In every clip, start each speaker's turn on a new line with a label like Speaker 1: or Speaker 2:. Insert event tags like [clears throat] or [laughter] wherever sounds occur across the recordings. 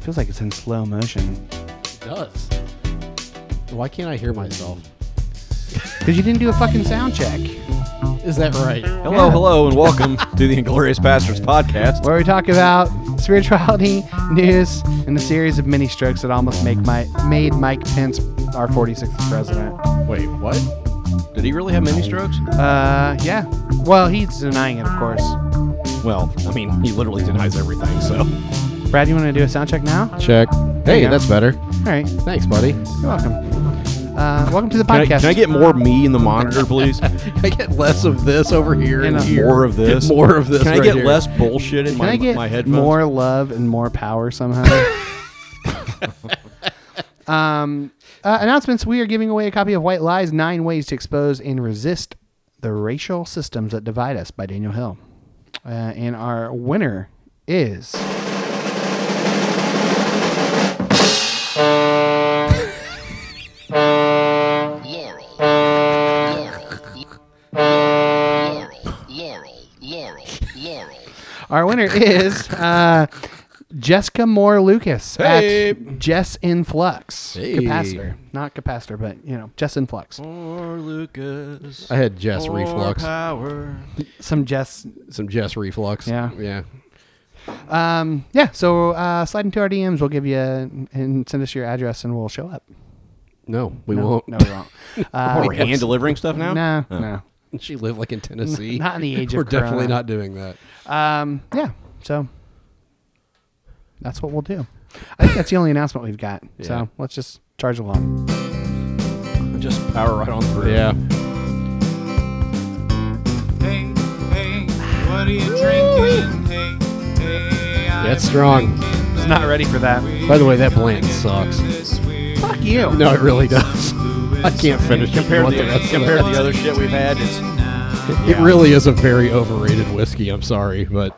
Speaker 1: feels like it's in slow motion.
Speaker 2: It does. Why can't I hear myself?
Speaker 1: Because you didn't do a fucking sound check.
Speaker 2: Is that right?
Speaker 3: Hello,
Speaker 1: Yeah.
Speaker 3: hello, and welcome to the Inglorious Pastors podcast.
Speaker 1: Where we talk about spirituality, [laughs] news, and the series of mini strokes that almost make my made Mike Pence our 46th president.
Speaker 2: Wait, what?
Speaker 3: Did he really have many strokes?
Speaker 1: Uh, yeah. Well, he's denying it, of course.
Speaker 3: Well, I mean, he literally denies everything, so.
Speaker 1: Brad, you want to do a sound check now?
Speaker 2: Check.
Speaker 1: you
Speaker 2: Hey,
Speaker 1: go.
Speaker 2: that's better.
Speaker 1: All right.
Speaker 2: Thanks, buddy.
Speaker 1: You're welcome. Uh, welcome to the
Speaker 3: Can I,
Speaker 1: podcast.
Speaker 3: can I get more me in the monitor, please?
Speaker 2: I get less of this over here
Speaker 1: And
Speaker 2: and,
Speaker 1: a-
Speaker 2: here.
Speaker 3: More of this.
Speaker 2: More of this.
Speaker 3: Can I
Speaker 2: right
Speaker 3: get
Speaker 2: here.
Speaker 3: less bullshit in
Speaker 1: Can
Speaker 3: my,
Speaker 1: I get
Speaker 3: my headphones?
Speaker 1: more love and more power somehow?
Speaker 3: [laughs]
Speaker 1: um, uh, announcements: We are giving away a copy of White Lies: Nine Ways to Expose and Resist the Racial Systems That Divide Us by Daniel Hill, uh, and our winner is.
Speaker 4: Laurel. Laurel. Laurel. Laurel. Laurel. Laurel.
Speaker 1: Our
Speaker 3: [laughs]
Speaker 1: winner is uh, Jessica Moore Lucas
Speaker 3: Hey.
Speaker 1: at Jess in Flux
Speaker 2: Hey.
Speaker 1: capacitor, not capacitor, but you know Jess in Flux.
Speaker 3: More Lucas.
Speaker 2: I had Jess
Speaker 3: more
Speaker 2: reflux.
Speaker 3: Power.
Speaker 1: Some Jess
Speaker 2: Some Jess reflux.
Speaker 1: Yeah.
Speaker 2: Yeah.
Speaker 1: Um, yeah, so uh, slide into our DMs. We'll give you and send us your address, and we'll show up.
Speaker 2: No, we
Speaker 1: No,
Speaker 2: won't.
Speaker 1: No, we won't. Uh,
Speaker 3: Are we hand delivering stuff now?
Speaker 1: no, no.
Speaker 2: [laughs] She lived like in Tennessee.
Speaker 1: Not in the age of
Speaker 2: We're
Speaker 1: Corona.
Speaker 2: definitely not doing that.
Speaker 1: Um, yeah, so that's what we'll do. I think that's the only announcement we've got.
Speaker 2: Yeah.
Speaker 1: So let's just charge along.
Speaker 3: Just power right on through.
Speaker 2: Yeah.
Speaker 5: Hey, hey, what are you drinking? Hey, hey, I'm
Speaker 2: That's strong.
Speaker 5: drinking
Speaker 1: It's not ready for that.
Speaker 2: By the way, that bland sucks.
Speaker 5: this weird
Speaker 1: Fuck you.
Speaker 2: No, it really does. [laughs] I can't finish. it.
Speaker 3: Compared to
Speaker 2: What
Speaker 3: the,
Speaker 2: the-
Speaker 3: compared to the other shit we've had, it's.
Speaker 2: It really is a very overrated whiskey. I'm sorry, but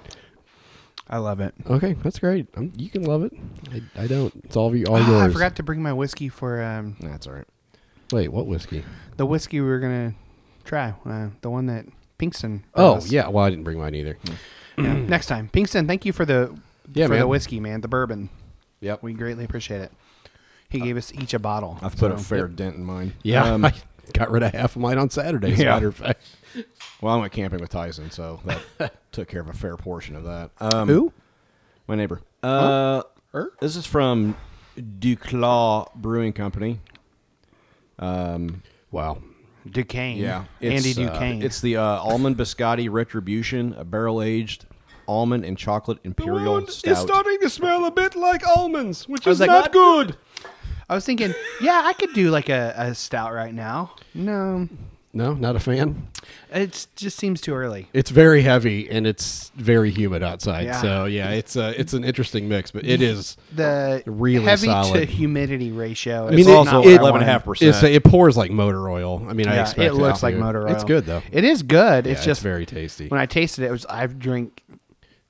Speaker 1: I love it.
Speaker 2: okay, that's great. i you can love it. I, I don't. It's all of you, all
Speaker 1: Ah,
Speaker 2: yours.
Speaker 1: I forgot to bring my whiskey for um,
Speaker 3: That's all right.
Speaker 2: Wait, what whiskey?
Speaker 1: the whiskey we were gonna try. Uh, the one that Pinkston. brought
Speaker 2: Oh
Speaker 1: us.
Speaker 2: yeah. Well, I didn't bring mine either.
Speaker 1: Yeah, Next time, Pinkston. Thank you for the
Speaker 2: Yeah,
Speaker 1: for the
Speaker 2: man.
Speaker 1: whiskey, man. The bourbon.
Speaker 2: Yep.
Speaker 1: We greatly appreciate it. He gave us each a bottle.
Speaker 3: I've put a fair dent in mine.
Speaker 2: yeah. [laughs]
Speaker 3: Um,
Speaker 2: I got rid of half of mine on Saturday. As a
Speaker 3: Yeah.
Speaker 2: matter of fact.
Speaker 3: well, I went camping with Tyson, so that took care of a fair portion of that.
Speaker 2: Hmm.
Speaker 3: Um, My neighbor. Uh,
Speaker 2: Er?
Speaker 3: This is from Duclaw Brewing Company.
Speaker 2: Wow.
Speaker 1: Duquesne.
Speaker 3: Yeah,
Speaker 1: Andy
Speaker 3: it's, uh,
Speaker 1: Duquesne.
Speaker 3: it's the uh, almond biscotti retribution, a barrel aged almond and chocolate imperial stout.
Speaker 2: to smell a bit like almonds, which
Speaker 3: is like, not "Not
Speaker 2: good.
Speaker 1: I was thinking, yeah, I could do like a, a stout right now. No,
Speaker 2: No, not a fan.
Speaker 1: it just seems too early.
Speaker 2: It's very heavy and it's very humid outside.
Speaker 1: Yeah.
Speaker 2: So yeah, it's a, it's an interesting mix, but it is.
Speaker 1: The
Speaker 2: Really
Speaker 1: heavy to
Speaker 2: solid.
Speaker 1: humidity ratio.
Speaker 2: mean,
Speaker 1: is
Speaker 3: it's
Speaker 2: it-
Speaker 3: also
Speaker 1: not what I
Speaker 3: eleven and a half
Speaker 1: wanted.
Speaker 2: It's,
Speaker 3: percent.
Speaker 2: it pours like motor oil. I mean, I
Speaker 1: Yeah,
Speaker 2: expect
Speaker 1: it looks
Speaker 2: to.
Speaker 1: like motor oil.
Speaker 2: It's good though.
Speaker 1: It is good. it's
Speaker 2: Yeah,
Speaker 1: just
Speaker 2: very tasty.
Speaker 1: When I tasted it, it was I've drink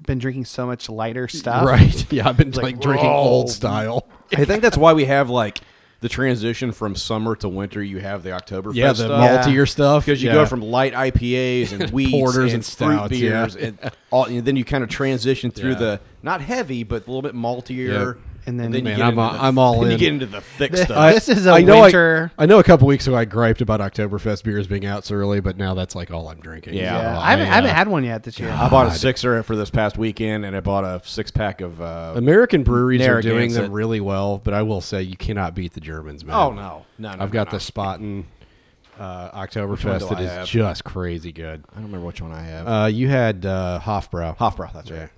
Speaker 1: been drinking so much lighter stuff.
Speaker 2: Right? [laughs] Yeah, I've been
Speaker 1: Like,
Speaker 2: like, drinking
Speaker 1: whoa.
Speaker 2: old style.
Speaker 3: I think that's why we have like the transition from summer to winter. You have the October.
Speaker 2: Yeah, the maltier stuff
Speaker 3: because you
Speaker 2: yeah.
Speaker 3: go from light IPAs [laughs] and wheats
Speaker 2: Porters
Speaker 3: and,
Speaker 2: and
Speaker 3: fruit
Speaker 2: stouts, yeah.
Speaker 3: beers, and all. And then you kind of transition through
Speaker 2: Yeah.
Speaker 3: the not heavy, but a little bit maltier.
Speaker 2: Yeah.
Speaker 1: And then-
Speaker 3: you
Speaker 2: Man,
Speaker 3: get
Speaker 2: I'm
Speaker 3: into
Speaker 2: a-
Speaker 3: the-
Speaker 2: I'm all
Speaker 3: then You
Speaker 2: in.
Speaker 3: get into the [laughs] thick
Speaker 1: The-
Speaker 3: stuff.
Speaker 1: I- This is a
Speaker 2: know
Speaker 1: winter-
Speaker 2: I, I know a couple weeks ago I griped about Oktoberfest beers being out so early, but now that's like all I'm drinking.
Speaker 3: Yeah.
Speaker 1: Yeah,
Speaker 2: So
Speaker 1: I haven't, I, haven't
Speaker 2: uh,
Speaker 1: had one yet this year.
Speaker 3: I bought a sixer for this past weekend, and I bought a six pack of. Uh,
Speaker 2: American breweries are doing
Speaker 3: Narragansett.
Speaker 2: them really well, but I will say you cannot beat the Germans, man.
Speaker 3: oh no, no, no
Speaker 2: I've got the Spaten uh,
Speaker 3: do
Speaker 2: Oktoberfest that
Speaker 3: I
Speaker 2: is
Speaker 3: have?
Speaker 2: just crazy good.
Speaker 3: I don't remember which one I have.
Speaker 2: Uh, you had uh, Hofbrau.
Speaker 3: Hofbrau, that's right.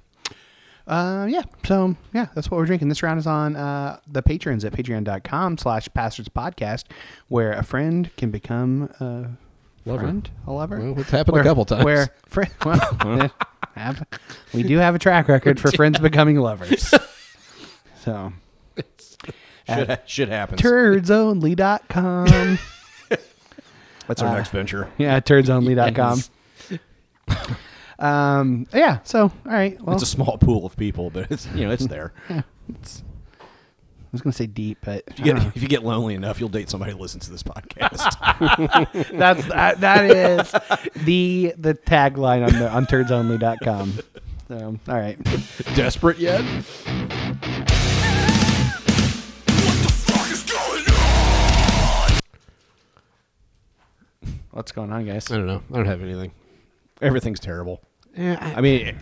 Speaker 1: Uh, yeah. So yeah, that's what we're drinking. This round is on uh, the patrons at patreon.com slash pastors podcast, where a friend can become a
Speaker 2: Lover.
Speaker 1: friend, a lover.
Speaker 2: Well, it's happened a
Speaker 1: Where-
Speaker 2: couple times.
Speaker 1: Where friend, [laughs]
Speaker 2: [laughs]
Speaker 1: well, have- we do have a track record for friends becoming lovers.
Speaker 2: [laughs]
Speaker 1: So
Speaker 3: Shit, ha- shit happens.
Speaker 1: turdsonly.com.
Speaker 3: that's
Speaker 2: uh,
Speaker 3: our next venture.
Speaker 1: [laughs] yeah, turdsonly.com. Um, yeah. So all right. Well,
Speaker 3: It's a small pool of people, but it's you know
Speaker 2: [laughs]
Speaker 3: it's there.
Speaker 1: yeah, it's, I was gonna say deep, but
Speaker 3: If you,
Speaker 2: Uh-huh.
Speaker 3: get, if you get lonely enough, you'll date somebody who listens to this podcast. [laughs]
Speaker 1: That's that, that is the the tagline on the on turdsonly.com. So, all right.
Speaker 2: Desperate yet?
Speaker 1: What's going on, guys?
Speaker 2: I don't know. I don't have anything.
Speaker 3: Everything's terrible.
Speaker 2: Yeah,
Speaker 3: I mean, it-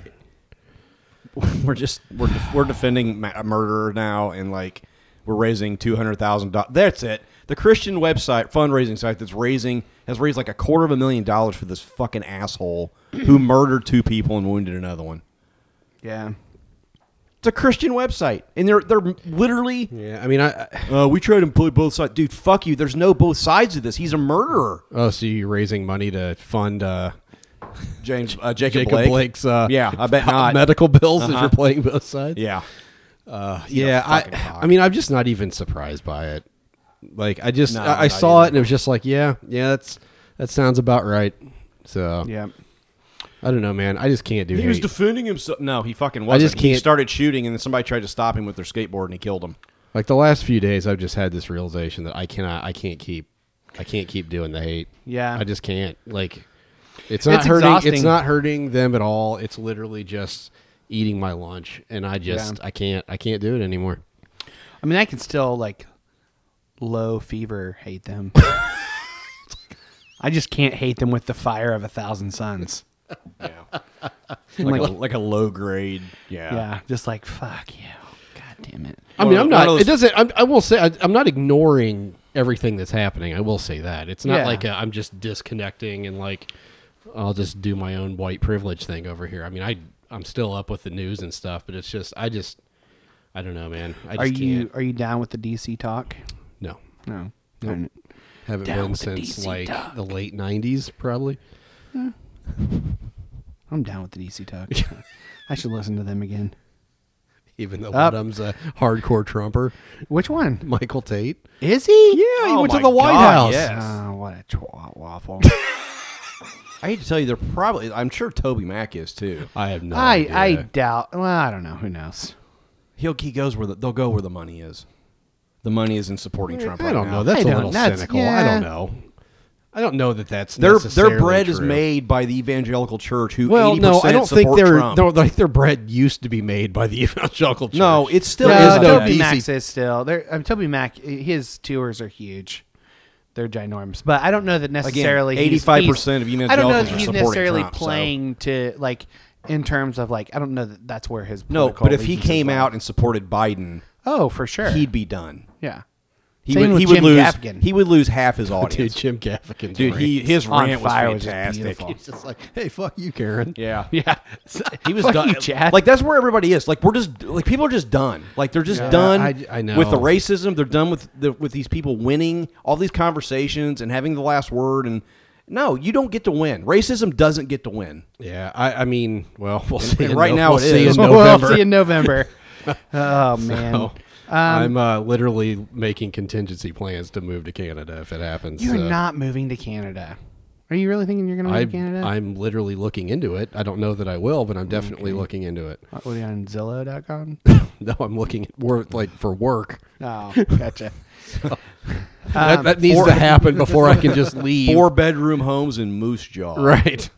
Speaker 3: we're just we're def- we're defending ma- a murderer now, and like we're raising two hundred thousand dollars. That's it. The Christian website fundraising site that's raising has raised like a quarter of a million dollars for this fucking asshole who murdered two people and wounded another one.
Speaker 1: Yeah.
Speaker 3: It's a Christian website, and they're they're literally.
Speaker 2: yeah. I mean, I. I-
Speaker 3: Uh, we tried to play both sides, dude. Fuck you. There's no both sides of this. He's a murderer.
Speaker 2: Oh, so you're raising money to fund uh,
Speaker 3: James uh, Jacob,
Speaker 2: Jacob
Speaker 3: Blake.
Speaker 2: Blake's? Uh,
Speaker 3: Yeah, I bet not.
Speaker 2: Medical bills if
Speaker 3: Uh-huh.
Speaker 2: you're playing both sides.
Speaker 3: Yeah,
Speaker 2: yeah. I.
Speaker 3: fucking cock.
Speaker 2: I mean, I'm just not even surprised by it. Like, I just
Speaker 3: No,
Speaker 2: I, I
Speaker 3: not
Speaker 2: saw
Speaker 3: either.
Speaker 2: it and it was just like, yeah, yeah, that's that sounds about right. So
Speaker 1: Yeah.
Speaker 2: I don't know, man. I just can't do.
Speaker 3: He was
Speaker 2: hate.
Speaker 3: defending himself. No, he fucking wasn't.
Speaker 2: just
Speaker 3: He
Speaker 2: can't-
Speaker 3: started shooting, and then somebody tried to stop him with their skateboard, and he killed
Speaker 2: [laughs]
Speaker 3: him.
Speaker 2: like the last few days i've just had this realization that i cannot i can't keep i can't keep doing the hate
Speaker 1: Yeah.
Speaker 2: i just can't like it's not
Speaker 1: It's
Speaker 2: hurting it's
Speaker 1: exhausting.
Speaker 2: not hurting them at all it's literally just eating my lunch and i just i can't i can't do it anymore
Speaker 1: I mean, I can still like low fever hate
Speaker 2: [laughs]
Speaker 1: them. I just can't hate them with the fire of a thousand suns.
Speaker 3: Yeah,
Speaker 1: I'm
Speaker 3: like,
Speaker 1: Like,
Speaker 3: a, like a low grade. Yeah,
Speaker 1: yeah, just like fuck you. God damn it.
Speaker 2: i mean i'm
Speaker 3: One of
Speaker 2: not
Speaker 3: those-
Speaker 2: it doesn't I'm, i will say I, i'm not ignoring everything that's happening i will say that it's not
Speaker 1: Yeah.
Speaker 2: like i i'm just disconnecting and like i'll just do my own white privilege thing over here i mean i i'm still up with the news and stuff but it's just i just i don't know man i just
Speaker 1: Are
Speaker 2: can't.
Speaker 1: you are you down with the DC talk?
Speaker 2: No,
Speaker 1: No.
Speaker 2: haven't
Speaker 1: Down
Speaker 2: been
Speaker 1: with the
Speaker 2: since
Speaker 1: DC
Speaker 2: like
Speaker 1: dog.
Speaker 2: the late '90s, probably.
Speaker 1: I'm down with the DC
Speaker 2: [laughs]
Speaker 1: talk. I should listen to them again.
Speaker 2: Even though
Speaker 1: Up.
Speaker 2: Adam's a hardcore Trumper, [laughs]
Speaker 1: Which one?
Speaker 2: Michael Tate.
Speaker 1: Is he?
Speaker 2: Yeah, he
Speaker 3: Oh
Speaker 2: went to
Speaker 3: my
Speaker 2: the White
Speaker 3: God,
Speaker 2: House.
Speaker 3: yes.
Speaker 1: Oh, what a twa- [laughs] waffle.
Speaker 3: I hate to tell you, they're probably. I'm sure Toby Mac is too.
Speaker 2: I have no
Speaker 1: I
Speaker 2: idea.
Speaker 1: I doubt. Well, I don't know. Who knows?
Speaker 3: He'll he goes where the, they'll go where the money is. The money is in supporting Trump.
Speaker 2: I
Speaker 3: right
Speaker 2: don't
Speaker 3: now.
Speaker 2: know. That's
Speaker 1: I
Speaker 2: a
Speaker 1: don't-
Speaker 2: little
Speaker 1: that's-
Speaker 2: cynical. I don't
Speaker 1: yeah.
Speaker 2: know. I don't know that that's
Speaker 3: Their
Speaker 2: necessarily
Speaker 3: their bread is
Speaker 2: true.
Speaker 3: made by the evangelical church. Who
Speaker 2: Well,
Speaker 3: 80%
Speaker 2: no, I don't think
Speaker 3: support
Speaker 2: their
Speaker 3: Trump.
Speaker 2: no, like their bread used to be made by the [laughs] evangelical church.
Speaker 3: No, it still
Speaker 2: There
Speaker 3: is
Speaker 2: is
Speaker 3: no
Speaker 2: no
Speaker 1: Toby
Speaker 2: DC.
Speaker 1: Mac is still there. Um, Toby Mac, his tours are huge. They're ginormous, but I don't know that necessarily. he's-
Speaker 3: 85%
Speaker 1: he's-
Speaker 3: of
Speaker 1: I don't know
Speaker 3: evangelicals
Speaker 1: that
Speaker 3: are
Speaker 1: he's
Speaker 3: supporting
Speaker 1: necessarily
Speaker 3: Trump, so-
Speaker 1: playing to like in terms of like. I don't know that that's where his
Speaker 3: no.
Speaker 1: political
Speaker 3: But if he
Speaker 1: allegiances
Speaker 3: came
Speaker 1: lie.
Speaker 3: out and supported Biden,
Speaker 1: oh for sure,
Speaker 3: he'd be done.
Speaker 1: yeah.
Speaker 3: He
Speaker 1: Same
Speaker 3: would
Speaker 1: with
Speaker 3: he would
Speaker 1: Jim
Speaker 3: lose
Speaker 1: Gaffigan.
Speaker 3: he would lose half
Speaker 2: [laughs]
Speaker 3: his
Speaker 2: dude,
Speaker 3: audience.
Speaker 2: Jim Gaffigan's
Speaker 3: Dude, he
Speaker 2: rant.
Speaker 3: his
Speaker 1: On
Speaker 3: rant
Speaker 1: fire
Speaker 3: was
Speaker 1: was just
Speaker 3: fantastic.
Speaker 1: beautiful.
Speaker 2: He's just like, hey, fuck you, Karen.
Speaker 3: yeah.
Speaker 1: [laughs] yeah,
Speaker 3: [laughs] He was
Speaker 1: Fuck
Speaker 3: done.
Speaker 1: you, Chad.
Speaker 3: Like that's where everybody is. Like we're just like people are just done. Like they're just
Speaker 2: Yeah,
Speaker 3: done
Speaker 2: I- I know.
Speaker 3: with the racism. They're done with the, with these people winning all these conversations and having the last word. And no, you don't get to win. Racism doesn't get to win.
Speaker 2: Yeah, I, I mean, well, we'll see.
Speaker 3: and
Speaker 2: in
Speaker 3: right
Speaker 2: Nov-
Speaker 3: now
Speaker 2: we'll
Speaker 3: it
Speaker 2: see
Speaker 3: is. [laughs]
Speaker 2: in
Speaker 1: Well,
Speaker 2: November.
Speaker 1: I'll see
Speaker 2: [laughs]
Speaker 1: you in November. oh man,
Speaker 2: So, I'm uh, literally making contingency plans to move to Canada if it happens.
Speaker 1: you're
Speaker 2: so.
Speaker 1: not moving to Canada. Are you really thinking you're going to move
Speaker 2: I,
Speaker 1: to Canada?
Speaker 2: I'm literally looking into it. I don't know that I will, but I'm definitely looking into it.
Speaker 1: what are you on
Speaker 2: [laughs]
Speaker 1: Zillow.com?
Speaker 2: No, I'm looking at work, like for work.
Speaker 1: Oh, gotcha. Um,
Speaker 2: that, that needs
Speaker 3: four-
Speaker 2: to
Speaker 3: [laughs]
Speaker 2: happen before I can just leave.
Speaker 3: Four bedroom homes in Moose Jaw.
Speaker 2: right?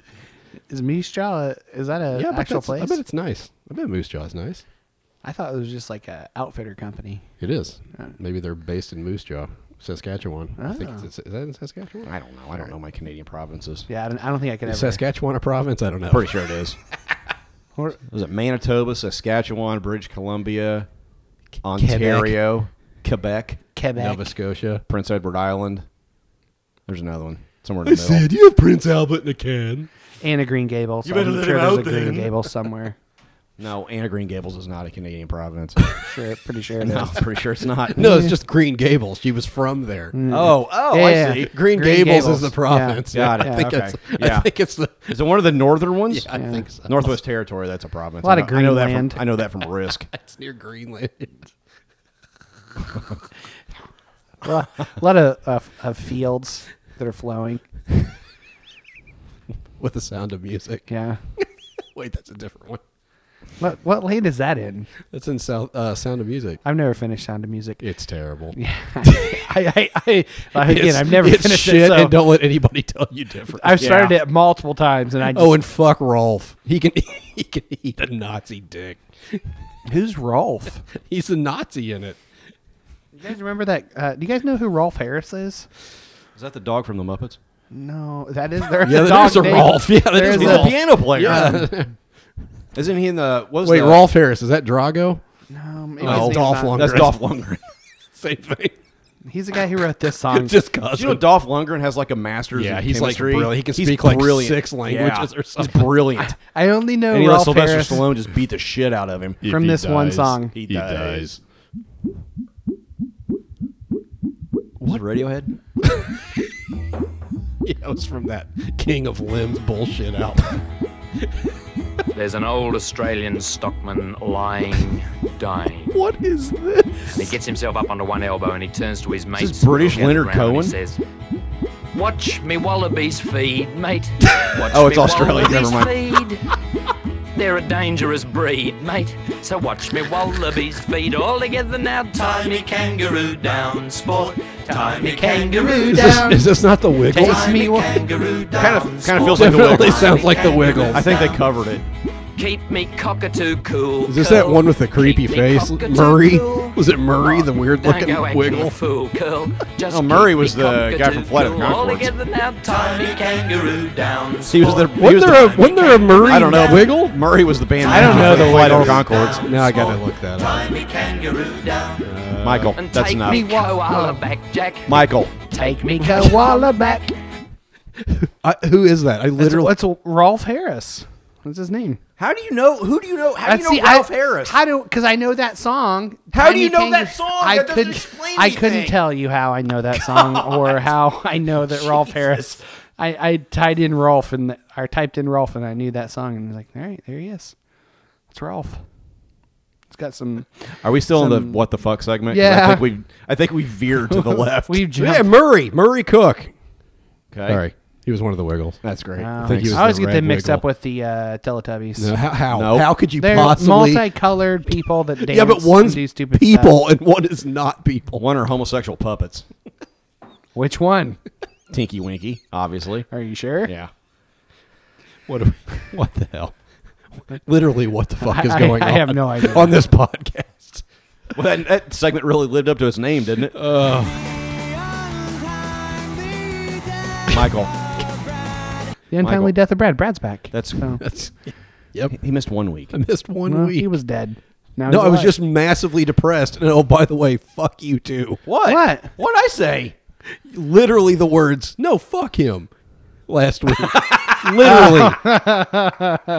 Speaker 1: Is Moose Jaw? Is that a
Speaker 2: Yeah, but
Speaker 1: actual
Speaker 2: that's-
Speaker 1: place?
Speaker 2: I bet it's nice. I bet Moose Jaw's nice.
Speaker 1: I thought it was just like a outfitter company.
Speaker 2: It is. Maybe they're based in Moose Jaw, Saskatchewan. I think
Speaker 1: Oh.
Speaker 2: it's, is that in Saskatchewan?
Speaker 3: I don't know. I don't know my Canadian provinces.
Speaker 1: Yeah, I don't, I don't think I could ever.
Speaker 2: Saskatchewan a province? I don't know.
Speaker 3: Pretty sure it is.
Speaker 1: Or-
Speaker 3: Was it Manitoba, Saskatchewan, British Columbia, Ontario, Quebec,
Speaker 1: Quebec.
Speaker 2: Nova Scotia.
Speaker 3: Prince Edward Island? The's another one somewhere in the middle.
Speaker 2: You have Prince Albert in a can.
Speaker 1: and a Green Gables.
Speaker 2: You
Speaker 1: I'm
Speaker 2: better let
Speaker 1: sure
Speaker 2: him
Speaker 1: there's
Speaker 2: out
Speaker 1: a Green
Speaker 2: then.
Speaker 1: Gables somewhere.
Speaker 3: No, Anna Green Gables is not a Canadian province.
Speaker 1: Sure, pretty
Speaker 2: [laughs]
Speaker 1: sure.
Speaker 3: no, I'm pretty sure it's not.
Speaker 2: No, it's just Green Gables. She was from there. Uh,
Speaker 3: Oh, oh,
Speaker 1: Yeah.
Speaker 3: I see.
Speaker 2: Green,
Speaker 1: Green
Speaker 2: Gables,
Speaker 1: Gables.
Speaker 2: is the province.
Speaker 3: Yeah. Got
Speaker 2: I
Speaker 3: it.
Speaker 2: think
Speaker 3: Yeah,
Speaker 2: it's.
Speaker 3: okay.
Speaker 2: I
Speaker 3: Yeah.
Speaker 2: think it's the.
Speaker 3: Is it one of the northern ones?
Speaker 2: I think so.
Speaker 3: Northwest Territory, that's a province.
Speaker 1: A lot
Speaker 3: I
Speaker 1: of
Speaker 3: know- I know that from-
Speaker 1: Greenland.
Speaker 3: I know that from Risk.
Speaker 2: It's near Greenland. [laughs]
Speaker 1: Well, a lot of, of, of fields that are flowing.
Speaker 2: With the sound of music.
Speaker 1: Yeah.
Speaker 2: Wait, that's a different one.
Speaker 1: What what land is that in?
Speaker 2: That's in South uh, Sound of Music.
Speaker 1: I've never finished Sound of Music.
Speaker 2: It's terrible.
Speaker 1: [laughs] I, I, I again,
Speaker 2: It's-
Speaker 1: I've never
Speaker 2: it's
Speaker 1: finished
Speaker 2: shit,
Speaker 1: it. So
Speaker 2: and don't let anybody [laughs] tell you different.
Speaker 1: I've started
Speaker 3: Yeah.
Speaker 1: it multiple times, and I. Just,
Speaker 2: oh, and fuck Rolf. He can [laughs] he can eat a Nazi dick.
Speaker 1: who's Rolf? [laughs]
Speaker 2: He's a Nazi in it.
Speaker 1: you guys remember that? Uh, do you guys know who Rolf Harris is?
Speaker 3: Is that the dog from the Muppets?
Speaker 1: No, that is their
Speaker 2: [laughs] Yeah, that
Speaker 1: dog
Speaker 2: is a
Speaker 1: name.
Speaker 2: Rolf. Yeah, that
Speaker 1: There's
Speaker 2: is
Speaker 3: He's
Speaker 1: a-
Speaker 3: a
Speaker 2: Rolf.
Speaker 3: piano player.
Speaker 2: Yeah.
Speaker 3: [laughs] Isn't he in the what was
Speaker 2: Wait,
Speaker 3: the,
Speaker 2: Rolf Harris is that Drago?
Speaker 1: No, maybe his
Speaker 2: Oh,
Speaker 1: name's
Speaker 2: Dolph
Speaker 1: not-
Speaker 2: Lundgren.
Speaker 3: That's Dolph Lundgren.
Speaker 2: Same [laughs] thing.
Speaker 1: He's the guy who wrote
Speaker 2: [laughs]
Speaker 1: this song.
Speaker 2: Just
Speaker 3: Do you know
Speaker 2: cousin.
Speaker 3: Dolph Lundgren has like a master's?
Speaker 2: Yeah,
Speaker 3: in
Speaker 2: he's, like,
Speaker 3: chemistry?
Speaker 2: brilliant. He can
Speaker 3: He's
Speaker 2: speak, like,
Speaker 3: brilliant.
Speaker 2: six languages
Speaker 3: Yeah.
Speaker 2: or something.
Speaker 3: He's
Speaker 2: [laughs]
Speaker 3: brilliant.
Speaker 1: I only know
Speaker 3: and he
Speaker 1: Rolf
Speaker 3: let Sylvester
Speaker 1: Harris.
Speaker 3: Stallone just beat the shit out of him.
Speaker 1: from this one song.
Speaker 3: He dies. What Radiohead?
Speaker 2: [laughs] Yeah, it was from that King of Limbs bullshit album.
Speaker 6: There's an old Australian stockman lying, dying.
Speaker 2: what is this?
Speaker 6: And he gets himself up onto one elbow and he turns to his mates.
Speaker 3: is British
Speaker 6: who are
Speaker 3: Leonard
Speaker 6: gathered round and
Speaker 3: Cohen?
Speaker 6: He says, Watch me wallabies feed, mate. Watch
Speaker 3: Oh, it's
Speaker 6: me
Speaker 3: Australian, never
Speaker 6: wallabies Feed. They're a dangerous breed, mate. So watch me wallabies feed all together now. Tie me kangaroo down, sport. Tie me kangaroo
Speaker 2: [laughs] Is
Speaker 6: down.
Speaker 2: this, is this not the Wiggles?
Speaker 6: Tie me
Speaker 1: wa-
Speaker 6: kangaroo down.
Speaker 3: Kind of, kind of feels like the
Speaker 2: Definitely
Speaker 3: Wiggles.
Speaker 2: sounds like the Wiggles.
Speaker 3: I think they covered
Speaker 2: [laughs]
Speaker 3: it.
Speaker 6: Keep me cockatoo cool.
Speaker 2: Is this that one with the creepy
Speaker 6: Keep me
Speaker 2: face?
Speaker 6: cockatoo
Speaker 2: Murray?
Speaker 6: cool.
Speaker 2: Was it Murray, the weird
Speaker 6: Don't
Speaker 2: looking
Speaker 6: go acting a
Speaker 2: Wiggle? Oh,
Speaker 6: fool, curl. Just
Speaker 3: No, Murray
Speaker 6: keep
Speaker 3: was
Speaker 6: me
Speaker 3: the guy from
Speaker 6: cockatoo
Speaker 3: Flight of the
Speaker 6: cool. All
Speaker 3: Conchords.
Speaker 6: together now, tie me kangaroo down.
Speaker 3: He was the. he
Speaker 2: Wasn't
Speaker 3: was
Speaker 2: there,
Speaker 3: the-
Speaker 2: a, wasn't there a Murray
Speaker 3: I don't know.
Speaker 2: Wiggle?
Speaker 3: Murray was the band.
Speaker 1: I don't know the
Speaker 3: Flight of
Speaker 1: Wiggles.
Speaker 3: Concords.
Speaker 2: Now I gotta look that up.
Speaker 6: Tie me kangaroo down.
Speaker 3: Michael,
Speaker 6: And
Speaker 3: that's
Speaker 6: take
Speaker 3: enough.
Speaker 6: me koala back, Jack.
Speaker 3: Michael,
Speaker 6: Take
Speaker 2: [laughs]
Speaker 6: me
Speaker 1: Koala back.
Speaker 2: I, who is that? I literally.
Speaker 1: That's that's Rolf Harris. What's his name?
Speaker 3: how do you know? Who do you know? How
Speaker 1: That's- see, I, How do? Because I know that song.
Speaker 3: How do you
Speaker 1: Tiny
Speaker 3: know
Speaker 1: Kang-
Speaker 3: that song?
Speaker 1: I
Speaker 3: That doesn't
Speaker 1: couldn't.
Speaker 3: explain
Speaker 1: I couldn't
Speaker 3: anything.
Speaker 1: tell you how I know that
Speaker 3: [laughs]
Speaker 1: song or how I know that Rolf Harris. I, I tied in Rolf and the- or typed in Rolf and I knew that song and I was like, all right, there he is. It's Rolf. It's got some.
Speaker 3: Are we still in the what the fuck segment? 'Cause I
Speaker 1: Yeah.
Speaker 3: think we I think we veered to
Speaker 2: [laughs]
Speaker 3: the left.
Speaker 1: We've
Speaker 2: yeah,
Speaker 1: jumped.
Speaker 2: Murray. Murray Cook.
Speaker 3: okay.
Speaker 2: Sorry. He was one of the Wiggles.
Speaker 3: That's great.
Speaker 1: Wow.
Speaker 2: think he was
Speaker 1: I always
Speaker 2: the
Speaker 1: get
Speaker 2: red
Speaker 1: them mixed
Speaker 2: wiggle.
Speaker 1: up with the uh, Teletubbies.
Speaker 2: [laughs] No, how how,
Speaker 3: Nope.
Speaker 2: how could you
Speaker 1: They're
Speaker 2: possibly?
Speaker 1: multicolored people that dance
Speaker 2: yeah, but one's
Speaker 1: and do stupid
Speaker 2: people
Speaker 1: stuff.
Speaker 2: and one is not people.
Speaker 3: One are homosexual puppets.
Speaker 1: Which one?
Speaker 3: Tinky Winky, obviously.
Speaker 1: Are you sure?
Speaker 3: Yeah.
Speaker 2: What? do we- [laughs] What the hell? Literally, what the fuck is
Speaker 1: I-
Speaker 2: going
Speaker 1: I
Speaker 2: on?
Speaker 1: have no idea.
Speaker 2: on this podcast.
Speaker 3: Well, that, that segment really lived up to its name, didn't it? Michael,
Speaker 1: The untimely
Speaker 3: Michael.
Speaker 1: death of Brad. Brad's back.
Speaker 3: That's-
Speaker 1: so.
Speaker 2: That's, yep,
Speaker 3: he missed one week.
Speaker 2: I missed one
Speaker 1: Well,
Speaker 2: week.
Speaker 1: he was dead. Now
Speaker 2: no,
Speaker 1: he's
Speaker 2: I was
Speaker 1: alive.
Speaker 2: just massively depressed. And oh, by the way, fuck you too.
Speaker 3: What?
Speaker 1: What?
Speaker 3: What'd I say?
Speaker 2: Literally the words. No, fuck him. Last week, literally.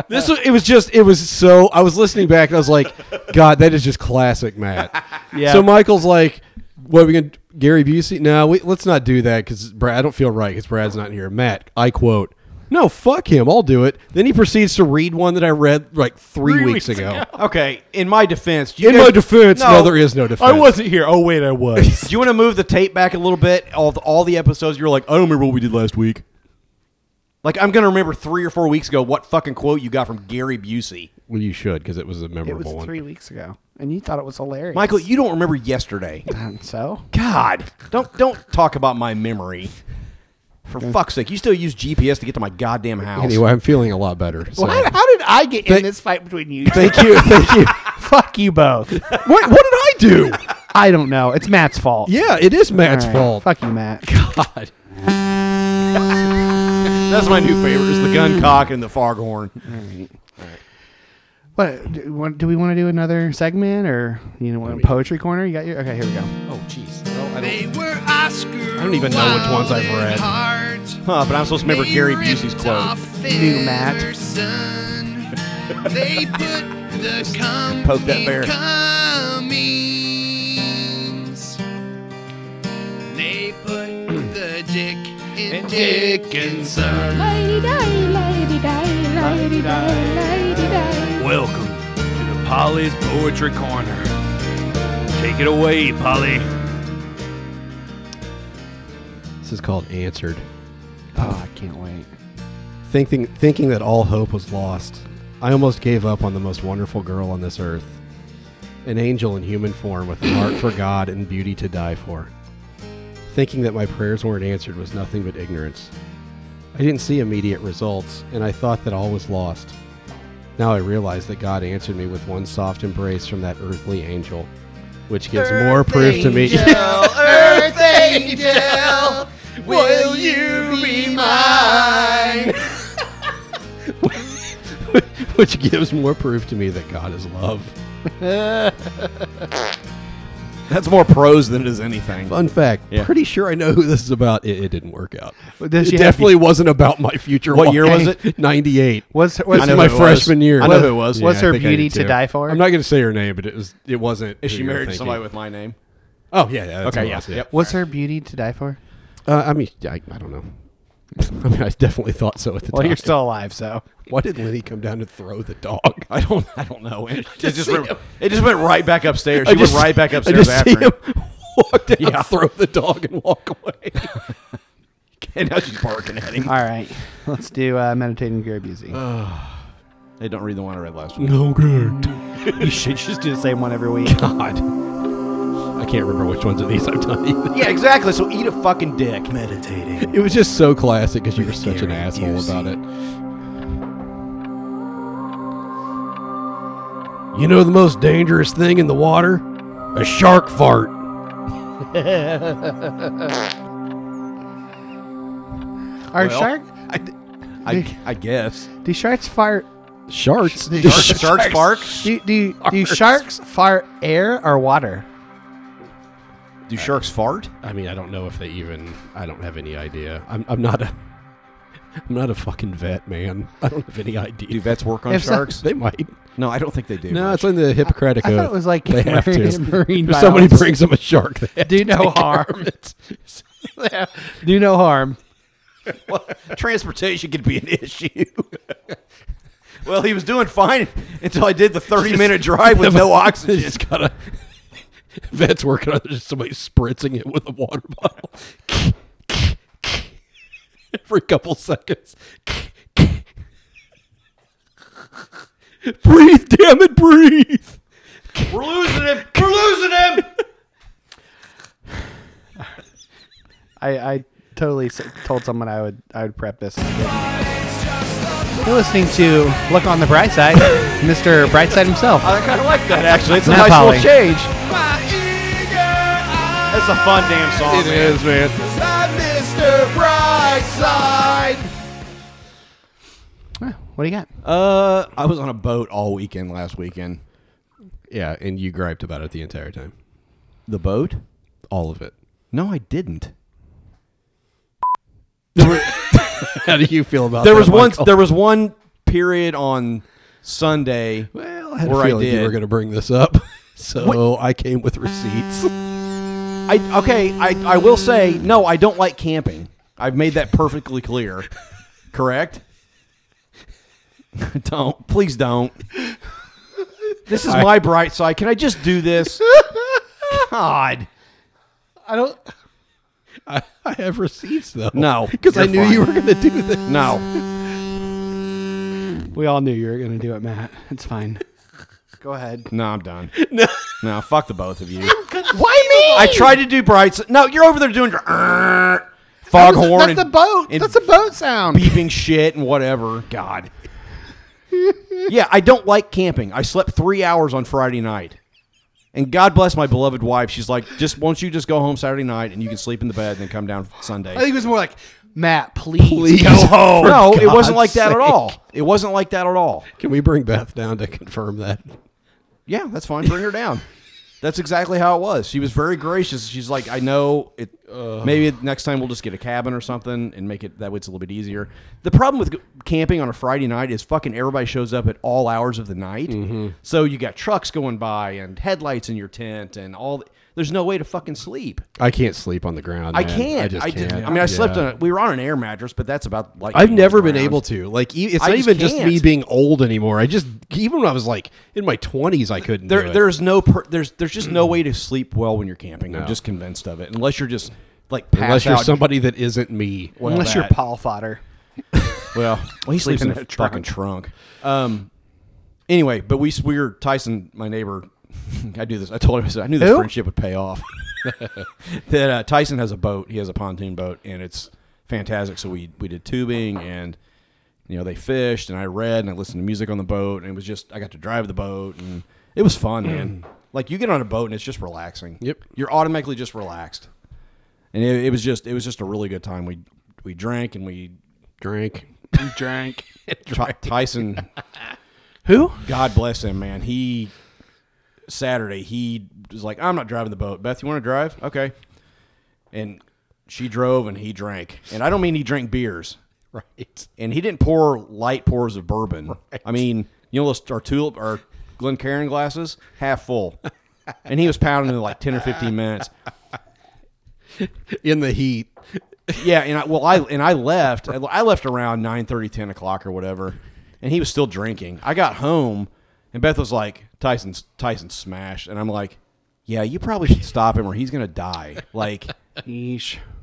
Speaker 2: this was, it was just it was so. I was listening back and I was like, God, that is just classic, Matt.
Speaker 1: Yeah.
Speaker 2: So Michael's like, "What are we gonna Gary Busey? No, we, let's not do that because Brad. I don't feel right because Brad's not here." Matt, I quote, "No, fuck him. I'll do it." Then he proceeds to read one that I read like three, weeks, ago.
Speaker 3: Okay, in my defense, do you
Speaker 2: In
Speaker 3: guys-
Speaker 2: my defense, no, there is no defense.
Speaker 3: here. Oh wait, I was. do you want to move the tape back a little bit? All the, all the episodes, you're like, I don't remember what we did last week. Like I'm gonna remember three or four weeks ago what fucking quote you got from Gary Busey.
Speaker 2: [laughs] Well, you should because it was a
Speaker 1: It
Speaker 2: memorable
Speaker 1: was
Speaker 2: one.
Speaker 1: three weeks ago, and you thought it was hilarious,
Speaker 3: Michael, you don't remember yesterday.
Speaker 1: [laughs] So
Speaker 3: God, don't don't talk about my memory. For fuck's sake, you still use GPS to get to my goddamn
Speaker 2: [laughs]
Speaker 3: house.
Speaker 2: Anyway, I'm feeling a lot better. So.
Speaker 1: how, how did I get in
Speaker 2: Thank-
Speaker 1: this fight between you?
Speaker 2: Thank you, thank
Speaker 1: [laughs]
Speaker 2: you.
Speaker 1: Fuck you both.
Speaker 2: What what did I do?
Speaker 1: I don't know. It's Matt's fault.
Speaker 2: Yeah, it is
Speaker 1: All
Speaker 2: Matt's
Speaker 1: right.
Speaker 2: fault.
Speaker 1: Fuck you, Matt.
Speaker 2: God.
Speaker 3: that's my new favorite: is the gun cock and the foghorn.
Speaker 1: What do, want, do we want to do another segment or you know what, poetry corner? You got your okay. Here we go.
Speaker 2: Oh, jeez. Well, I don't-
Speaker 7: They were Oscar. I
Speaker 2: don't even know which ones I've read.
Speaker 3: Huh, but I'm supposed to remember Gary Busey's quote.
Speaker 1: Do Matt.
Speaker 2: [laughs]
Speaker 7: they put the
Speaker 3: Poke that bear.
Speaker 7: Cummings. They put
Speaker 2: [clears throat]
Speaker 7: the dick in Dickinson.
Speaker 8: Lady day, lady day, lady day, lady day.
Speaker 7: Welcome to the Polly's Poetry Corner. Take it away, Polly.
Speaker 2: [laughs] This is called answered.
Speaker 1: Oh, I can't wait.
Speaker 2: Thinking thinking that all hope was lost, I almost gave up on the most wonderful girl on this earth. An angel in human form with a heart for God and beauty to die for. Thinking that my prayers weren't answered was nothing but ignorance. I didn't see immediate results, and I thought that all was lost. Now I realize that God answered me with one soft embrace from that earthly
Speaker 3: [laughs]
Speaker 2: [laughs] angel, which gives more proof to me.
Speaker 7: Earth angel,
Speaker 3: Will you be mine?
Speaker 2: [laughs] Which gives more proof to me that God is love.
Speaker 3: That's more prose than it is anything.
Speaker 2: Fun fact:
Speaker 3: Yeah.
Speaker 2: pretty sure I know who this is about. It, it didn't work out.
Speaker 1: Well, does
Speaker 2: it
Speaker 1: she have-
Speaker 2: definitely wasn't about my future.
Speaker 3: What year was
Speaker 2: it? Ninety-eight.
Speaker 1: What's
Speaker 3: I
Speaker 1: what's
Speaker 3: know
Speaker 2: my
Speaker 3: who it was.
Speaker 2: freshman year.
Speaker 3: I know who it was.
Speaker 1: What's
Speaker 3: Yeah,
Speaker 1: her
Speaker 3: I think I
Speaker 1: beauty
Speaker 3: did
Speaker 1: to
Speaker 3: too.
Speaker 1: die for?
Speaker 2: I'm not going to say her name, but it was. It wasn't.
Speaker 3: Is she
Speaker 2: who you were
Speaker 3: married to
Speaker 2: thinking.
Speaker 3: somebody with my name?
Speaker 2: Oh yeah. yeah that's
Speaker 3: Okay,
Speaker 2: who it
Speaker 3: yeah,
Speaker 2: was,
Speaker 3: yep.
Speaker 1: What's her beauty to die for?
Speaker 2: Uh, I mean, I, I don't know. [laughs] I mean, I definitely thought so at the
Speaker 1: Well,
Speaker 2: time.
Speaker 1: you're still alive, so
Speaker 2: Why did Lenny come down to throw the dog? [laughs]
Speaker 3: I don't. I don't know. It, it just
Speaker 2: see
Speaker 3: went,
Speaker 2: him.
Speaker 3: it just went right back upstairs.
Speaker 2: I
Speaker 3: She went right back
Speaker 2: I
Speaker 3: upstairs
Speaker 2: just
Speaker 3: after.
Speaker 2: see
Speaker 3: him.
Speaker 2: him [laughs] walk down,
Speaker 3: Yeah.
Speaker 2: throw the dog, and walk away.
Speaker 3: And now she's barking at him.
Speaker 1: all right. Let's do uh, meditating Gary Busey.
Speaker 3: Hey, don't read the one I read last week.
Speaker 2: no good.
Speaker 1: you should just do the same one every week.
Speaker 2: God, I can't remember which ones of these I've done. [laughs] Either.
Speaker 3: Yeah, exactly. So eat a fucking dick.
Speaker 9: Meditating.
Speaker 2: It was just so classic because you were such an
Speaker 9: Gary
Speaker 2: asshole
Speaker 9: Busey.
Speaker 2: about it. You know the most dangerous thing in the water? A shark fart.
Speaker 1: Are
Speaker 3: Well,
Speaker 1: shark?
Speaker 3: I, I, I guess.
Speaker 1: Do sharks fart?
Speaker 2: Sharks.
Speaker 1: Do
Speaker 3: Shark, shark bark.
Speaker 1: Do, do, do sharks fart air or water?
Speaker 3: Do sharks fart?
Speaker 2: I mean, I don't know if they even. I don't have any idea. I'm, I'm not a. [laughs] I'm not a fucking vet, man. I don't have any idea.
Speaker 3: Do vets work on
Speaker 1: If so-
Speaker 3: sharks?
Speaker 2: [laughs] They might.
Speaker 3: no, I don't think they do.
Speaker 2: No,
Speaker 3: much.
Speaker 2: it's in the Hippocratic
Speaker 1: I
Speaker 2: Oath.
Speaker 1: thought it was like [laughs]
Speaker 2: they have to.
Speaker 1: marine
Speaker 2: If somebody
Speaker 1: biology.
Speaker 2: brings them a shark, they [laughs] have
Speaker 1: Do
Speaker 2: to
Speaker 1: no
Speaker 2: take care
Speaker 1: harm.
Speaker 2: of it.
Speaker 1: do no harm.
Speaker 3: well, transportation could be an issue. [laughs] well, he was doing fine until I did the 30 minute drive
Speaker 2: [laughs]
Speaker 3: with [laughs] no
Speaker 2: They
Speaker 3: oxygen.
Speaker 2: just gotta. [laughs] Vets working on it, just somebody spritzing it with a water bottle. [laughs] Every couple seconds. breathe, damn it, breathe.
Speaker 3: We're losing him. We're losing him.
Speaker 1: I, I totally s- told someone I would I would prep this. You're listening to Look on the Bright [laughs] Side, Mr. Brightside himself.
Speaker 3: I kind of like that actually. It's a
Speaker 1: Now,
Speaker 3: nice
Speaker 1: Polly.
Speaker 3: little change. That's a fun damn song. It is, man. Mr. Brightside.
Speaker 1: Huh, What do you got?
Speaker 3: Uh, I was on a boat all weekend last weekend.
Speaker 2: Yeah, and you griped about it the entire time.
Speaker 3: The boat?
Speaker 2: All of it.
Speaker 3: No, I didn't.
Speaker 2: [laughs] How do you feel about
Speaker 3: There
Speaker 2: that,
Speaker 3: was one.
Speaker 2: Michael?
Speaker 3: There was one period on Sunday
Speaker 2: Well, I had
Speaker 3: where
Speaker 2: a
Speaker 3: I
Speaker 2: feeling you
Speaker 3: did.
Speaker 2: were going to bring this up, [laughs] so I came with receipts.
Speaker 3: I okay. I I will say no. I don't like camping. I've made that perfectly clear. Correct. [laughs] don't please don't. This is my bright side. Can I just do this? God.
Speaker 1: I don't.
Speaker 2: I, [laughs] I have receipts though.
Speaker 3: No,
Speaker 2: because I knew
Speaker 3: you're
Speaker 2: you were
Speaker 3: fine.
Speaker 2: going to do this.
Speaker 3: No.
Speaker 1: We all knew you were gonna do it, Matt. It's fine. Go ahead.
Speaker 3: No, I'm done. No. No, fuck the both of you.
Speaker 1: Why
Speaker 3: I tried to do bright side. No, you're over there doing your uh, foghorn
Speaker 1: [laughs] That's the
Speaker 3: and
Speaker 1: boat.
Speaker 3: and-
Speaker 1: That's the boat sound.
Speaker 3: beeping shit and whatever. God. yeah, I don't like camping. I slept three hours on Friday night. And God bless my beloved wife. She's like, just won't you just go home Saturday night and you can sleep in the bed and then come down Sunday.
Speaker 1: I think it was more like Matt. Please,
Speaker 2: Please. [laughs]
Speaker 1: go home.
Speaker 3: no, it
Speaker 2: God's
Speaker 3: wasn't like that at
Speaker 2: sake.
Speaker 3: all. It wasn't like that at all.
Speaker 2: Can we bring Beth down to confirm that?
Speaker 3: Yeah, that's fine. Bring her down. That's exactly how it was. She was very gracious. She's like, I know it. maybe next time we'll just get a cabin or something and make it that way. It's a little bit easier. The problem with g- camping on a Friday night is fucking everybody shows up at all hours of the night.
Speaker 2: Mm-hmm.
Speaker 3: So you got trucks going by and headlights in your tent and all. th- There's no way to fucking sleep.
Speaker 2: I can't sleep on the ground.
Speaker 3: I
Speaker 2: man.
Speaker 3: can't. I,
Speaker 2: just
Speaker 3: did-
Speaker 2: can't.
Speaker 3: I mean, I slept
Speaker 2: Yeah.
Speaker 3: on. A, we were on an air mattress, but that's about like.
Speaker 2: I've never been able to. Like, e- it's
Speaker 3: I
Speaker 2: not
Speaker 3: just
Speaker 2: even just me
Speaker 3: can't.
Speaker 2: being old anymore. I just even when I was like in my twenties, I couldn't. do
Speaker 3: There,
Speaker 2: it.
Speaker 3: there's no per, there's there's just no way to sleep well when you're camping.
Speaker 2: No.
Speaker 3: I'm just convinced of it. Unless you're just like pass
Speaker 2: unless you're
Speaker 3: out.
Speaker 2: somebody that isn't me.
Speaker 3: Well,
Speaker 1: Unless you're
Speaker 3: that-
Speaker 1: Paul fodder.
Speaker 2: [laughs]
Speaker 3: Well, he sleeps in a fucking trunk. Um. Anyway, but we we were Tyson, my neighbor. [laughs] I do this. I told him I said I knew this
Speaker 1: Who?
Speaker 3: friendship would pay off. [laughs] that uh, Tyson has a boat. He has a pontoon boat, and it's fantastic. So we we did tubing, and you know they fished, and I read, and I listened to music on the boat, and it was just I got to drive the boat, and it was fun, man. Like you get on a boat, and it's just relaxing.
Speaker 2: Mm. Yep.
Speaker 3: you're automatically just relaxed and it, it was just it was just a really good time. We we drank and we
Speaker 2: Drink.
Speaker 7: You drank.
Speaker 3: Ty- Tyson.
Speaker 2: Who?
Speaker 3: God bless him, man. He Saturday he was like, I'm not driving the boat. Beth, you want to drive? Okay. And she drove and he drank. And I don't mean he drank beers.
Speaker 2: Right.
Speaker 3: And he didn't pour light pours of bourbon. I mean, you know, those- our tulip our Glencairn glasses half full. and he was pounding in like ten or fifteen minutes.
Speaker 2: In the heat.
Speaker 3: Yeah, and I well, I and I left. I- I left around 9, 10 o'clock or whatever, and he was still drinking. I got home, and Beth was like, "Tyson's Tyson smashed," and I'm like, "Yeah, you probably should stop him, or he's gonna die." Like,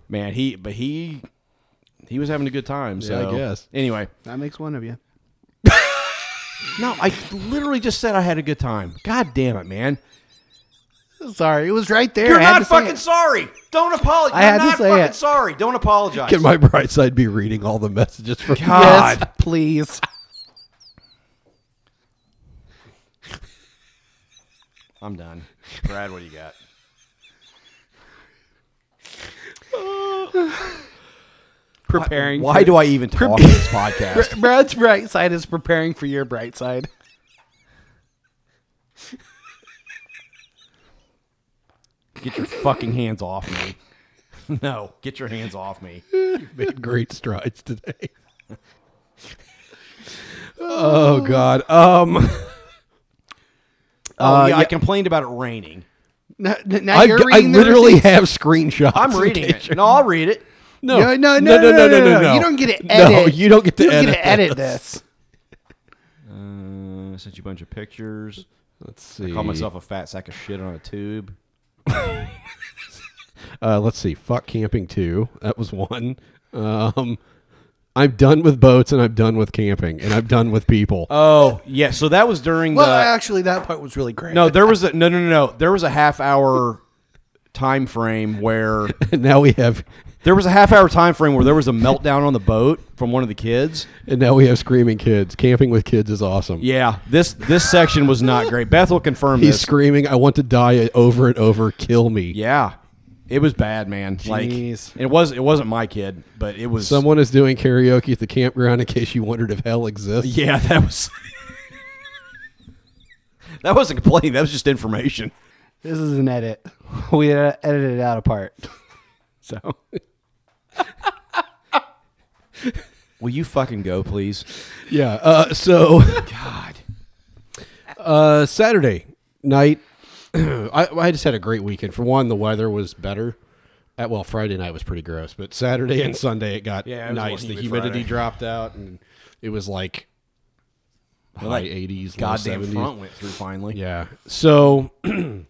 Speaker 3: man, he but he he was having a good time. So
Speaker 2: I guess.
Speaker 3: Anyway,
Speaker 1: That makes one of you.
Speaker 3: no, I literally just said I had a good time. God damn it, man!
Speaker 1: Sorry, it was right there.
Speaker 3: You're
Speaker 1: I had
Speaker 3: not
Speaker 1: to say
Speaker 3: fucking
Speaker 1: it.
Speaker 3: sorry. Don't apologize.
Speaker 1: I
Speaker 3: You're
Speaker 1: had to
Speaker 3: not
Speaker 1: say
Speaker 3: fucking
Speaker 1: it.
Speaker 3: sorry. Don't apologize.
Speaker 2: Can my bright side be reading all the messages from
Speaker 1: Yes, please.
Speaker 3: I'm
Speaker 1: [laughs]
Speaker 3: done. Brad, what do you got?
Speaker 1: [laughs] Preparing.
Speaker 3: Why do I even talk on [laughs]
Speaker 1: [laughs]
Speaker 3: this podcast?
Speaker 1: Brad's bright side is preparing for your bright side.
Speaker 3: Get your fucking hands off me. [laughs] No, get your hands off me. Oh,
Speaker 2: made great strides today. oh God. Um.
Speaker 3: Oh, yeah, I complained about it raining.
Speaker 1: Now, now
Speaker 2: I,
Speaker 1: you're
Speaker 2: I
Speaker 1: reading the
Speaker 2: literally
Speaker 1: receipts.
Speaker 2: have screenshots.
Speaker 3: I'm
Speaker 2: in
Speaker 3: reading
Speaker 2: case
Speaker 3: it.
Speaker 2: you're-
Speaker 3: No, I'll read it.
Speaker 2: No,
Speaker 1: No, no, no, no, no, no, no. You don't get to
Speaker 2: No,
Speaker 1: edit.
Speaker 2: you don't get to
Speaker 1: You
Speaker 2: edit.
Speaker 1: get to edit this.
Speaker 3: Uh, sent you a bunch of pictures.
Speaker 2: Let's see.
Speaker 3: Call myself a fat sack of shit on a tube.
Speaker 2: Uh, let's see. Fuck camping too. That was one. Um, I'm done with boats and I'm done with camping and I'm done with people.
Speaker 3: Oh yeah, so that was during
Speaker 1: Well,
Speaker 3: the.
Speaker 1: actually, that part was really great.
Speaker 3: no, there was a no, no, no, no. There was a half hour time frame where
Speaker 2: and now we have,
Speaker 3: there was a half hour time frame where there was a meltdown on the boat from one of the kids.
Speaker 2: and now we have screaming kids. Camping with kids is awesome.
Speaker 3: Yeah, this this section was not great. Beth will confirm
Speaker 2: He's
Speaker 3: this.
Speaker 2: screaming, "I want to die over and over. Kill me."
Speaker 3: Yeah, it was bad, man.
Speaker 1: Jeez.
Speaker 3: Like it was. It wasn't my kid, but it was
Speaker 2: Someone is doing karaoke at the campground in case you wondered if hell exists.
Speaker 3: [laughs] Yeah, that was. [laughs] that wasn't complaining. That was just information.
Speaker 1: This is an edit. We uh, edited out a part. [laughs] So
Speaker 3: Will you fucking go, please?
Speaker 2: Yeah. Uh, so [laughs]
Speaker 3: God.
Speaker 2: uh, Saturday night, [clears throat] I, I just had a great weekend. For one, the weather was better. At, well, Friday night was pretty gross, but Saturday and Sunday it got
Speaker 3: Yeah, it was a
Speaker 2: nice.
Speaker 3: little
Speaker 2: The
Speaker 3: humid
Speaker 2: humidity
Speaker 3: Friday.
Speaker 2: dropped out, and it was like high
Speaker 3: like,
Speaker 2: 80s,
Speaker 3: Goddamn
Speaker 2: low 70s.
Speaker 3: front went through finally.
Speaker 2: Yeah. So [clears throat]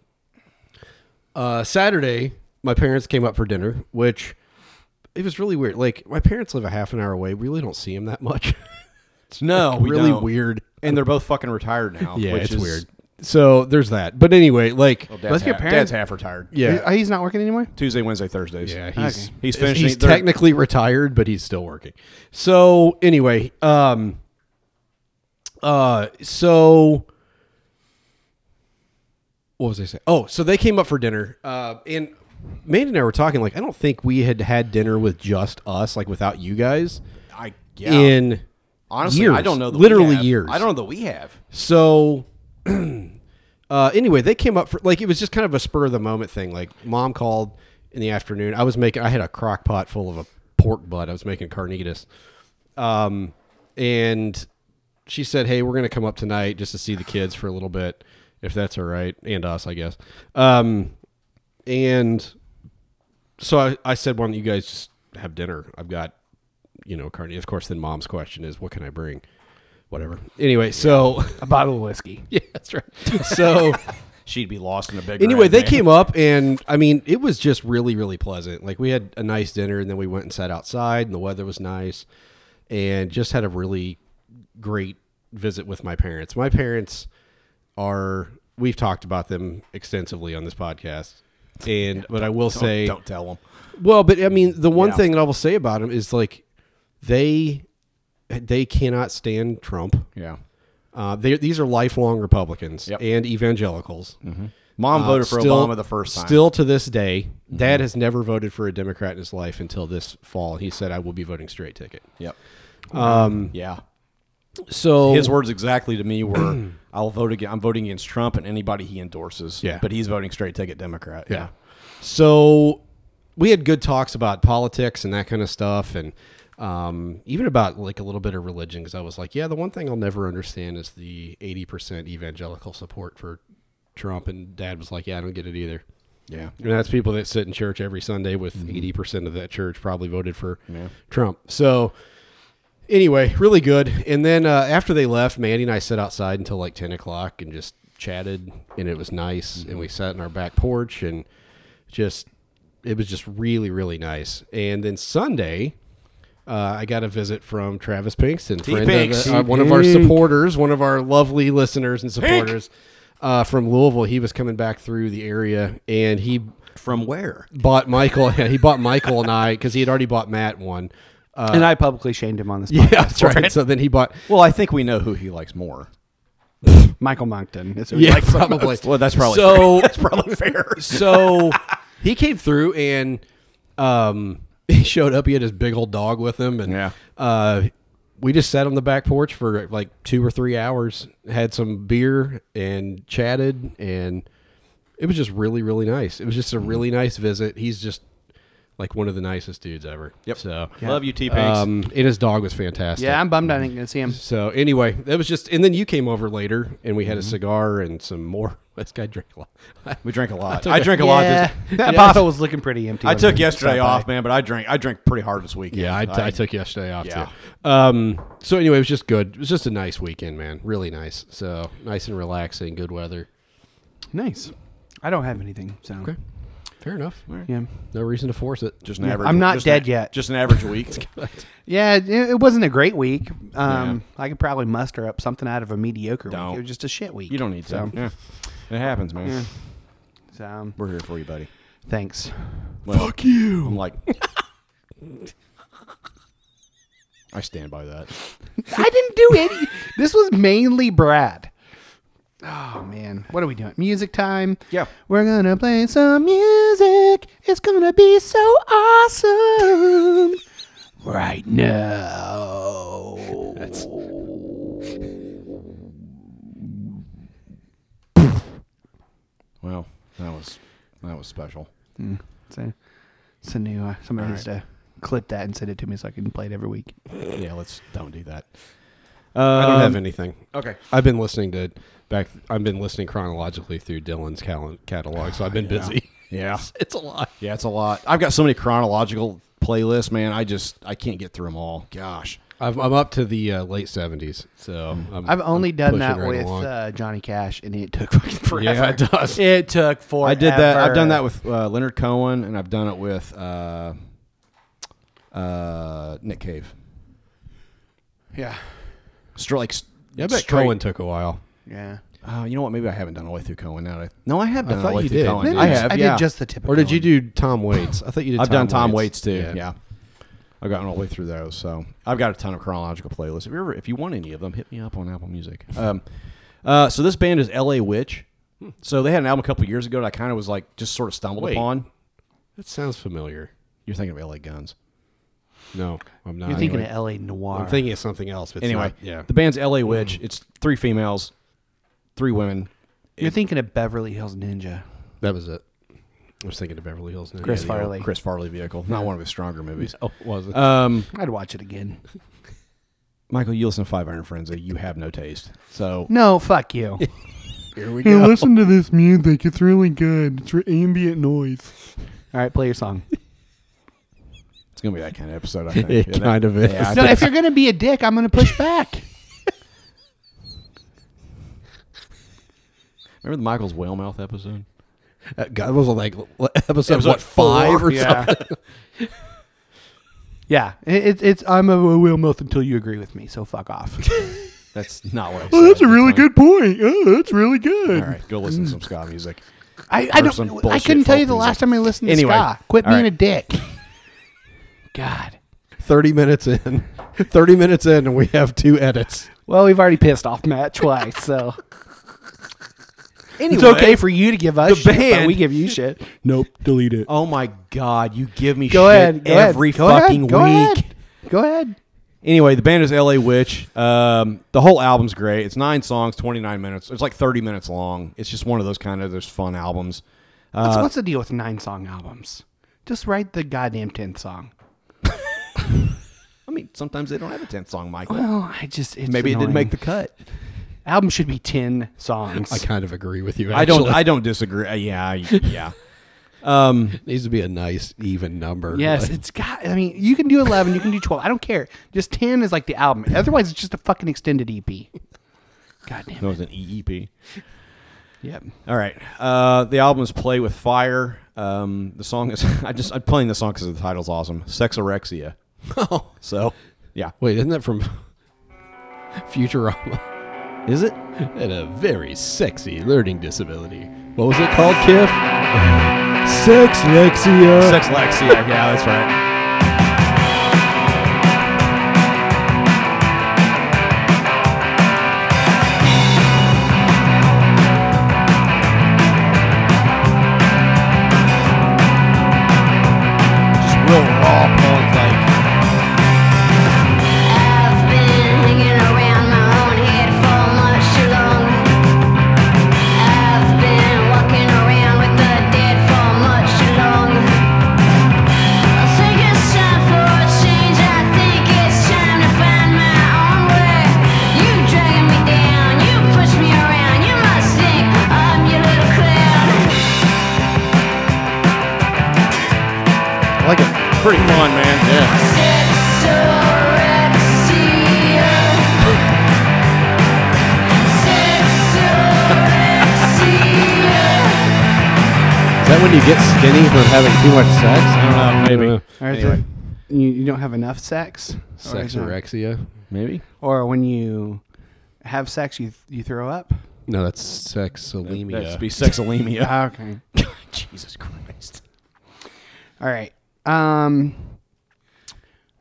Speaker 2: uh Saturday, my parents came up for dinner, which it was really weird. Like my parents live a half an hour away. We really don't see them that much. [laughs]
Speaker 3: It's [laughs] no, we
Speaker 2: really
Speaker 3: don't.
Speaker 2: weird.
Speaker 3: And they're both fucking retired
Speaker 2: [laughs]
Speaker 3: now.
Speaker 2: Yeah,
Speaker 3: which
Speaker 2: it's
Speaker 3: is,
Speaker 2: weird. So there's that. But anyway, like
Speaker 3: Well, Dad's
Speaker 1: Let's get
Speaker 3: half,
Speaker 1: parents-
Speaker 3: Dad's half retired.
Speaker 2: yeah.
Speaker 1: he's not working anymore.
Speaker 3: Tuesday, Wednesday, Thursdays.
Speaker 2: yeah, he's
Speaker 1: Okay.
Speaker 3: He's finishing-
Speaker 2: He's
Speaker 3: they're-
Speaker 2: technically retired, but he's still working. So anyway, um uh so what was I saying? Oh, so they came up for dinner, uh, and Maine and I were talking. Like, I don't think we had had dinner with just us, like without you guys,
Speaker 3: I yeah.
Speaker 2: in
Speaker 3: honestly,
Speaker 2: years,
Speaker 3: I don't know. That
Speaker 2: literally
Speaker 3: we have.
Speaker 2: years.
Speaker 3: I don't know that we have.
Speaker 2: So, [clears throat] uh, anyway, they came up for like it was just kind of a spur of the moment thing. Like, mom called in the afternoon. I was making. I had a crock pot full of a pork butt. I was making carnitas, um, and she said, "Hey, we're gonna come up tonight just to see the kids for a little bit, if that's all right, and us, I guess." Um, and so I, I said, "Why don't you guys just have dinner? I've got, you know, carnitas." Of course, then mom's question is, "What can I bring?" Whatever. Anyway, [laughs] so
Speaker 1: A bottle of
Speaker 3: [laughs]
Speaker 1: whiskey.
Speaker 2: yeah, that's right. [laughs] So
Speaker 3: She'd be lost in a big.
Speaker 2: anyway,
Speaker 3: red
Speaker 2: they
Speaker 3: van.
Speaker 2: came up, and I mean, it was just really, really pleasant. Like we had a nice dinner, and then we went and sat outside, and the weather was nice, and just had a really great visit with my parents. My parents are we've talked about them extensively on this podcast, and but I will say,
Speaker 3: Don't tell them.
Speaker 2: well, but I mean, the one
Speaker 3: Yeah.
Speaker 2: thing that I will say about them is like they they cannot stand Trump.
Speaker 3: Yeah.
Speaker 2: Uh, they, these are lifelong Republicans
Speaker 3: Yep.
Speaker 2: and evangelicals.
Speaker 3: Mom
Speaker 2: Uh,
Speaker 3: voted for
Speaker 2: still-
Speaker 3: Obama the first time. Mm-hmm.
Speaker 2: Still to this day, Dad has never voted for a Democrat in his life until this fall. He said, "I will be voting straight ticket."
Speaker 3: Yep.
Speaker 2: Um,
Speaker 3: Yeah.
Speaker 2: so
Speaker 3: His words exactly to
Speaker 2: [clears throat]
Speaker 3: me were, "I'll vote again. I'm voting against Trump and anybody he endorses."
Speaker 2: Yeah.
Speaker 3: But he's voting straight ticket Democrat.
Speaker 2: Yeah. So we had good talks about politics and that kind of stuff, and um, even about like a little bit of religion. Because I was like, yeah, the one thing I'll never understand is the eighty percent evangelical support for Trump. And Dad was like, yeah, I don't get it either.
Speaker 3: Yeah. Mm-hmm.
Speaker 2: And that's people that sit in church every Sunday with 80 percent of that church probably voted for Trump. So anyway, really good. And then uh, after they left, Mandy and I sat outside until like 10 o'clock and just chatted, and it was nice. And we sat in our back porch and just it was just really really nice. And then Sunday. Uh, I got a visit from Travis Pinkston, friend
Speaker 3: Pinks.
Speaker 2: of uh, uh, one of our supporters, one of our lovely listeners and supporters uh, from Louisville. He was coming back through the area, and he
Speaker 3: From where?
Speaker 2: bought Michael. [laughs] he bought Michael and I because he had already bought Matt one. Uh,
Speaker 1: and I publicly shamed him on this.
Speaker 2: [laughs] yeah,
Speaker 1: Podcast.
Speaker 2: that's right. So then he bought.
Speaker 3: Well, I think we know who he
Speaker 2: [laughs]
Speaker 3: likes more.
Speaker 1: Michael Moncton. It's
Speaker 2: Yeah, probably.
Speaker 3: Well, that's probably
Speaker 2: So-
Speaker 3: fair. that's probably fair.
Speaker 2: [laughs] So he came through and um, he showed up. He had his big old dog with him, and
Speaker 3: Yeah.
Speaker 2: uh, we just sat on the back porch for like two or three hours, had some beer, and chatted, and it was just really, really nice. It was just a
Speaker 3: Mm-hmm.
Speaker 2: really nice visit. He's just like one of the nicest dudes ever.
Speaker 3: Yep.
Speaker 2: So
Speaker 3: Love you, T Pinks.
Speaker 2: um, and his dog was fantastic.
Speaker 1: Yeah, I'm bummed I didn't get to see him.
Speaker 2: So anyway, that was just, and then you came over later, and we had a cigar and some more. [laughs] This guy drank a lot.
Speaker 3: [laughs] we drank a lot.
Speaker 2: took
Speaker 3: I
Speaker 2: a-
Speaker 3: drank a lot.
Speaker 1: Yeah,
Speaker 3: This,
Speaker 1: that bottle was looking pretty empty.
Speaker 3: I
Speaker 1: when
Speaker 3: took
Speaker 1: stopped
Speaker 3: yesterday
Speaker 1: by.
Speaker 3: off, man, but I drank. I drank pretty hard this weekend.
Speaker 2: [laughs] Yeah, I, I took yesterday off
Speaker 3: Yeah.
Speaker 2: too. Um, so anyway, it was just good. It was just a nice weekend, man. Really nice. So nice and relaxing, good weather.
Speaker 1: Nice. I don't have anything. So
Speaker 2: Okay, fair enough.
Speaker 1: yeah,
Speaker 2: No reason to force it.
Speaker 3: just an average.
Speaker 1: I'm not
Speaker 3: just an-
Speaker 1: dead yet.
Speaker 3: Just an
Speaker 2: [laughs]
Speaker 3: average week.
Speaker 1: yeah. It, it wasn't a great week. Um, I could probably muster up something out of a mediocre
Speaker 3: Don't.
Speaker 1: week. It was just a shit week.
Speaker 3: you don't need
Speaker 1: so.
Speaker 3: to. Yeah. It happens, man.
Speaker 1: So um,
Speaker 3: We're here for you, buddy.
Speaker 1: thanks.
Speaker 3: Fuck you. I'm like, I stand by that.
Speaker 1: I didn't do any. This was mainly Brad. Oh man, what are we doing? Music time.
Speaker 3: Yeah.
Speaker 1: we're gonna play some music. It's gonna be so awesome right now.
Speaker 3: Well, that was that was special.
Speaker 1: It's a, it's a new. Uh, somebody needs to clip that and send it to me so I can play it every week.
Speaker 3: Yeah, let's don't do that.
Speaker 2: I don't have anything.
Speaker 3: Okay.
Speaker 2: I've been listening to back. I've been listening chronologically through Dylan's cal- catalog, so I've been busy. [laughs]
Speaker 3: Yeah.
Speaker 2: It's a lot.
Speaker 3: Yeah, it's a lot. I've got so many chronological playlists, man. I just I can't get through them all. Gosh.
Speaker 2: I've, I'm up to the uh, late seventies, so I'm,
Speaker 1: I've only
Speaker 2: I'm
Speaker 1: done
Speaker 2: pushing
Speaker 1: that
Speaker 2: right
Speaker 1: with
Speaker 2: along.
Speaker 1: uh, Johnny Cash, and it took [laughs] fucking forever.
Speaker 2: yeah, it does.
Speaker 1: It took forever.
Speaker 3: I did that. I've done that with uh, Leonard Cohen, and I've done it with uh, uh, Nick Cave.
Speaker 1: Yeah.
Speaker 3: Str- like, s-
Speaker 2: Yeah, I bet
Speaker 3: straight-
Speaker 2: Cohen took a while.
Speaker 1: Yeah.
Speaker 3: Uh, you know what? Maybe I haven't done all the way through Cohen. Now that I, no, I have done all
Speaker 2: thought
Speaker 3: the way
Speaker 2: you
Speaker 3: through
Speaker 2: did.
Speaker 3: Cohen.
Speaker 2: Maybe
Speaker 3: I
Speaker 2: you just-
Speaker 3: have.
Speaker 1: I
Speaker 3: yeah.
Speaker 1: did just the typical.
Speaker 2: Or did you do Tom Waits? I thought you did.
Speaker 3: I've done Tom Waits, too. Yeah. I've gotten all the way through those. So I've got a ton of chronological playlists. If you ever, if you want any of them, hit me up on Apple Music. Um, uh, so this band is L.A. Witch. So they had an album a couple years ago that I kind of was like just sort of stumbled
Speaker 2: Wait.
Speaker 3: upon.
Speaker 2: That sounds familiar.
Speaker 3: You're thinking of L.A. Guns.
Speaker 2: No, I'm not.
Speaker 1: You're thinking
Speaker 2: Anyway,
Speaker 1: of L.A. Noir.
Speaker 2: I'm thinking of something else. But it's
Speaker 3: anyway,
Speaker 2: not- yeah.
Speaker 3: the band's L.A. Witch. It's three females, three women.
Speaker 1: You're thinking of Beverly Hills Ninja.
Speaker 2: that was it. I was thinking of Beverly Hills. Now.
Speaker 1: Chris
Speaker 2: yeah,
Speaker 3: the old
Speaker 1: Farley.
Speaker 3: Chris Farley vehicle. Not one of his stronger movies.
Speaker 2: Oh, was [laughs] it?
Speaker 3: Um,
Speaker 1: I'd watch it again.
Speaker 3: Michael, you listen to Five Iron Frenzy. You have no taste. So
Speaker 1: [laughs] No, fuck [laughs] you.
Speaker 2: Here we
Speaker 9: Hey, listen to this music. It's really good. It's re- ambient noise.
Speaker 1: All right, play your song.
Speaker 3: it's gonna be that kind of episode.
Speaker 2: [laughs]
Speaker 3: I think.
Speaker 2: It
Speaker 3: isn't
Speaker 2: kind of is.
Speaker 3: Yeah,
Speaker 1: [laughs]
Speaker 3: I
Speaker 1: No,
Speaker 3: think-
Speaker 1: if you're gonna be a dick, I'm gonna push [laughs] back.
Speaker 3: remember the Michael's whale mouth episode?
Speaker 2: Uh, God, it was like l- episode,
Speaker 3: Episode
Speaker 2: what five
Speaker 3: four?
Speaker 2: or
Speaker 1: yeah.
Speaker 2: something.
Speaker 1: [laughs] Yeah, it, it's it's I'm a wheel mouth until you agree with me. So fuck [laughs] off.
Speaker 3: That's not
Speaker 2: [laughs]
Speaker 3: what I said.
Speaker 9: Oh, that's a really good point. Oh, that's really good.
Speaker 3: All right, go listen to some ska music.
Speaker 1: I, I
Speaker 3: Or
Speaker 1: don't.
Speaker 3: some
Speaker 1: I
Speaker 3: bullshit
Speaker 1: couldn't tell you
Speaker 3: folk
Speaker 1: the
Speaker 3: music.
Speaker 1: last time I listened to
Speaker 3: Anyway,
Speaker 1: ska. Quit
Speaker 3: all
Speaker 1: being
Speaker 3: right.
Speaker 1: a [laughs] dick. God.
Speaker 2: [laughs] Thirty minutes in, [laughs] thirty minutes in, and we have two edits.
Speaker 1: [laughs] Well, we've already pissed off Matt twice, so it's
Speaker 3: Anyway,
Speaker 1: okay for you to give us
Speaker 3: the
Speaker 1: shit, but
Speaker 3: band-
Speaker 1: we give you shit.
Speaker 2: Nope, delete it.
Speaker 3: Oh my God, you give
Speaker 1: [laughs]
Speaker 3: me
Speaker 1: Go
Speaker 3: shit
Speaker 1: ahead. Go
Speaker 3: every
Speaker 1: ahead, go
Speaker 3: fucking
Speaker 1: ahead, go
Speaker 3: week.
Speaker 1: Ahead. Go ahead.
Speaker 3: Anyway, the band is LA Witch. Um, the whole album's great. It's nine songs, 29 minutes. It's like 30 minutes long. It's just one of those kind of there's fun albums. Uh,
Speaker 1: What's, what's the deal with nine song albums? Just write the goddamn tenth song.
Speaker 3: I mean, sometimes they don't have a 10th song, Michael.
Speaker 1: Well, I just it's
Speaker 3: Maybe it didn't
Speaker 1: annoying.
Speaker 3: make the cut.
Speaker 1: album should be ten songs.
Speaker 2: I kind of agree with you. Actually.
Speaker 3: I don't. I don't disagree. Uh, yeah, I- yeah. um,
Speaker 2: It needs to be a nice even number.
Speaker 1: Yes,
Speaker 2: Like,
Speaker 1: it's got. I mean, you can do eleven, you can do twelve. I don't care. Just ten is like the album. Otherwise, it's just a fucking extended E EP. God damn.
Speaker 3: that was an EEP.
Speaker 1: Yep.
Speaker 3: All right. Uh, the album is "Play with Fire." Um, the song is. [laughs] I just. I'm playing the song because the title's awesome. Sexorexia. so, yeah.
Speaker 2: wait, isn't that from [laughs] Futurama?
Speaker 3: Is it?
Speaker 2: Had a very sexy learning disability. What was it called, Kiff? Sexlexia.
Speaker 3: Sexlexia. yeah, that's right. Just real raw punk, like
Speaker 10: I've been hanging around my own head for much too long. I've been walking around with the dead for much too long. I think it's time for a change. I think it's time to find my own way. You dragging me down, you push me around. You must think I'm your little clown.
Speaker 3: I like it. Pretty fun, man. Yeah.
Speaker 2: Is that when you get skinny from having too much sex?
Speaker 3: I don't know. Maybe.
Speaker 1: Or is
Speaker 3: Anyway.
Speaker 1: it, you, you don't have enough sex. Or is it-
Speaker 2: Sexorexia.
Speaker 3: Maybe.
Speaker 1: Or when you have sex, you you throw up.
Speaker 2: No, that's sexolemia. [laughs]
Speaker 3: That'd be sexolemia.
Speaker 1: Okay.
Speaker 3: [laughs] Jesus Christ.
Speaker 1: All right. Um.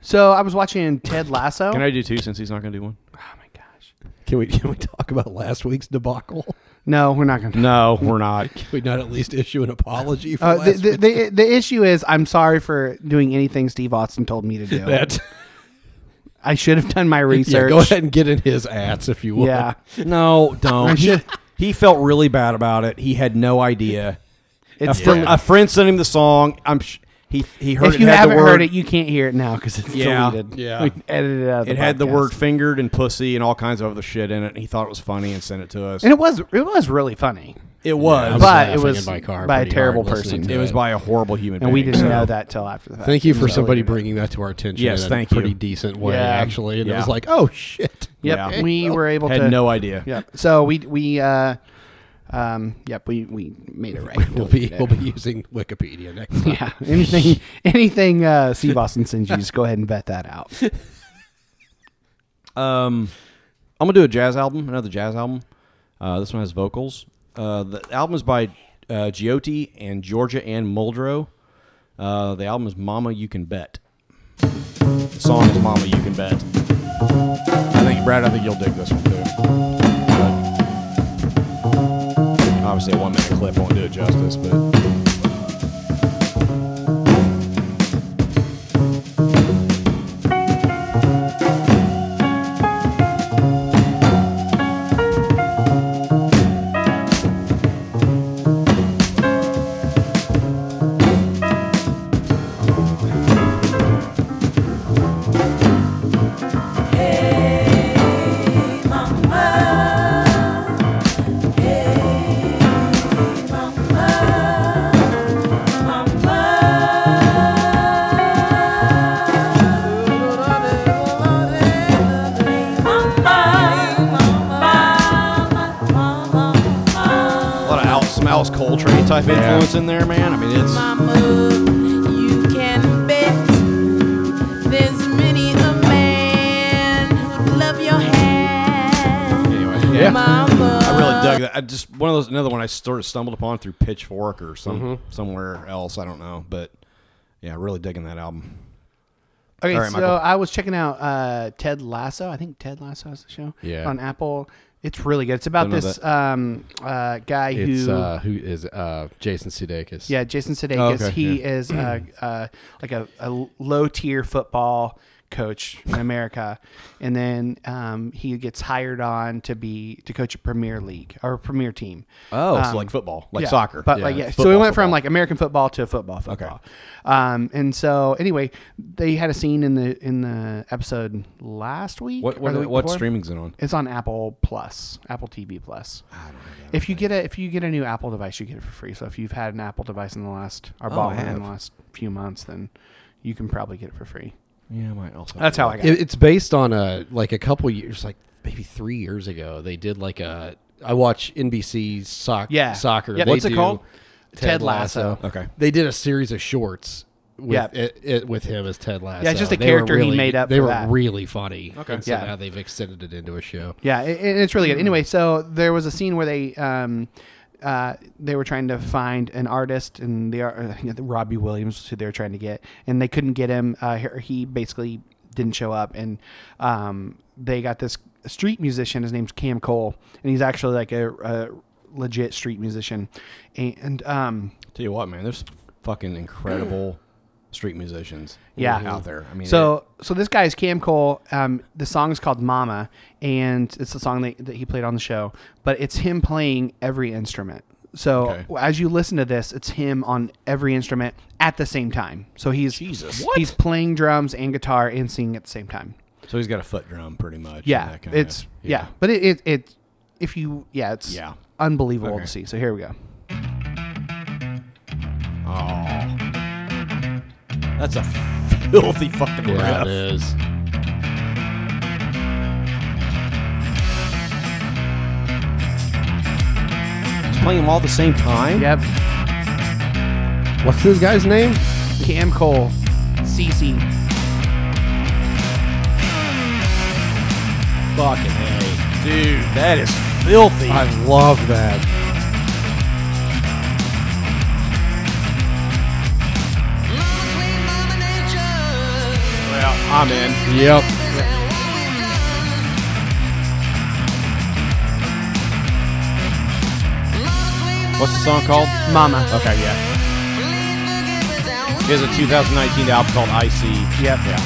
Speaker 1: So I was watching Ted Lasso.
Speaker 3: Can I do two since he's not going to do one?
Speaker 1: oh my gosh.
Speaker 2: Can we can we talk about last week's debacle? [laughs]
Speaker 1: No, we're not going to.
Speaker 3: No, we're not.
Speaker 2: Can we not at least issue an apology for
Speaker 1: Uh, the,
Speaker 2: last
Speaker 1: the,
Speaker 2: week?
Speaker 1: the, the issue is, I'm sorry for doing anything Steve Austin told me to
Speaker 3: [laughs]
Speaker 1: do.
Speaker 2: that?
Speaker 1: I should have done my
Speaker 2: [laughs] Yeah,
Speaker 1: research.
Speaker 2: go ahead and get in his ass if you want. [laughs]
Speaker 1: Yeah.
Speaker 3: No, don't. he, he felt really bad about it. He had no idea.
Speaker 1: It's
Speaker 3: a,
Speaker 1: still,
Speaker 3: fr- a friend sent him the song. I'm sh- he he heard
Speaker 1: if
Speaker 3: it
Speaker 1: you
Speaker 3: had
Speaker 1: haven't
Speaker 3: the word,
Speaker 1: heard it, you can't hear it now because it's
Speaker 3: Yeah,
Speaker 1: deleted.
Speaker 2: yeah.
Speaker 1: We edited it out. Of the
Speaker 3: it had the
Speaker 1: podcast.
Speaker 3: word fingered and pussy and all kinds of other shit in it. And he thought it was funny and sent it to us.
Speaker 1: and it was it was really funny,
Speaker 3: it was,
Speaker 2: I was
Speaker 1: but it
Speaker 2: laughing
Speaker 1: was
Speaker 2: in my car
Speaker 1: by a
Speaker 2: pretty
Speaker 1: terrible
Speaker 2: hard listening
Speaker 1: person.
Speaker 2: to
Speaker 3: it was by a horrible human.
Speaker 1: and we
Speaker 3: being,
Speaker 1: didn't
Speaker 3: [laughs] so-
Speaker 1: know that till after the fact.
Speaker 2: Thank you for
Speaker 1: So-
Speaker 2: somebody bringing that to our attention.
Speaker 3: Yes,
Speaker 2: in a
Speaker 3: thank you.
Speaker 2: pretty decent way,
Speaker 1: Yeah.
Speaker 2: actually. And it
Speaker 3: Yeah.
Speaker 2: was like, oh shit.
Speaker 1: Yep,
Speaker 3: Yeah.
Speaker 1: we were able
Speaker 3: Had
Speaker 1: to.
Speaker 3: no idea.
Speaker 1: Yep. So we we uh, um yep we we made it right.
Speaker 2: We'll be we'll be using Wikipedia next time.
Speaker 1: Yeah. [laughs] Anything anything uh, Steve Austin sends you, just go ahead and vet that out.
Speaker 3: Um, I'm gonna do a jazz album, another jazz album. Uh, this one has vocals. Uh, the album is by uh, Giotti and Georgia Ann Muldrow. Uh, the album is "Mama You Can Bet." The song is "Mama You Can Bet." I think Brad, I think you'll dig this one too. But obviously, a one-minute clip won't do it justice, but. A lot of Al, some Alice Coltrane type influence in there, man. I mean, it's
Speaker 10: You can bet there's many a man who'd love your hand.
Speaker 3: anyway. Yeah.
Speaker 10: Mama.
Speaker 3: I really
Speaker 1: Uh,
Speaker 3: dug that. I just one of those another one I sort of stumbled upon through Pitchfork or some
Speaker 2: Mm-hmm.
Speaker 3: somewhere else. I don't know, but yeah, really digging that album.
Speaker 1: Okay,
Speaker 3: All right,
Speaker 1: so
Speaker 3: Michael.
Speaker 1: I was checking out uh, Ted Lasso. I think Ted Lasso is the show.
Speaker 2: Yeah.
Speaker 1: On Apple, It's really good. It's about
Speaker 2: Don't know
Speaker 1: this um, uh, guy
Speaker 2: It's
Speaker 1: who.
Speaker 2: uh, who is uh, Jason Sudeikis.
Speaker 1: Yeah, Jason Sudeikis.
Speaker 2: Oh, okay,
Speaker 1: He
Speaker 2: yeah.
Speaker 1: is
Speaker 2: [clears throat]
Speaker 1: uh, uh, like a, a low tier football coach in America, and then um, he gets hired on to be to coach a Premier League or a Premier team.
Speaker 3: Oh, so
Speaker 1: Um,
Speaker 3: like football, like
Speaker 1: yeah,
Speaker 3: soccer.
Speaker 1: but like yeah. so we
Speaker 3: football,
Speaker 1: went from
Speaker 3: football.
Speaker 1: like American football to football football. Um, and so anyway, they had a scene in the in the episode last week.
Speaker 3: What-
Speaker 1: or
Speaker 3: what-
Speaker 1: the week
Speaker 3: what
Speaker 1: before.
Speaker 3: streaming's it on?
Speaker 1: It's on Apple Plus, Apple TV Plus. If you get a if you get a new Apple device, you get it for free. So if you've had an Apple device in the last or
Speaker 3: Oh,
Speaker 1: bought
Speaker 3: I
Speaker 1: one in
Speaker 3: have.
Speaker 1: the last few months, then you can probably get it for free.
Speaker 3: Yeah, I might also.
Speaker 1: That's how I got it.
Speaker 2: It- It's based on a like a couple years, like maybe three years ago. They did like a. I watch NBC soc-
Speaker 1: Yeah.
Speaker 2: soccer.
Speaker 1: Yep.
Speaker 2: They
Speaker 1: What's it
Speaker 2: do
Speaker 1: called? Ted Lasso.
Speaker 3: Okay.
Speaker 2: They did a series of shorts. With
Speaker 1: Yeah.
Speaker 2: it, it- with him as Ted Lasso.
Speaker 1: just a
Speaker 2: They were
Speaker 1: character he
Speaker 2: really-
Speaker 1: made up
Speaker 2: They
Speaker 1: for
Speaker 2: were
Speaker 1: that.
Speaker 2: really funny.
Speaker 3: Okay.
Speaker 2: And so
Speaker 1: Yeah.
Speaker 2: now they've extended it into a show.
Speaker 1: Yeah, it, it- it's really good. Anyway, so there was a scene where they um, uh, they were trying to find an artist, and the [laughs] ar- I think Robbie Williams was who they were trying to get, and they couldn't get him. Uh, he- he basically didn't show up, and um, they got this street musician. His name's Cam Cole, and he's actually like a, a legit street musician, and um,
Speaker 3: Tell you what, man, there's fucking incredible street musicians.
Speaker 1: yeah
Speaker 3: Out there. I mean,
Speaker 1: so so this guy is cam cole um, the song is called mama and it's the song that, that he played on the show but it's him playing every instrument so
Speaker 3: Okay.
Speaker 1: as you listen to this it's him on every instrument at the same time so he's
Speaker 3: Jesus.
Speaker 1: he's playing drums and guitar and singing at the same time
Speaker 3: it- so he's got a foot drum, pretty much. and
Speaker 1: yeah
Speaker 3: that kinda-
Speaker 1: it's yeah. but it, it it if you yeah it's
Speaker 3: Yeah.
Speaker 1: unbelievable
Speaker 3: Okay.
Speaker 1: to see so here we go
Speaker 3: That's a filthy fucking
Speaker 2: Yeah,
Speaker 3: riff.
Speaker 2: it is.
Speaker 3: He's playing them all at the same time.
Speaker 1: yep
Speaker 2: What's this guy's name?
Speaker 1: cam cole cc
Speaker 2: Fucking A.
Speaker 3: Dude, that is filthy.
Speaker 2: I love that.
Speaker 3: well, I'm in.
Speaker 2: Yep.
Speaker 3: What's the song called?
Speaker 1: mama
Speaker 3: Okay, yeah. He has a 2019 album called IC.
Speaker 1: yep
Speaker 3: Yeah.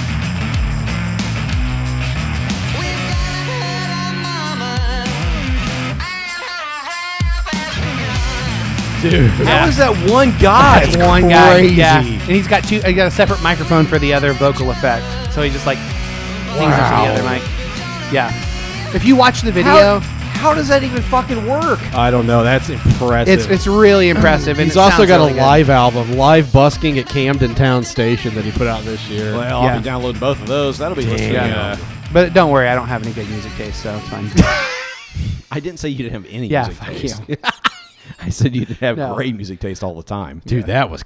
Speaker 3: Dude.
Speaker 1: How is that one guy? That's one guy. Yeah. And he's got two. He got a separate microphone for the other vocal effect. So he just like sings into the other mic. Yeah. If you watch the video,
Speaker 3: How does that even fucking work? I don't know. That's impressive.
Speaker 1: it's it's really impressive. and
Speaker 2: He's
Speaker 1: it
Speaker 2: also
Speaker 1: sounds
Speaker 2: got
Speaker 1: really
Speaker 2: a
Speaker 1: good.
Speaker 2: live album, live busking at Camden Town Station that he put out this year.
Speaker 3: Well, I'll
Speaker 1: Yeah.
Speaker 3: be downloading both of those. That'll be listening.
Speaker 1: Yeah.
Speaker 3: Uh,
Speaker 1: But don't worry, I don't have any good music taste, so it's fine. [laughs]
Speaker 3: I didn't say you didn't have any
Speaker 1: Yeah,
Speaker 3: music
Speaker 1: fuck
Speaker 3: taste. [laughs] I said you didn't have
Speaker 1: No.
Speaker 3: great music taste all the time.
Speaker 2: Dude, that was.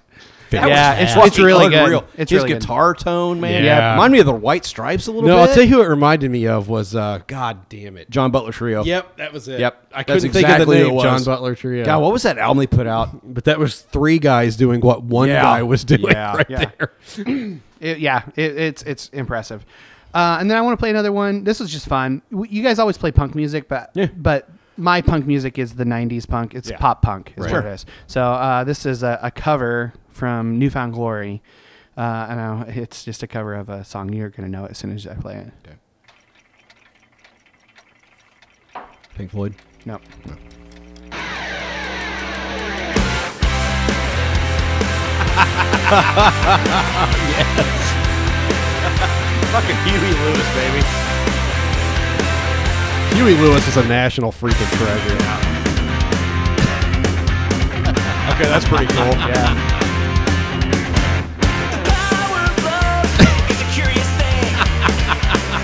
Speaker 3: That was
Speaker 1: Yeah, it's-
Speaker 3: fucking
Speaker 1: it's really good.
Speaker 3: unreal.
Speaker 1: It's
Speaker 3: His
Speaker 1: really good.
Speaker 3: guitar tone, man.
Speaker 2: Yeah.
Speaker 3: Remind me of the White Stripes a little
Speaker 2: No,
Speaker 3: bit.
Speaker 2: I'll tell you who it reminded me of was uh, God damn it,
Speaker 3: John Butler Trio.
Speaker 2: Yep, that was it.
Speaker 3: Yep.
Speaker 2: I
Speaker 3: That's
Speaker 2: couldn't think of
Speaker 3: exactly
Speaker 2: the
Speaker 3: who
Speaker 2: name.
Speaker 3: it
Speaker 2: John
Speaker 3: was.
Speaker 2: Butler Trio.
Speaker 3: God, what was that album they put out?
Speaker 2: But that was three guys doing what one
Speaker 3: Yeah.
Speaker 2: guy was doing
Speaker 3: Yeah.
Speaker 2: right
Speaker 3: [laughs]
Speaker 1: Yeah.
Speaker 2: there.
Speaker 1: [clears throat] It- yeah, it, it's it's impressive. Uh, and then I want to play another one. This is just fun. W- You guys always play punk music, but
Speaker 3: Yeah.
Speaker 1: but my punk music is the '90s punk. It's
Speaker 3: Yeah.
Speaker 1: pop punk, is
Speaker 3: Right.
Speaker 1: what
Speaker 3: Sure.
Speaker 1: it is. So uh, this is a, a cover from Newfound Glory. Uh, I know it's just a cover of a song. You're gonna know it as soon as I play it.
Speaker 3: Pink Floyd.
Speaker 1: No,
Speaker 3: Fucking Huey Lewis, baby.
Speaker 2: Huey Lewis is a national freaking treasure.
Speaker 3: Okay, that's pretty cool. [laughs] yeah.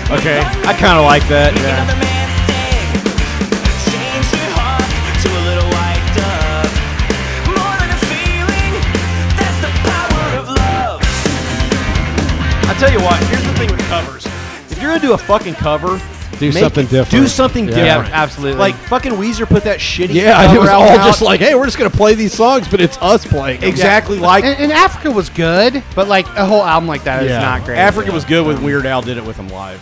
Speaker 3: Okay, I kind of like that. Yeah. I tell you what, here's the thing with covers. If you're gonna do a fucking cover,
Speaker 2: Do
Speaker 3: make
Speaker 2: something
Speaker 3: it-
Speaker 2: different.
Speaker 3: Do something
Speaker 2: Yeah.
Speaker 3: different.
Speaker 1: Yeah, absolutely.
Speaker 3: Like fucking Weezer put that shitty.
Speaker 2: Yeah, [laughs] it
Speaker 3: cover
Speaker 2: was all
Speaker 3: album
Speaker 2: just
Speaker 3: out
Speaker 2: like, hey, we're just gonna play these songs, but it's us playing. them.
Speaker 3: exactly like
Speaker 1: and, and Africa was good, but like a whole album like that is
Speaker 2: Yeah.
Speaker 1: not great.
Speaker 3: Africa was good when Weird Al did it with him live.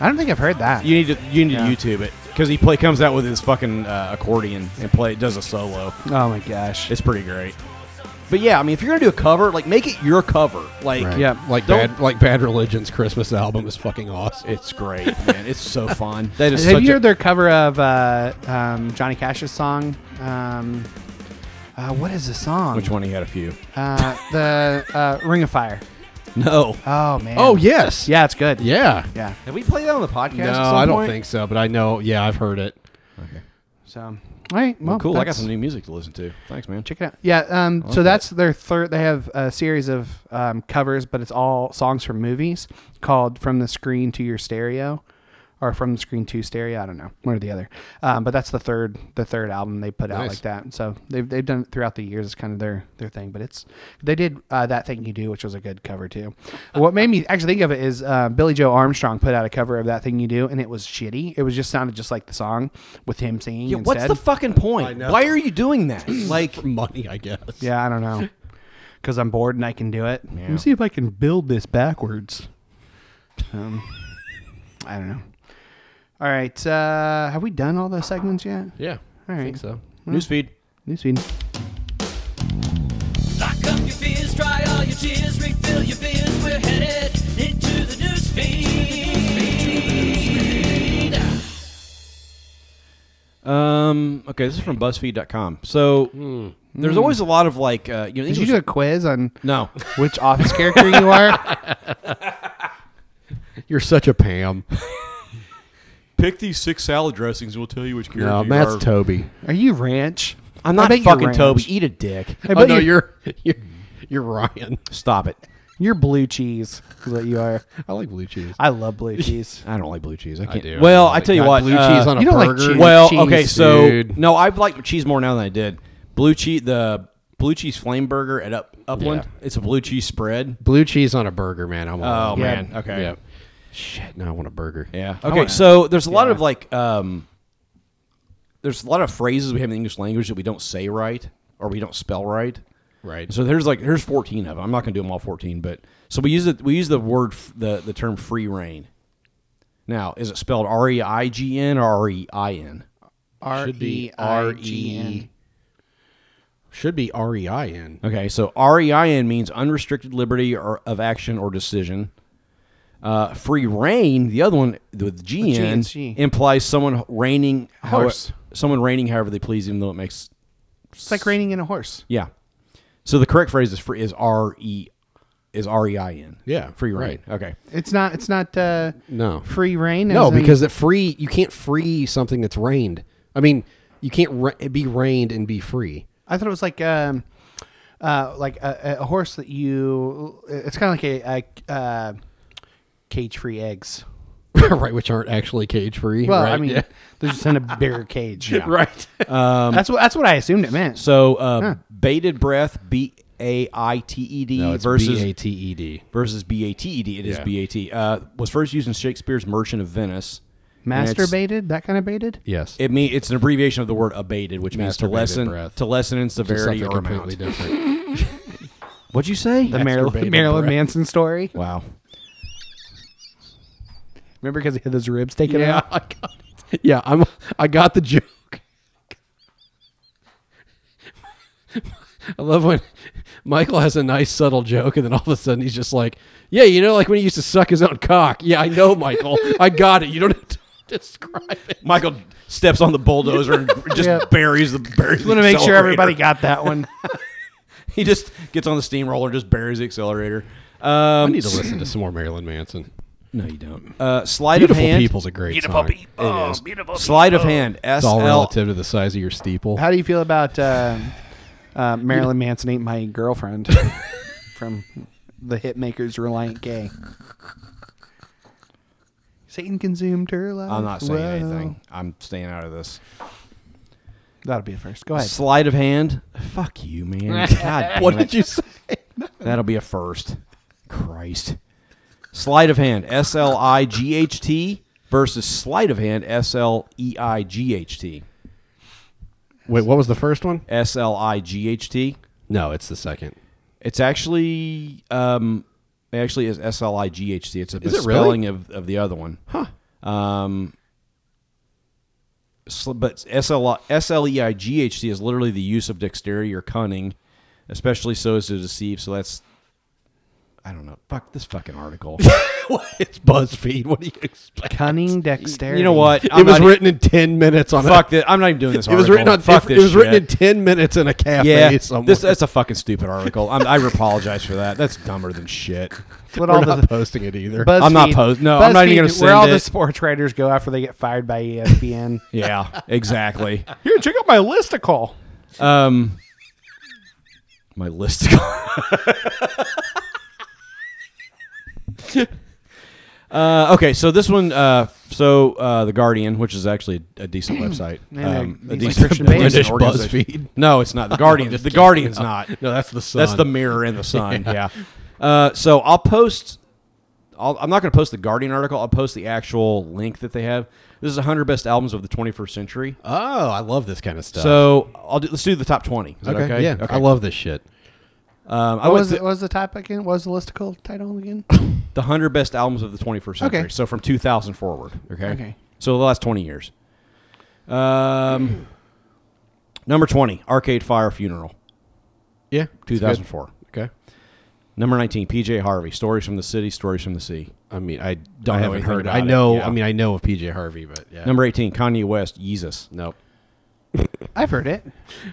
Speaker 1: I don't think I've heard that.
Speaker 3: You need to you need
Speaker 1: Yeah.
Speaker 3: to YouTube it. because he play comes out with his fucking uh, accordion and play does a solo.
Speaker 1: Oh my gosh,
Speaker 3: it's pretty great. But yeah, I mean, if you're gonna do a cover, like make it your cover. Like,
Speaker 2: Right.
Speaker 1: yeah,
Speaker 2: like
Speaker 3: don't-
Speaker 2: bad, like Bad Religion's Christmas album is fucking awesome.
Speaker 3: It's great, man. It's
Speaker 1: [laughs]
Speaker 3: so fun. That is
Speaker 1: Have
Speaker 3: such
Speaker 1: you
Speaker 3: a,
Speaker 1: heard their cover of uh, um, Johnny Cash's song? Um, uh, what is the song?
Speaker 3: which one? He had a few.
Speaker 1: Uh, the uh, Ring of Fire.
Speaker 3: No.
Speaker 1: Oh man.
Speaker 2: Oh yes,
Speaker 1: Yeah, it's good.
Speaker 2: yeah.
Speaker 1: Yeah.
Speaker 3: Have we played that on the podcast?
Speaker 2: No, I don't think so, but I know. Yeah, I've heard it.
Speaker 1: So, all right. Well,
Speaker 3: Well, Oh, cool. I got
Speaker 1: that's-
Speaker 3: some new music to listen to. Thanks, man.
Speaker 1: Check it out. Yeah. Um,
Speaker 3: Okay.
Speaker 1: so that's their third. They have a series of um, covers, but it's all songs from movies called "From the Screen to Your Stereo," or "From the Screen to Stereo." I don't know, one or the other. Um, but that's the third, the third album they put out
Speaker 2: Nice.
Speaker 1: like that. So they've they've done it throughout the years. It's kind of their their thing. But it's they did uh, that thing you do, which was a good cover too. what made me actually think of it is uh, Billy Joe Armstrong put out a cover of that thing you do, and it was shitty. It was just sounded just like the song with him singing.
Speaker 3: Yeah,
Speaker 1: instead.
Speaker 3: what's the fucking point?
Speaker 2: know.
Speaker 3: Why are you doing that? Like,
Speaker 2: For money, I guess.
Speaker 1: Yeah, I don't know. Because I'm bored and I can do it. Let me see if I can build this backwards. Um, I don't know. All right. Uh, have we done all those segments yet?
Speaker 2: Yeah.
Speaker 1: All
Speaker 2: I
Speaker 1: right.
Speaker 2: think so.
Speaker 1: Hmm?
Speaker 3: newsfeed.
Speaker 1: Newsfeed.
Speaker 6: Lock up your beers, dry all your tears, refill your beers. We're headed into the news feed.
Speaker 3: Um. Okay, this is from BuzzFeed.com. So there's always a lot of like, uh, you know,
Speaker 1: Hmm. Did you
Speaker 3: English-
Speaker 1: do a quiz on
Speaker 3: no.
Speaker 1: which office character you are?
Speaker 2: You're such a [laughs] Pam.
Speaker 3: Pick these six salad dressings. We'll tell you which character
Speaker 2: no,
Speaker 3: you
Speaker 2: that's
Speaker 3: are.
Speaker 2: Toby.
Speaker 1: Are you ranch?
Speaker 3: I'm
Speaker 1: I
Speaker 3: not
Speaker 1: bet you're
Speaker 3: fucking
Speaker 1: ranch.
Speaker 3: Toby. Eat a dick.
Speaker 1: I
Speaker 2: Oh
Speaker 1: bet
Speaker 2: no,
Speaker 1: you're,
Speaker 2: you're [laughs] you're you're Ryan.
Speaker 3: Stop it.
Speaker 1: you're blue cheese. Is what you are.
Speaker 2: I like blue cheese.
Speaker 1: I love blue cheese.
Speaker 3: I don't like blue cheese. I can't.
Speaker 2: do.
Speaker 3: Well, I
Speaker 2: Like,
Speaker 3: tell you
Speaker 2: not
Speaker 3: what.
Speaker 2: blue
Speaker 3: uh,
Speaker 2: cheese on a
Speaker 1: you don't like
Speaker 2: burger.
Speaker 1: cheese.
Speaker 3: Well, okay,
Speaker 2: cheese,
Speaker 3: so
Speaker 2: dude.
Speaker 3: no, I like cheese more now than I did. Blue cheese, the blue cheese flame burger at Up Upland.
Speaker 2: Yeah.
Speaker 3: It's a blue cheese spread.
Speaker 2: blue cheese on a burger, man. I'm all
Speaker 3: Oh
Speaker 2: in.
Speaker 3: man, okay,
Speaker 2: Yeah. Shit, no, I want a burger.
Speaker 3: yeah, okay. so there's a lot of like, um, there's a lot of phrases we have in the English language that we don't say right or we don't spell right.
Speaker 2: Right.
Speaker 3: So there's like there's 14 of them. I'm not gonna do them all 14, but so we use the we use the word f- the the term free reign. Now, is it spelled R E I G N or R E I N?
Speaker 1: R E R E N.
Speaker 2: Should be R E I N.
Speaker 3: Okay, so REIN means unrestricted liberty or of action or decision. Uh, free reign, the other one with GN,
Speaker 1: it's G.
Speaker 3: implies someone reigning however,
Speaker 1: Horse.
Speaker 3: someone reigning however they please, even though it makes
Speaker 1: It's like reining in a horse.
Speaker 3: yeah. So the correct phrase is free is R E is R E I N.
Speaker 2: Yeah,
Speaker 3: free reign.
Speaker 2: right.
Speaker 3: Okay,
Speaker 1: It's not. It's not uh,
Speaker 2: No.
Speaker 1: free reign.
Speaker 2: No,
Speaker 1: as in-
Speaker 2: because the free you can't free something that's reigned. I mean, you can't re- be reigned and be free. [laughs]
Speaker 1: I thought it was like um, uh, like a, a horse that you. It's kind of like a, a uh, cage-free eggs.
Speaker 2: right, which aren't actually cage free.
Speaker 1: Well,
Speaker 2: right?
Speaker 1: I mean,
Speaker 2: [laughs] Yeah.
Speaker 1: they're just in a bigger cage.
Speaker 2: right.
Speaker 1: that's what that's what I assumed it meant. So
Speaker 3: so uh, bated breath, B A I T E D
Speaker 2: no, it's
Speaker 3: versus
Speaker 2: B A T E D.
Speaker 3: versus B A T E D. It is
Speaker 2: Yeah.
Speaker 3: B A T. Uh, was first used in Shakespeare's Merchant of Venice. And it's-
Speaker 1: masturbated, that kind of baited.
Speaker 2: Yes,
Speaker 3: It mean it's an abbreviation of the word abated, which means to
Speaker 2: Masturbated
Speaker 3: lessen
Speaker 2: breath.
Speaker 3: to lessen in
Speaker 2: Just
Speaker 3: severity
Speaker 2: something
Speaker 3: or
Speaker 2: completely
Speaker 3: amount.
Speaker 2: different.
Speaker 3: What'd you say?
Speaker 1: The Marilyn,
Speaker 2: Masturbated
Speaker 1: Marilyn
Speaker 2: breath.
Speaker 1: Manson story.
Speaker 3: wow.
Speaker 1: Remember because he had those ribs taken
Speaker 2: yeah,
Speaker 1: out. [laughs]
Speaker 2: [laughs] I got it. yeah, I'm. I got the joke. [laughs] I love when Michael has a nice subtle joke, and then all of a sudden he's just like, "Yeah, you know, like when he used to suck his own cock." Yeah, I know, Michael. I got it. You don't have to [laughs] describe it.
Speaker 3: Michael steps on the
Speaker 1: [laughs]
Speaker 3: bulldozer and just
Speaker 1: Yeah.
Speaker 3: buries the buries.
Speaker 1: I want to make sure everybody got that one.
Speaker 3: [laughs] He just gets on the steamroller, just buries the accelerator. Um,
Speaker 2: I need to listen to some more Marilyn Manson.
Speaker 3: no, you don't. Uh, sleight
Speaker 2: Beautiful
Speaker 3: of hand.
Speaker 2: People's a great
Speaker 7: Beautiful
Speaker 2: song.
Speaker 7: people.
Speaker 1: Oh,
Speaker 2: It is.
Speaker 7: Beautiful
Speaker 3: Sleight of hand. S
Speaker 2: It's all
Speaker 3: L.
Speaker 2: relative to the size of your steeple.
Speaker 1: How do you feel about uh, uh, Marilyn Manson ain't my [laughs] girlfriend from the hitmakers Reliant Gay? Satan consumed her life.
Speaker 3: I'm not saying
Speaker 1: Whoa.
Speaker 3: anything. I'm staying out of this.
Speaker 1: That'll be a first. Go ahead.
Speaker 3: Sleight of hand. Fuck you, [laughs] man. God,
Speaker 2: what
Speaker 3: damn it.
Speaker 2: did you say?
Speaker 3: That'll be a first. Christ. Sleight of hand, S L I G H T versus sleight of hand, S L E I G H T.
Speaker 2: [laughs] Wait, what was the first one?
Speaker 3: S L I G H T.
Speaker 2: No, it's the [laughs] second.
Speaker 3: It's actually, um, it actually is S L I G H T. It's a
Speaker 2: Is it really?
Speaker 3: misspelling of, of the other one. Huh. Um, Sl- But SL E SLEIGHT is literally the use of dexterity or cunning, especially so as to deceive. So that's, I don't know. Fuck this fucking article. it's BuzzFeed. What do you expect?
Speaker 1: Cunning dexterity.
Speaker 3: You know what?
Speaker 2: It
Speaker 3: I'm
Speaker 2: was
Speaker 3: not e-
Speaker 2: written in ten minutes on.
Speaker 3: Fuck
Speaker 2: a,
Speaker 3: this. I'm not even doing this.
Speaker 2: It was written on.
Speaker 3: article. Fuck
Speaker 2: it,
Speaker 3: this
Speaker 2: was written
Speaker 3: shit.
Speaker 2: in ten minutes in a cafe
Speaker 3: Yeah,
Speaker 2: somewhere.
Speaker 3: this, that's a fucking stupid article. I'm, I apologize for that. That's dumber than shit.
Speaker 1: what
Speaker 2: We're
Speaker 1: all
Speaker 2: not
Speaker 1: the-
Speaker 2: posting it either.
Speaker 1: BuzzFeed,
Speaker 3: I'm not post- no, I'm not even gonna
Speaker 1: BuzzFeed, Where all
Speaker 3: send
Speaker 1: the
Speaker 3: it.
Speaker 1: sports writers go after they get fired by E
Speaker 3: [laughs]
Speaker 1: ESPN.
Speaker 2: [laughs]
Speaker 3: Yeah, exactly.
Speaker 1: Here, check out my listicle.
Speaker 3: Um, my list. [laughs] uh, okay, so this one, uh, so uh, the Guardian, which is actually a,
Speaker 2: [clears throat]
Speaker 3: a decent website, Um,
Speaker 1: And a decent Christian-based.
Speaker 2: British
Speaker 3: organization.
Speaker 2: BuzzFeed.
Speaker 3: [laughs] No, it's not
Speaker 2: [laughs]
Speaker 3: the Guardian. the Guardian's not.
Speaker 2: No, that's the sun.
Speaker 3: That's the mirror
Speaker 2: [laughs]
Speaker 3: and the sun. yeah. Uh, so I'll post. I'll, I'm not going to post the Guardian article. I'll post the actual link that they have. This is 100 best albums of the 21st century.
Speaker 2: Oh, I love this kind of stuff.
Speaker 3: So I'll do, let's do the top 20. Is that okay?
Speaker 2: yeah, I love this shit.
Speaker 3: Um, I
Speaker 1: What
Speaker 3: went
Speaker 1: was,
Speaker 3: to
Speaker 1: it, what was the topic again? What was the listicle title again?
Speaker 3: the 100 best albums of the 21st century.
Speaker 1: Okay.
Speaker 3: So from 2000 forward. Okay.
Speaker 1: Okay.
Speaker 3: So the last 20 years. Um, number 20, Arcade Fire Funeral,
Speaker 2: Yeah,
Speaker 3: 2004.
Speaker 2: Okay.
Speaker 3: Number 19, PJ Harvey, Stories from the City, Stories from the Sea.
Speaker 2: I mean, I
Speaker 3: Don't
Speaker 2: I
Speaker 3: know
Speaker 2: haven't
Speaker 3: anything
Speaker 2: heard.
Speaker 3: about
Speaker 2: I
Speaker 3: it,
Speaker 2: know.
Speaker 3: yeah.
Speaker 2: I mean, I know of PJ Harvey, but yeah.
Speaker 3: Number 18, Kanye West, Jesus.
Speaker 2: nope.
Speaker 1: I've heard it.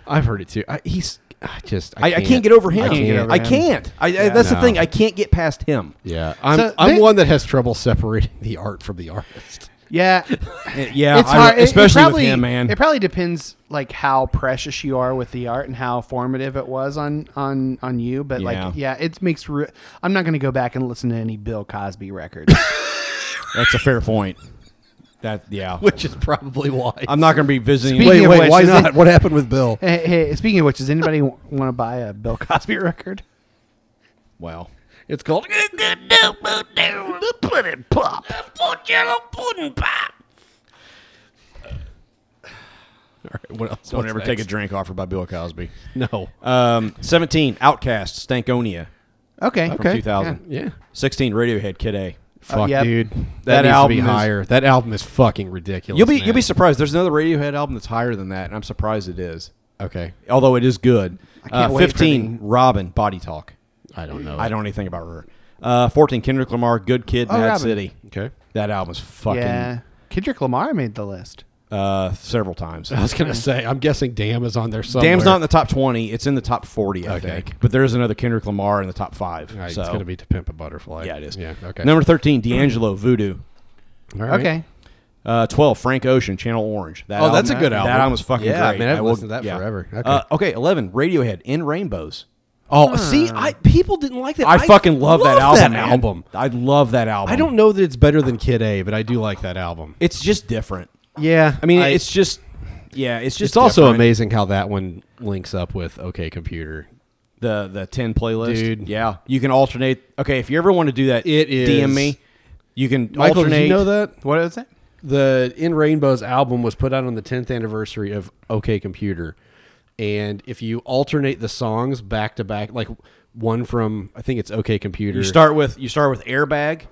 Speaker 2: I've heard it too. I, he's I just
Speaker 3: I, I can't get over him.
Speaker 2: I can't get over
Speaker 3: I
Speaker 1: him.
Speaker 3: can't. I, I, that's
Speaker 2: No.
Speaker 3: the thing. I can't get past
Speaker 1: [laughs]
Speaker 3: him.
Speaker 2: Yeah, I'm
Speaker 1: So
Speaker 2: I'm
Speaker 1: they-
Speaker 2: one that has trouble separating the art from the artist. [laughs]
Speaker 1: [laughs] Yeah,
Speaker 3: yeah,
Speaker 1: it's hard. It-
Speaker 3: Oh, especially
Speaker 1: it probably,
Speaker 3: with him, man.
Speaker 1: It probably depends like how precious you are with the art and how formative it was on on on you. But
Speaker 3: Yeah.
Speaker 1: like, yeah, it makes. Re- I'm not going to go back and listen to any Bill Cosby records.
Speaker 3: that's a fair point. That
Speaker 1: [laughs]
Speaker 3: yeah.
Speaker 2: Which is probably why.
Speaker 3: I'm not going to be visiting.
Speaker 1: Speaking
Speaker 2: wait,
Speaker 1: of
Speaker 2: wait,
Speaker 1: which,
Speaker 2: why
Speaker 1: is
Speaker 2: not?
Speaker 1: it-
Speaker 2: What happened with
Speaker 3: [laughs]
Speaker 2: Bill?
Speaker 1: [laughs] hey, hey, speaking of which, does anybody w- want to buy a Bill Cosby [laughs] record?
Speaker 3: Well,
Speaker 2: It's called
Speaker 6: Pudding pop. Yellow pudding pop.
Speaker 2: what else?
Speaker 3: don't
Speaker 2: What's
Speaker 3: ever take a
Speaker 2: next?
Speaker 3: drink offer by Bill Cosby.
Speaker 2: No.
Speaker 3: Um, 17, Outcast, Stankonia
Speaker 1: Okay,
Speaker 3: from
Speaker 1: okay,
Speaker 3: 2000.
Speaker 2: yeah.
Speaker 3: 16, Radiohead, Kid A.
Speaker 2: Fuck,
Speaker 1: yep.
Speaker 2: dude. That,
Speaker 3: That
Speaker 2: needs
Speaker 3: album
Speaker 2: to
Speaker 3: is-
Speaker 2: be higher. That album is fucking ridiculous.
Speaker 3: You'll be
Speaker 2: man.
Speaker 3: you'll be surprised. There's another Radiohead album that's higher than that, and I'm surprised it is.
Speaker 2: okay.
Speaker 3: Although it is good.
Speaker 1: can't
Speaker 3: Uh,
Speaker 1: wait for
Speaker 3: 15, Robin, Body Talk.
Speaker 2: I don't know.
Speaker 3: I don't know anything about her. Uh, 14, Kendrick Lamar, Good Kid,
Speaker 1: Oh,
Speaker 3: Mad
Speaker 1: Robin.
Speaker 3: City.
Speaker 2: Okay.
Speaker 3: That album's
Speaker 1: Yeah.
Speaker 3: fucking
Speaker 1: yeah, Kendrick Lamar made the list.
Speaker 3: uh, several
Speaker 2: [laughs]
Speaker 3: times.
Speaker 2: I was gonna say. I'm guessing Damn is on there somewhere.
Speaker 3: Damn's not in the top 20. It's in the top 40, I
Speaker 2: Okay.
Speaker 3: think. But there is another Kendrick Lamar in the top five.
Speaker 2: All right,
Speaker 3: so.
Speaker 2: It's gonna be to pimp a butterfly.
Speaker 3: Yeah, it is.
Speaker 2: Yeah. Okay. Mm-hmm.
Speaker 3: Number 13, D'Angelo, Voodoo.
Speaker 2: All right.
Speaker 1: Okay,
Speaker 3: Uh, 12, Frank Ocean, Channel Orange. That
Speaker 2: Oh, that's a good album.
Speaker 3: That album was fucking
Speaker 2: Yeah,
Speaker 3: great.
Speaker 2: man, I've
Speaker 3: I will-
Speaker 2: listened to that forever. Okay.
Speaker 3: Uh, okay, 11, Radiohead, In Rainbows.
Speaker 2: Oh, see, I people didn't like that.
Speaker 3: I, fucking love, that album. man.
Speaker 2: album.
Speaker 3: I love that album.
Speaker 2: I don't know that it's better than Kid A, but I do like that album.
Speaker 3: It's just different.
Speaker 2: Yeah,
Speaker 3: I mean, it's just, yeah, it's just
Speaker 2: it's also
Speaker 3: different.
Speaker 2: amazing how that one links up with OK Computer.
Speaker 3: The, the 10 playlist.
Speaker 2: Dude.
Speaker 3: Yeah. You can alternate. Okay, if you ever want to do that,
Speaker 2: It
Speaker 3: DM
Speaker 2: is-
Speaker 3: me. You can
Speaker 2: Michael, did
Speaker 3: alternate.
Speaker 2: you know that
Speaker 1: what is it?
Speaker 2: the In Rainbows album was put out on the 10th anniversary of OK Computer, and if you alternate the songs back to back, like one from I think it's OK Computer,
Speaker 3: You start with you start with airbag,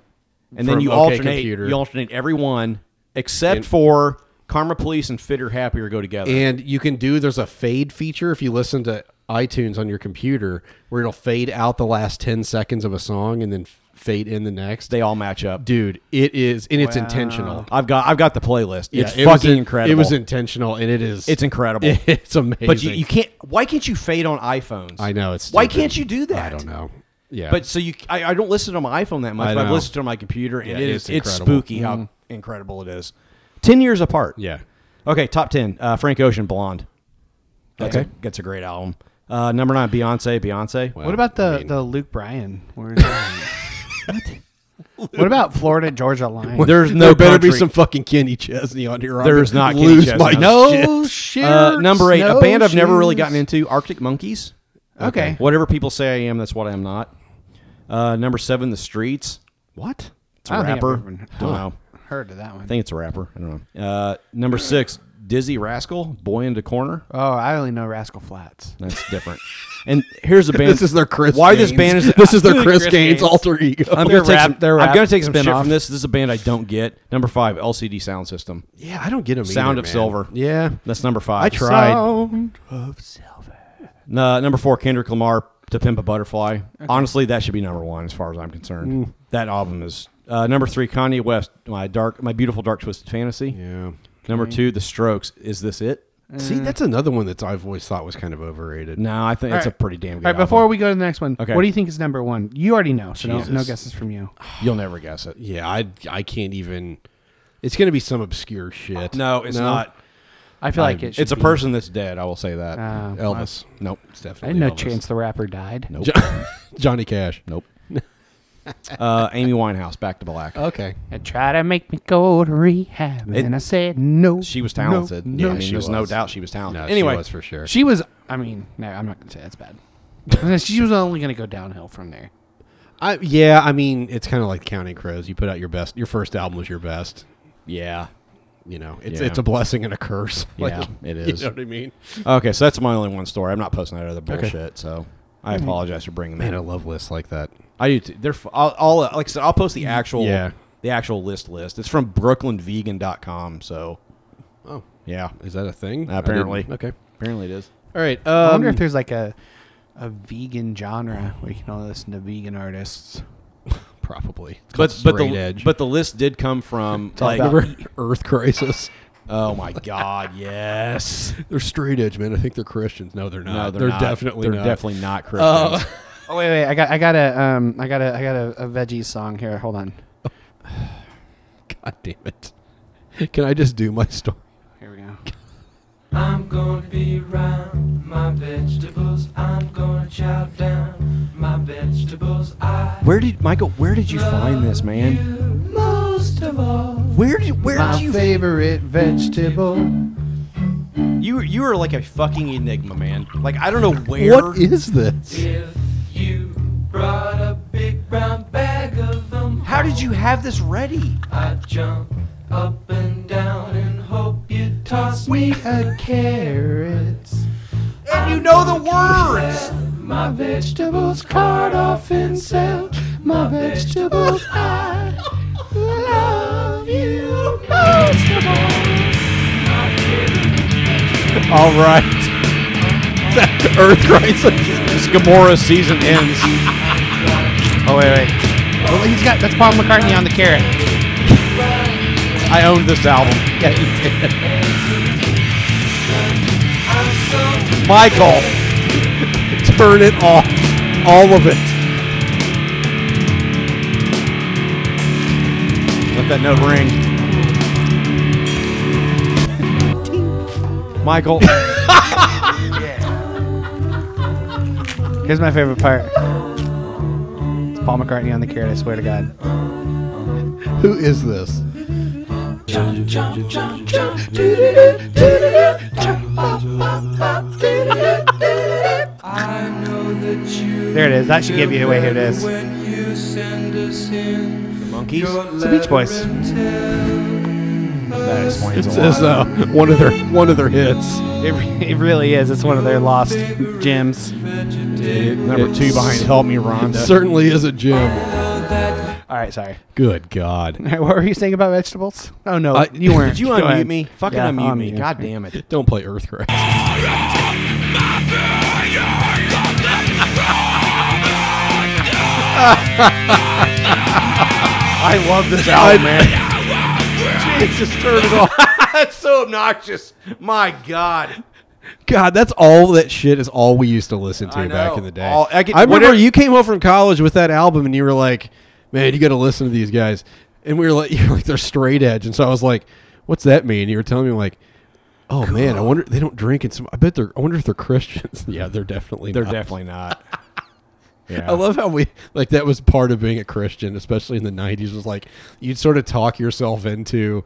Speaker 3: and then
Speaker 2: From
Speaker 3: you
Speaker 2: OK
Speaker 3: alternate.
Speaker 2: Computer.
Speaker 3: You alternate every one except
Speaker 2: And-
Speaker 3: for Karma Police and Fitter Happier go together.
Speaker 2: and you can do there's a fade feature if you listen to iTunes on your computer where it'll fade out the last 10 seconds of a song and then f- fade in the next.
Speaker 3: they all match up.
Speaker 2: dude it is and it's intentional
Speaker 3: I've got I've got the playlist.
Speaker 2: Yeah,
Speaker 3: it's
Speaker 2: it was
Speaker 3: fucking
Speaker 2: in-
Speaker 3: incredible.
Speaker 2: it was intentional and it is
Speaker 3: It's incredible.
Speaker 2: [laughs] it's amazing
Speaker 3: but you, you can't. Why can't you fade on iPhones?
Speaker 2: i know it's
Speaker 3: Why
Speaker 2: stupid.
Speaker 3: can't you do that?
Speaker 2: i don't know yeah
Speaker 3: But so you, I, I don't listen to my iPhone that much.
Speaker 2: I
Speaker 3: but I've
Speaker 2: know.
Speaker 3: listened to my computer, and
Speaker 2: Yeah,
Speaker 3: it
Speaker 2: it
Speaker 3: is
Speaker 2: is
Speaker 3: it's
Speaker 2: incredible. Mm-hmm.
Speaker 3: spooky how incredible it is. Ten years apart.
Speaker 2: yeah
Speaker 3: Okay, top ten. Uh, Frank Ocean, Blonde. That's
Speaker 2: Okay.
Speaker 3: a, that's a great album. Uh, number nine, Beyonce. Beyonce.
Speaker 1: What about the,
Speaker 3: [laughs]
Speaker 1: the Luke Bryan? Where is that? what about Florida Georgia line?
Speaker 3: There's
Speaker 2: there
Speaker 3: no
Speaker 2: better be
Speaker 3: country.
Speaker 2: some fucking Kenny Chesney on here. I'm
Speaker 3: There's
Speaker 2: gonna
Speaker 3: not Kenny
Speaker 2: lose
Speaker 3: Chesney.
Speaker 2: my
Speaker 1: no
Speaker 2: [laughs] shit.
Speaker 1: Oh, shit.
Speaker 3: Uh, number eight, a band I've never really gotten into, Arctic Monkeys.
Speaker 1: Okay.
Speaker 3: Whatever people say I am, that's what I am not. Uh, number seven, The Streets.
Speaker 2: What?
Speaker 3: It's a
Speaker 1: I don't think I've
Speaker 3: rapper.
Speaker 1: ever even
Speaker 3: don't know.
Speaker 1: Heard of that one?
Speaker 3: I think it's a rapper. I don't know. Uh, number six, Dizzy Rascal, Boy in the Corner.
Speaker 1: Oh, I only know Rascal Flats.
Speaker 3: That's different. and
Speaker 2: [laughs]
Speaker 3: here's a band.
Speaker 2: This is their Chris
Speaker 3: Why this
Speaker 2: Gaines.
Speaker 3: band is
Speaker 2: [laughs] This
Speaker 3: [laughs]
Speaker 2: is their Chris Gaines
Speaker 3: Gaines
Speaker 2: alter ego.
Speaker 3: I'm
Speaker 1: They're
Speaker 3: gonna take
Speaker 1: rap-
Speaker 3: some,
Speaker 1: they're
Speaker 3: I'm
Speaker 1: rap-
Speaker 3: gonna take some
Speaker 1: spin
Speaker 3: shit
Speaker 1: off.
Speaker 3: from this. This is a band I don't get. Number five, LCD Sound System.
Speaker 2: Yeah, I don't get him.
Speaker 3: Sound
Speaker 2: either,
Speaker 3: of
Speaker 2: man.
Speaker 3: Silver.
Speaker 2: Yeah,
Speaker 3: That's number five.
Speaker 2: I tried.
Speaker 3: Nah, number four, Kendrick Lamar to Pimp a Butterfly. Honestly, that should be number one as far as I'm concerned. That album is uh, number three. Kanye West, my dark, my beautiful dark twisted fantasy.
Speaker 2: Yeah.
Speaker 3: Number two, The Strokes. Is this it?
Speaker 2: See, that's another one that I've always thought was kind of overrated.
Speaker 3: No, I think it's
Speaker 1: All right.
Speaker 3: a pretty damn
Speaker 1: All
Speaker 3: good.
Speaker 1: right, before
Speaker 3: album.
Speaker 1: we go to the next one,
Speaker 3: Okay.
Speaker 1: what do you think is number one? You already know, so no,
Speaker 3: Jesus.
Speaker 1: no guesses from you.
Speaker 3: you'll never guess it.
Speaker 2: Yeah, I I can't even. It's gonna be some obscure shit.
Speaker 3: No, it's not.
Speaker 1: I feel like it. Should
Speaker 3: It's a
Speaker 1: be-
Speaker 3: person that's dead. I will say that.
Speaker 2: Uh,
Speaker 1: Ah,
Speaker 3: Elvis. Nope. It's
Speaker 1: I
Speaker 3: definitely
Speaker 1: had no
Speaker 3: Elvis.
Speaker 1: chance the rapper died.
Speaker 3: Nope.
Speaker 2: Jo- [laughs] Johnny Cash.
Speaker 3: nope. uh, Amy Winehouse, Back to Black.
Speaker 2: Okay.
Speaker 1: They tried to make me go to rehab, and
Speaker 3: It-
Speaker 1: then I said no.
Speaker 3: She was talented.
Speaker 1: No,
Speaker 3: yeah,
Speaker 1: no.
Speaker 3: I mean,
Speaker 2: she
Speaker 3: there's no
Speaker 2: was.
Speaker 3: doubt she was talented.
Speaker 2: No, she
Speaker 3: anyway,
Speaker 2: was for sure.
Speaker 1: She was. I mean, no, I'm not gonna say that's bad. [laughs] she was only gonna go downhill from there.
Speaker 2: I, yeah, I mean, it's kind of like Counting Crows. You put out your best. Your first album was your best.
Speaker 3: yeah.
Speaker 2: You know, it's
Speaker 3: Yeah.
Speaker 2: it's a blessing and a curse. [laughs]
Speaker 3: Yeah, it is.
Speaker 2: You know what I mean?
Speaker 3: Okay, so that's my only one story. I'm not posting that other bullshit. So I apologize for bringing that.
Speaker 2: Man, I
Speaker 3: up.
Speaker 2: love lists like that.
Speaker 3: I do. Too. They're f- I'll, I'll uh, like I said, I'll post the actual
Speaker 2: Yeah.
Speaker 3: the actual list list. It's from BrooklynVegan.com. So
Speaker 2: Oh,
Speaker 3: yeah,
Speaker 2: is that a thing?
Speaker 3: Apparently.
Speaker 2: I didn't- Okay.
Speaker 3: apparently it is.
Speaker 2: All right.
Speaker 1: I
Speaker 2: Um,
Speaker 1: wonder if there's like a a vegan genre where you can only listen to vegan artists.
Speaker 2: probably. It's
Speaker 3: But
Speaker 2: called
Speaker 3: but the
Speaker 2: Straight edge.
Speaker 3: but the list did
Speaker 2: [laughs]
Speaker 3: come from like
Speaker 2: Remember Earth Crisis. [laughs]
Speaker 3: oh my god yes
Speaker 2: They're straight edge, man. I think they're Christians. No, they're not.
Speaker 3: no they're, not.
Speaker 2: definitely
Speaker 3: they're
Speaker 2: not. [laughs]
Speaker 3: definitely not Christians.
Speaker 1: Oh wait, wait, I got, I got a, um, I got a, I got a, a veggie song here. Hold on,
Speaker 2: God damn it! Can I just do my story?
Speaker 1: here we go.
Speaker 6: I'm gonna be round my vegetables. I'm gonna chow down my vegetables. I
Speaker 3: where did Michael? Where did you find this man?
Speaker 6: most of all.
Speaker 3: Where did where
Speaker 1: My
Speaker 3: did you
Speaker 1: favorite vegetable.
Speaker 3: you you are like a fucking enigma, man. Like I don't know where
Speaker 2: What is this?
Speaker 6: If you brought a big brown bag of them,
Speaker 3: How did you have this ready?
Speaker 6: I jump up and down and hope you toss me
Speaker 1: A carrot.
Speaker 3: And you know the words.
Speaker 1: My vegetables cart off and sell. My vegetables, I love you most of all.
Speaker 3: All right. [laughs] Earth Crisis. Gamora season ends.
Speaker 1: Oh wait, wait. Well, he's got that's Paul McCartney on the carrot.
Speaker 3: I owned this album.
Speaker 1: Yeah, he did.
Speaker 3: Michael, turn it off. All of it. Let that note ring. [laughs] Michael.
Speaker 1: Here's my favorite part. It's Paul McCartney on the carrot. I swear to God.
Speaker 2: Who is this?
Speaker 1: There it is. That should give you away who it is. It's
Speaker 3: Monkeys?
Speaker 1: the Beach Boys.
Speaker 3: That explains
Speaker 2: It's uh, one of their one of their hits.
Speaker 1: It, re- it really is. It's one of their lost gems.
Speaker 3: Number two behind Help Me Rhonda.
Speaker 2: Certainly is a gem.
Speaker 1: All right, sorry.
Speaker 2: Good God!
Speaker 1: All right, [laughs] what were you saying about vegetables? Oh no,
Speaker 2: Uh,
Speaker 1: you weren't.
Speaker 3: [laughs] Did you
Speaker 1: Go
Speaker 3: unmute
Speaker 1: ahead.
Speaker 3: me? Fucking
Speaker 1: Yeah,
Speaker 3: unmute
Speaker 1: I'm
Speaker 3: me.
Speaker 1: here.
Speaker 3: God damn
Speaker 2: [laughs]
Speaker 3: it.
Speaker 2: Don't play Earth
Speaker 3: [laughs]
Speaker 2: Crisis.
Speaker 3: I
Speaker 2: [laughs]
Speaker 3: love this album, man. Jesus, turn it off. That's so obnoxious. My God.
Speaker 2: God, that's all that shit is all we used to listen to
Speaker 3: I
Speaker 2: back
Speaker 3: know.
Speaker 2: in the day.
Speaker 3: All- I get-
Speaker 2: remember
Speaker 3: whatever-
Speaker 2: you came home from college with that album, and you were like, "Man, you got to listen to these guys." And we were like, [laughs] "You're like they're straight edge," and so I was like, "What's that mean?" And you were telling me like. Oh man, I wonder they don't drink and some. I bet they're. I wonder if they're Christians. yeah, they're definitely.
Speaker 3: They're
Speaker 2: not. [laughs]
Speaker 3: definitely not. Yeah.
Speaker 2: I love how we like that was part of being a Christian, especially in the '90s. Was like you'd sort of talk yourself into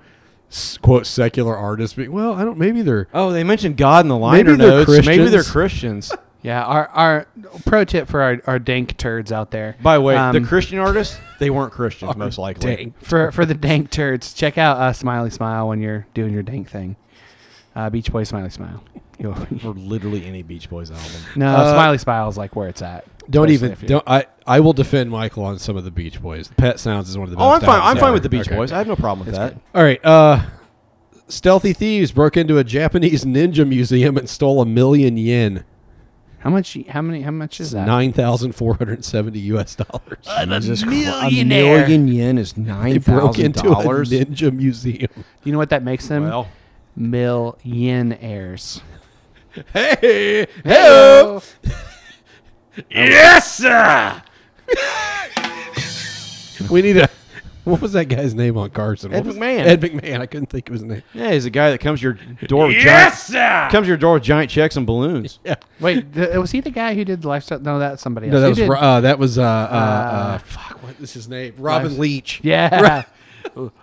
Speaker 2: s- quote secular artists being well, I don't. Maybe they're
Speaker 3: Oh, they mentioned God in the liner
Speaker 2: Maybe they're
Speaker 3: notes. Maybe they're
Speaker 2: Christians.
Speaker 3: Christians.
Speaker 1: Yeah, our our pro tip for our, our dank turds out there.
Speaker 3: By the way,
Speaker 1: Um,
Speaker 3: the Christian artists, they weren't Christians, most likely.
Speaker 1: for for the dank turds, check out uh, Smiley Smile when you're doing your dank thing. Uh, Beach Boys, Smiley Smile. You'll- [laughs]
Speaker 3: or literally any Beach Boys album.
Speaker 1: no,
Speaker 2: Uh,
Speaker 1: Smiley Smile is like where it's at.
Speaker 2: Don't
Speaker 1: Especially
Speaker 2: even
Speaker 1: if you-
Speaker 2: don't. I I will defend Michael on some of the Beach Boys. Pet Sounds is one of the.
Speaker 3: Oh, I'm
Speaker 2: best
Speaker 3: fine.
Speaker 2: albums
Speaker 3: I'm fine
Speaker 2: ever.
Speaker 3: with the Beach
Speaker 2: Okay.
Speaker 3: Boys. I have no problem with
Speaker 1: It's
Speaker 3: that.
Speaker 2: All right. Uh, stealthy thieves broke into a Japanese ninja museum and stole a million yen,
Speaker 1: How much? How many? How much is that?
Speaker 2: nine thousand four hundred seventy U.S. dollars.
Speaker 3: Jesus Christ, A
Speaker 6: millionaire.
Speaker 3: million yen is
Speaker 2: They
Speaker 3: nine
Speaker 2: broke
Speaker 3: thousand
Speaker 2: into a
Speaker 3: dollars.
Speaker 2: ninja
Speaker 3: [laughs]
Speaker 2: museum.
Speaker 1: You know what that makes them?
Speaker 3: Well,
Speaker 1: Millionaires.
Speaker 2: Hey,
Speaker 1: Hello.
Speaker 7: Yes, sir.
Speaker 2: [laughs] we need a. What was that guy's name on Carson? What
Speaker 3: Ed
Speaker 2: was-
Speaker 3: McMahon.
Speaker 2: Ed McMahon. I couldn't think of his name.
Speaker 3: yeah, he's a guy that comes to your door. With
Speaker 7: Yes,
Speaker 3: giant,
Speaker 7: sir.
Speaker 3: comes to your door with giant checks and balloons.
Speaker 2: Yeah.
Speaker 1: Wait, th- was he the guy who did the lifestyle? No, that's somebody else.
Speaker 2: No, that
Speaker 1: He
Speaker 2: was
Speaker 1: did-
Speaker 2: Ro- uh, that was uh, uh,
Speaker 1: Uh,
Speaker 2: uh, fuck. What is his name? Robin
Speaker 1: Lives-
Speaker 2: Leach.
Speaker 1: yeah.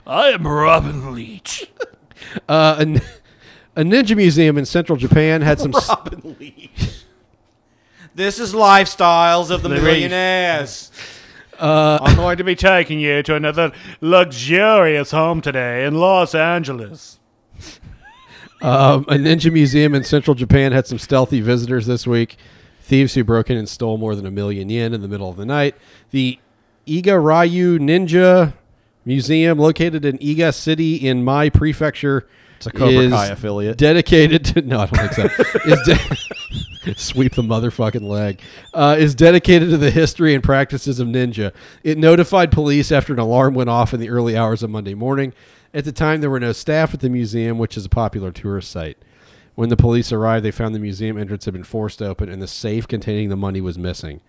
Speaker 7: I am Robin Leach.
Speaker 2: Uh, a, nin- a ninja museum in central Japan had
Speaker 3: [laughs]
Speaker 2: some. s-
Speaker 3: This is lifestyles of the
Speaker 7: There is.
Speaker 3: millionaires.
Speaker 7: Uh, I'm going to be taking you to another luxurious home today in Los Angeles.
Speaker 2: Um, a ninja museum in central Japan had some stealthy visitors this week. Thieves who broke in and stole more than a million yen in the middle of the night. The Iga Ryu Ninja Museum, located in Iga City in Mai Prefecture, it's a
Speaker 3: Cobra Kai affiliate.
Speaker 2: Dedicated to no, I don't think so. is de- [laughs] sweep the motherfucking leg. Uh, is dedicated to the history and practices of ninja. It notified police after an alarm went off in the early hours of Monday morning. At the time, there were no staff at the museum, which is a popular tourist site. When the police arrived, they found the museum entrance had been forced open and the safe containing the money was missing.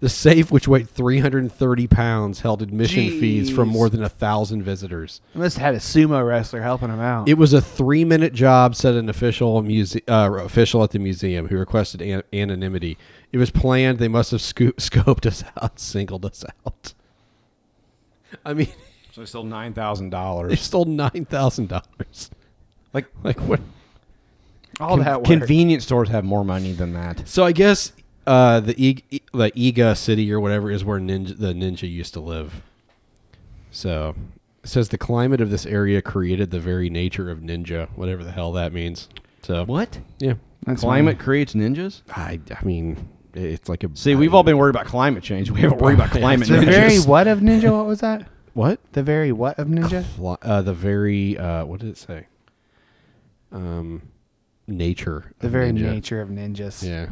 Speaker 2: The safe, which weighed 330 pounds, held admission fees from more than a thousand visitors.
Speaker 1: [laughs] He must have had a sumo wrestler helping him out.
Speaker 2: It was a three-minute job, said an official muse- uh, official at the museum who requested an- anonymity. It was planned. They must have scoop- [laughs] scoped us out, singled us out. I mean, [laughs]
Speaker 3: So they still nine thousand
Speaker 2: they
Speaker 3: [laughs] dollars.
Speaker 2: stole nine thousand dollars.
Speaker 3: Like
Speaker 2: Like what?
Speaker 1: All that work.
Speaker 3: convenience stores have more money than that.
Speaker 2: So I guess uh, the e- E- the Iga city or whatever is where ninja the ninja used to live. So it says the climate of this area created the very nature of ninja, whatever the hell that means. So
Speaker 3: What?
Speaker 2: Yeah.
Speaker 1: That's
Speaker 3: climate creates ninjas.
Speaker 2: I, I mean, it's like a.
Speaker 3: See, we've all been worried about climate change. We haven't [laughs] worried about climate
Speaker 1: The very
Speaker 3: ninjas.
Speaker 1: what of ninja? What was that?
Speaker 2: what
Speaker 1: The very what of ninja?
Speaker 2: Fli- uh, the very uh, what did it say? Um, nature.
Speaker 1: The
Speaker 2: of
Speaker 1: very
Speaker 2: ninja.
Speaker 1: nature of ninjas.
Speaker 2: Yeah.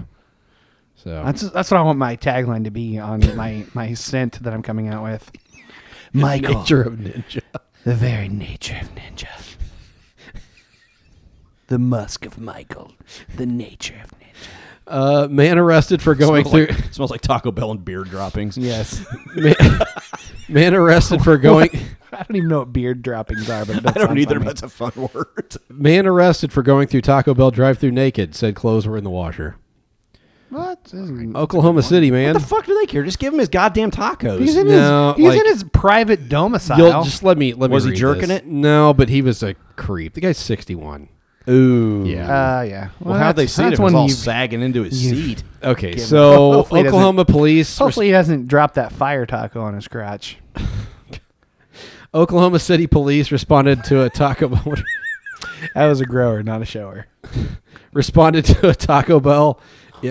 Speaker 2: So
Speaker 1: That's that's what I want my tagline to be [laughs] on my my scent that I'm coming out with. Michael,
Speaker 2: nature of
Speaker 3: [laughs]
Speaker 2: ninja.
Speaker 1: the very nature of ninja. the musk of Michael, the nature of ninja.
Speaker 2: Uh, man arrested for going
Speaker 3: Smells
Speaker 2: through.
Speaker 3: like, smells like Taco Bell and beer droppings.
Speaker 1: Yes,
Speaker 2: man, man arrested for going.
Speaker 1: [laughs] I don't even know what beard droppings are, [laughs] but it
Speaker 3: [laughs] I
Speaker 1: does
Speaker 3: don't
Speaker 1: sound
Speaker 3: either,
Speaker 1: funny.
Speaker 3: but that's a fun [laughs] word.
Speaker 2: Man arrested for going through Taco Bell drive-through naked. Said clothes were in the washer.
Speaker 1: What? This is-
Speaker 2: Oklahoma City, man.
Speaker 3: What the fuck do they care? Just give him his goddamn tacos.
Speaker 1: He's in
Speaker 2: No,
Speaker 1: his he's
Speaker 2: like-
Speaker 1: in his private domicile.
Speaker 2: You'll just let me let me.
Speaker 3: Was he
Speaker 2: read
Speaker 3: jerking
Speaker 2: this.
Speaker 3: it?
Speaker 2: No, but he was a creep. The guy's sixty-one.
Speaker 3: Ooh.
Speaker 2: Yeah.
Speaker 1: uh, yeah.
Speaker 3: Well, how'd they
Speaker 1: that's-
Speaker 3: see it?
Speaker 1: that's
Speaker 3: If it was
Speaker 1: when
Speaker 3: all
Speaker 1: you-
Speaker 3: sagging into his
Speaker 1: you-
Speaker 3: seat.
Speaker 2: okay,
Speaker 1: him- [laughs]
Speaker 2: so
Speaker 1: Hopefully he doesn't-
Speaker 2: Oklahoma police res-
Speaker 1: Hopefully he doesn't drop that fire taco on his crotch.
Speaker 2: Oklahoma City police responded to a Taco Bell [laughs]
Speaker 1: That was a grower, not a shower.
Speaker 2: responded to a Taco Bell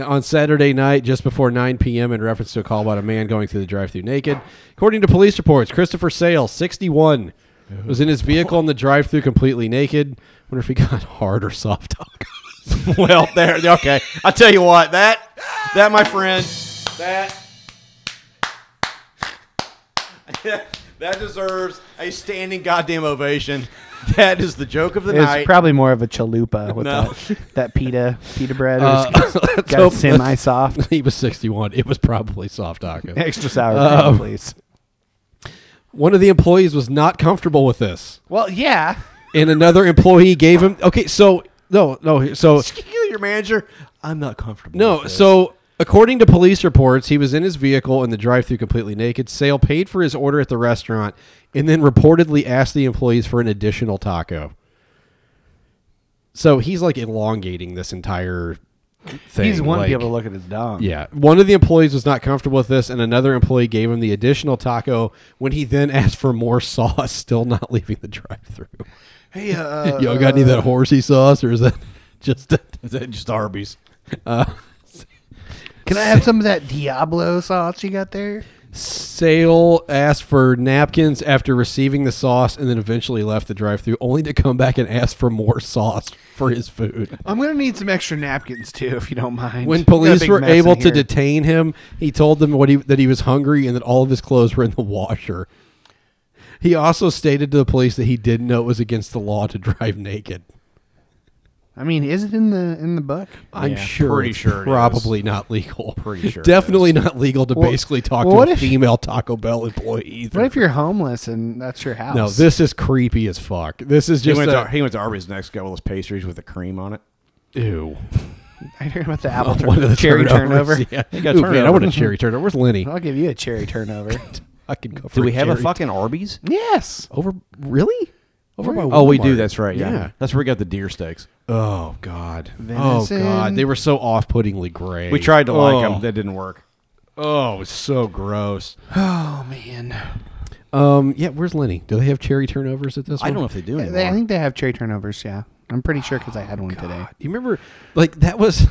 Speaker 2: on Saturday night just before 9 p.m. in reference to a call about a man going through the drive-through naked. According to police reports, Christopher Sale, 61, was in his vehicle in the drive-through completely naked. Wonder if he got [laughs] hard or soft tacos.
Speaker 3: [laughs]
Speaker 2: [laughs]
Speaker 3: well, there. Okay. I'll tell you what. That, that, my friend, that, [laughs] that deserves a standing goddamn ovation. That is the joke of the
Speaker 1: It's
Speaker 3: night.
Speaker 1: probably more of a chalupa with
Speaker 3: No.
Speaker 1: that, that pita pita bread.
Speaker 2: Uh,
Speaker 1: [laughs] was
Speaker 2: let's
Speaker 1: got
Speaker 2: hope-
Speaker 1: semi [laughs] soft,
Speaker 2: he was 61. It was probably soft tacos.
Speaker 1: extra sour,
Speaker 2: Um,
Speaker 1: cream, please.
Speaker 2: One of the employees was not comfortable with this,
Speaker 1: Well, yeah.
Speaker 2: and another employee gave him. Okay, so no, no, so
Speaker 3: Speaking of your manager, I'm not comfortable.
Speaker 2: no,
Speaker 3: with this.
Speaker 2: so according to police reports, he was in his vehicle in the drive-through completely naked. Sale paid for his order at the restaurant, and then reportedly asked the employees for an additional taco. So he's like elongating this entire thing.
Speaker 1: He's wanting
Speaker 2: like,
Speaker 1: people to look at his dong.
Speaker 2: Yeah. One of the employees was not comfortable with this, and another employee gave him the [laughs] additional taco when he then asked for more sauce, still not leaving the drive through.
Speaker 3: Hey, uh,
Speaker 2: [laughs] y'all got any of that horsey sauce, or is that [laughs] just
Speaker 3: Is that just Arby's?
Speaker 2: uh,
Speaker 1: Can I have some of that Diablo sauce you got there?
Speaker 2: Sale asked for napkins after receiving the sauce, and then eventually left the drive-through, only to come back and ask for more sauce for his food.
Speaker 1: [laughs] I'm gonna need some extra napkins too, if you don't mind.
Speaker 2: When
Speaker 1: We've got a
Speaker 2: police
Speaker 1: big
Speaker 2: were
Speaker 1: mess
Speaker 2: able
Speaker 1: in
Speaker 2: to
Speaker 1: here.
Speaker 2: detain him, he told them what he, that he was hungry and that all of his clothes were in the washer. He also stated to the police that he didn't know it was against the law to drive naked.
Speaker 1: I mean, is it in the in the book?
Speaker 2: I'm
Speaker 3: Yeah,
Speaker 2: sure,
Speaker 3: pretty
Speaker 2: it's
Speaker 3: sure it
Speaker 2: probably not legal.
Speaker 3: Pretty sure it
Speaker 2: definitely not legal to
Speaker 1: Well,
Speaker 2: basically talk
Speaker 1: what
Speaker 2: to a
Speaker 1: if-
Speaker 2: female Taco Bell employee. Either.
Speaker 1: What if you're homeless and that's your house?
Speaker 2: no,
Speaker 1: [laughs]
Speaker 2: this is creepy as fuck. This is
Speaker 3: He
Speaker 2: just
Speaker 3: went,
Speaker 2: a-
Speaker 3: to, he went to Arby's next, got all those pastries with the cream on it.
Speaker 2: ew.
Speaker 1: I heard about the apple
Speaker 2: [laughs] One
Speaker 1: turn-
Speaker 2: of the
Speaker 1: cherry turnover.
Speaker 2: turnovers, Yeah.
Speaker 3: got
Speaker 2: Ooh, man, I
Speaker 3: turnover.
Speaker 2: want a cherry turnover. Where's Lenny?
Speaker 1: I'll give you a cherry turnover.
Speaker 2: I can go for
Speaker 3: Do we have a
Speaker 2: cherry
Speaker 3: fucking Arby's?
Speaker 1: [laughs] yes.
Speaker 2: over? Really? Over by
Speaker 3: Oh, we do.
Speaker 2: Walmart.
Speaker 3: That's right. Yeah.
Speaker 2: yeah.
Speaker 3: that's where we got the deer steaks.
Speaker 2: Oh God!
Speaker 1: Venison.
Speaker 2: Oh God! They were so off-puttingly gray.
Speaker 3: We tried to like
Speaker 2: Oh.
Speaker 3: them. That didn't work.
Speaker 2: Oh, it was so gross.
Speaker 1: Oh man,
Speaker 2: Um, yeah. Where's Lenny? Do they have cherry turnovers at this?
Speaker 3: I
Speaker 2: one?
Speaker 3: don't know if they do anymore.
Speaker 1: They- I think they have cherry turnovers. Yeah, I'm pretty sure because I had one today.
Speaker 2: God, you remember, like that was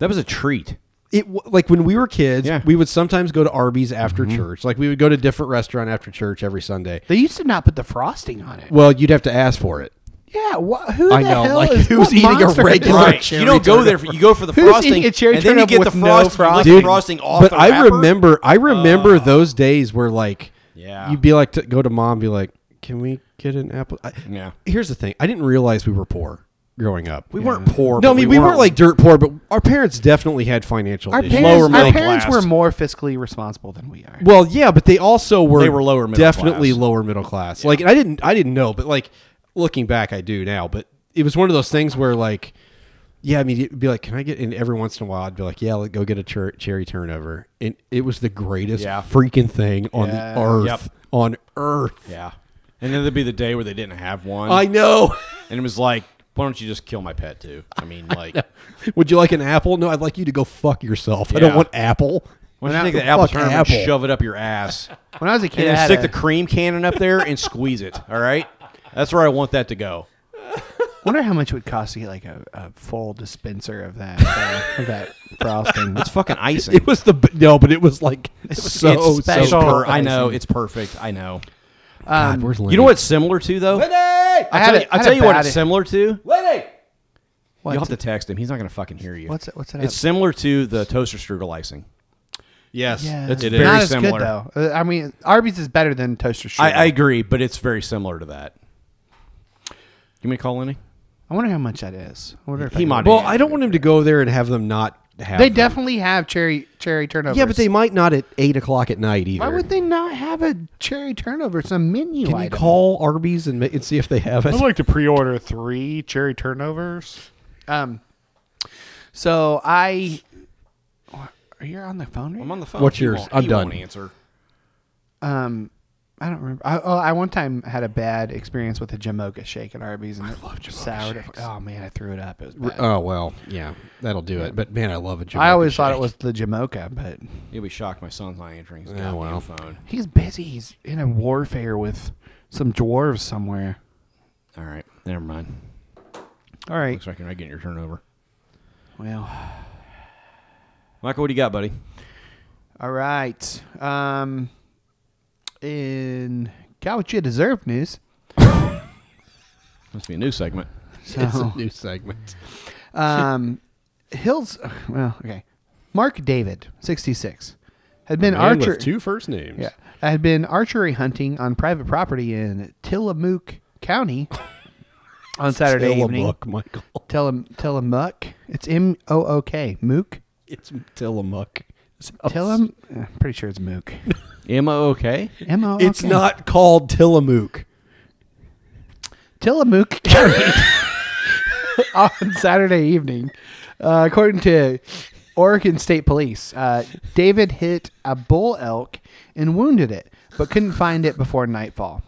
Speaker 3: that was a treat.
Speaker 2: it. w- Like when we were kids,
Speaker 3: Yeah.
Speaker 2: we would sometimes go to Arby's after church. Like we would go to a different restaurant after church every Sunday.
Speaker 1: They used to not put the frosting on it.
Speaker 2: Well, you'd have to ask for it.
Speaker 1: Yeah, wha- who
Speaker 2: I
Speaker 1: the
Speaker 2: know,
Speaker 1: hell
Speaker 2: like,
Speaker 1: is
Speaker 2: who's
Speaker 1: what
Speaker 2: eating a
Speaker 1: monster
Speaker 2: regular
Speaker 1: is-
Speaker 2: Right.
Speaker 3: You don't go there. For, you go for the
Speaker 1: Who's
Speaker 3: frosting,
Speaker 1: eating a cherry
Speaker 3: and then you
Speaker 1: turnip
Speaker 3: get the
Speaker 1: with no
Speaker 3: frosting. you lick the
Speaker 1: frosting?
Speaker 3: frosting off.
Speaker 2: but
Speaker 3: the
Speaker 2: I
Speaker 3: wrapper.
Speaker 2: remember, I remember those days where like,
Speaker 3: Yeah.
Speaker 2: you'd be like to go to mom, and be like, "Can we get an apple?" I,
Speaker 3: Yeah.
Speaker 2: Here's the thing: I didn't realize we were poor growing up.
Speaker 3: we weren't poor.
Speaker 2: No, I
Speaker 3: but
Speaker 2: mean we, weren't like dirt poor, but our parents definitely had financial
Speaker 1: Our
Speaker 2: issues.
Speaker 1: parents,
Speaker 3: Lower middle
Speaker 1: our parents
Speaker 3: class.
Speaker 1: were more fiscally responsible than we are.
Speaker 2: Well, yeah, but they also were
Speaker 3: They were lower middle
Speaker 2: definitely
Speaker 3: class.
Speaker 2: lower middle class. Like, and I didn't, I didn't know, but like looking back, I do now. But it was one of those things where, like, yeah, I mean, it'd be like, can I get? And every once in a while, I'd be like, yeah, let go get a cher- cherry turnover, and it was the greatest
Speaker 3: Yeah.
Speaker 2: freaking thing on the
Speaker 1: Yeah.
Speaker 2: earth,
Speaker 3: Yep.
Speaker 2: on earth.
Speaker 3: Yeah. And then there'd be the day where they didn't have one,
Speaker 2: I know. [laughs]
Speaker 3: and it was like, why don't you just kill my pet too? I mean, like,
Speaker 2: Would you like an apple? No, I'd like you to go fuck yourself. I
Speaker 3: Yeah.
Speaker 2: don't want apple.
Speaker 3: why don't you
Speaker 1: Not
Speaker 3: take the
Speaker 1: the
Speaker 3: apple
Speaker 2: fuck
Speaker 3: turnip
Speaker 2: apple.
Speaker 3: and shove it up your ass,
Speaker 1: When I was a kid,
Speaker 3: and
Speaker 1: I
Speaker 3: then
Speaker 1: had
Speaker 3: stick
Speaker 1: a-
Speaker 3: the cream cannon up there and squeeze it. All right, that's where I want that to go.
Speaker 1: wonder how much it would cost to get like a, a full dispenser of that uh, of that frosting.
Speaker 3: It's fucking icing.
Speaker 2: It was the b- no, but it was like so
Speaker 3: it's
Speaker 2: so
Speaker 3: special.
Speaker 2: per-
Speaker 3: I know
Speaker 1: icing.
Speaker 3: it's perfect. I know.
Speaker 2: God, where's
Speaker 3: You
Speaker 2: Lenny?
Speaker 3: know what's similar to though?
Speaker 1: I
Speaker 3: I
Speaker 1: had
Speaker 3: tell
Speaker 1: a-
Speaker 3: you, I'll
Speaker 1: I had
Speaker 3: tell
Speaker 1: a
Speaker 3: you what
Speaker 1: bad-
Speaker 3: it's similar to.
Speaker 1: What?
Speaker 3: You'll have to text him. He's not going to fucking hear you.
Speaker 1: What's it- what's it
Speaker 3: It's
Speaker 1: up?
Speaker 3: similar to the toaster strudel icing.
Speaker 2: Yes,
Speaker 1: Yeah,
Speaker 3: It's
Speaker 1: not
Speaker 3: very
Speaker 1: as
Speaker 3: similar.
Speaker 1: good though. Uh, I mean, Arby's is better than toaster.
Speaker 3: I, I
Speaker 1: Strudel.
Speaker 3: agree, but it's very similar to that. You may call Lenny.
Speaker 1: I wonder how much that is. I wonder if
Speaker 3: He
Speaker 1: I
Speaker 3: might-
Speaker 1: Well,
Speaker 2: Well, I don't want him to go there and have them not have.
Speaker 1: they
Speaker 2: them.
Speaker 1: definitely have cherry cherry turnovers.
Speaker 2: Yeah, but they might not at eight o'clock at night either.
Speaker 1: Why would they not have a cherry turnover? It's a menu
Speaker 2: Can you
Speaker 1: item.
Speaker 2: call Arby's and, ma- and see if they have it?
Speaker 7: I'd like to pre-order three cherry turnovers.
Speaker 1: Um, so I. Are you on the phone? Right?
Speaker 3: I'm on the phone.
Speaker 2: What's
Speaker 3: He
Speaker 2: yours?
Speaker 3: won't-
Speaker 2: I'm
Speaker 3: he won't
Speaker 2: done.
Speaker 3: answer.
Speaker 1: Um, I don't remember. I, oh, I one time had a bad experience with a Jamocha shake at Arby's, and I love soured. it. Oh man, I threw it up. It was bad.
Speaker 2: Oh well, yeah, that'll do it. But man, I love a Jamaican
Speaker 1: I always thought it
Speaker 2: shake.
Speaker 1: was the Jamocha, but
Speaker 3: You'll be shocked. My son's not answering his
Speaker 2: Yeah,
Speaker 3: goddamn
Speaker 2: well.
Speaker 3: phone.
Speaker 1: he's busy. He's in a warfare with some dwarves somewhere.
Speaker 3: All right, never mind.
Speaker 1: All right.
Speaker 3: Looks like you're
Speaker 2: [laughs]
Speaker 3: not getting your turnover.
Speaker 1: Well.
Speaker 3: Michael, what do you got, buddy?
Speaker 1: All right. Um, in got what you deserve news.
Speaker 3: Must be a new segment.
Speaker 2: It's
Speaker 1: So-
Speaker 2: a new [laughs] segment.
Speaker 1: [laughs] Um, Hills. Well, okay. Mark David, sixty-six, had been
Speaker 2: Man with
Speaker 1: archer.
Speaker 2: two first names.
Speaker 1: Yeah, had been archery hunting on private property in Tillamook
Speaker 2: [laughs]
Speaker 1: County on Saturday evening.
Speaker 2: Tillamook, Michael. [laughs]
Speaker 1: Tillam- Tillamook. It's M O O K. Mook.
Speaker 2: It's Tillamook. Oh,
Speaker 1: Tillam. eh, I'm pretty sure it's
Speaker 2: [laughs]
Speaker 1: Mook.
Speaker 3: Am I okay?
Speaker 1: M O O K.
Speaker 2: It's not called Tillamook.
Speaker 1: Tillamook [laughs] County on Saturday evening, uh, according to Oregon State Police. Uh, David hit a bull elk and wounded it, but couldn't find it before nightfall.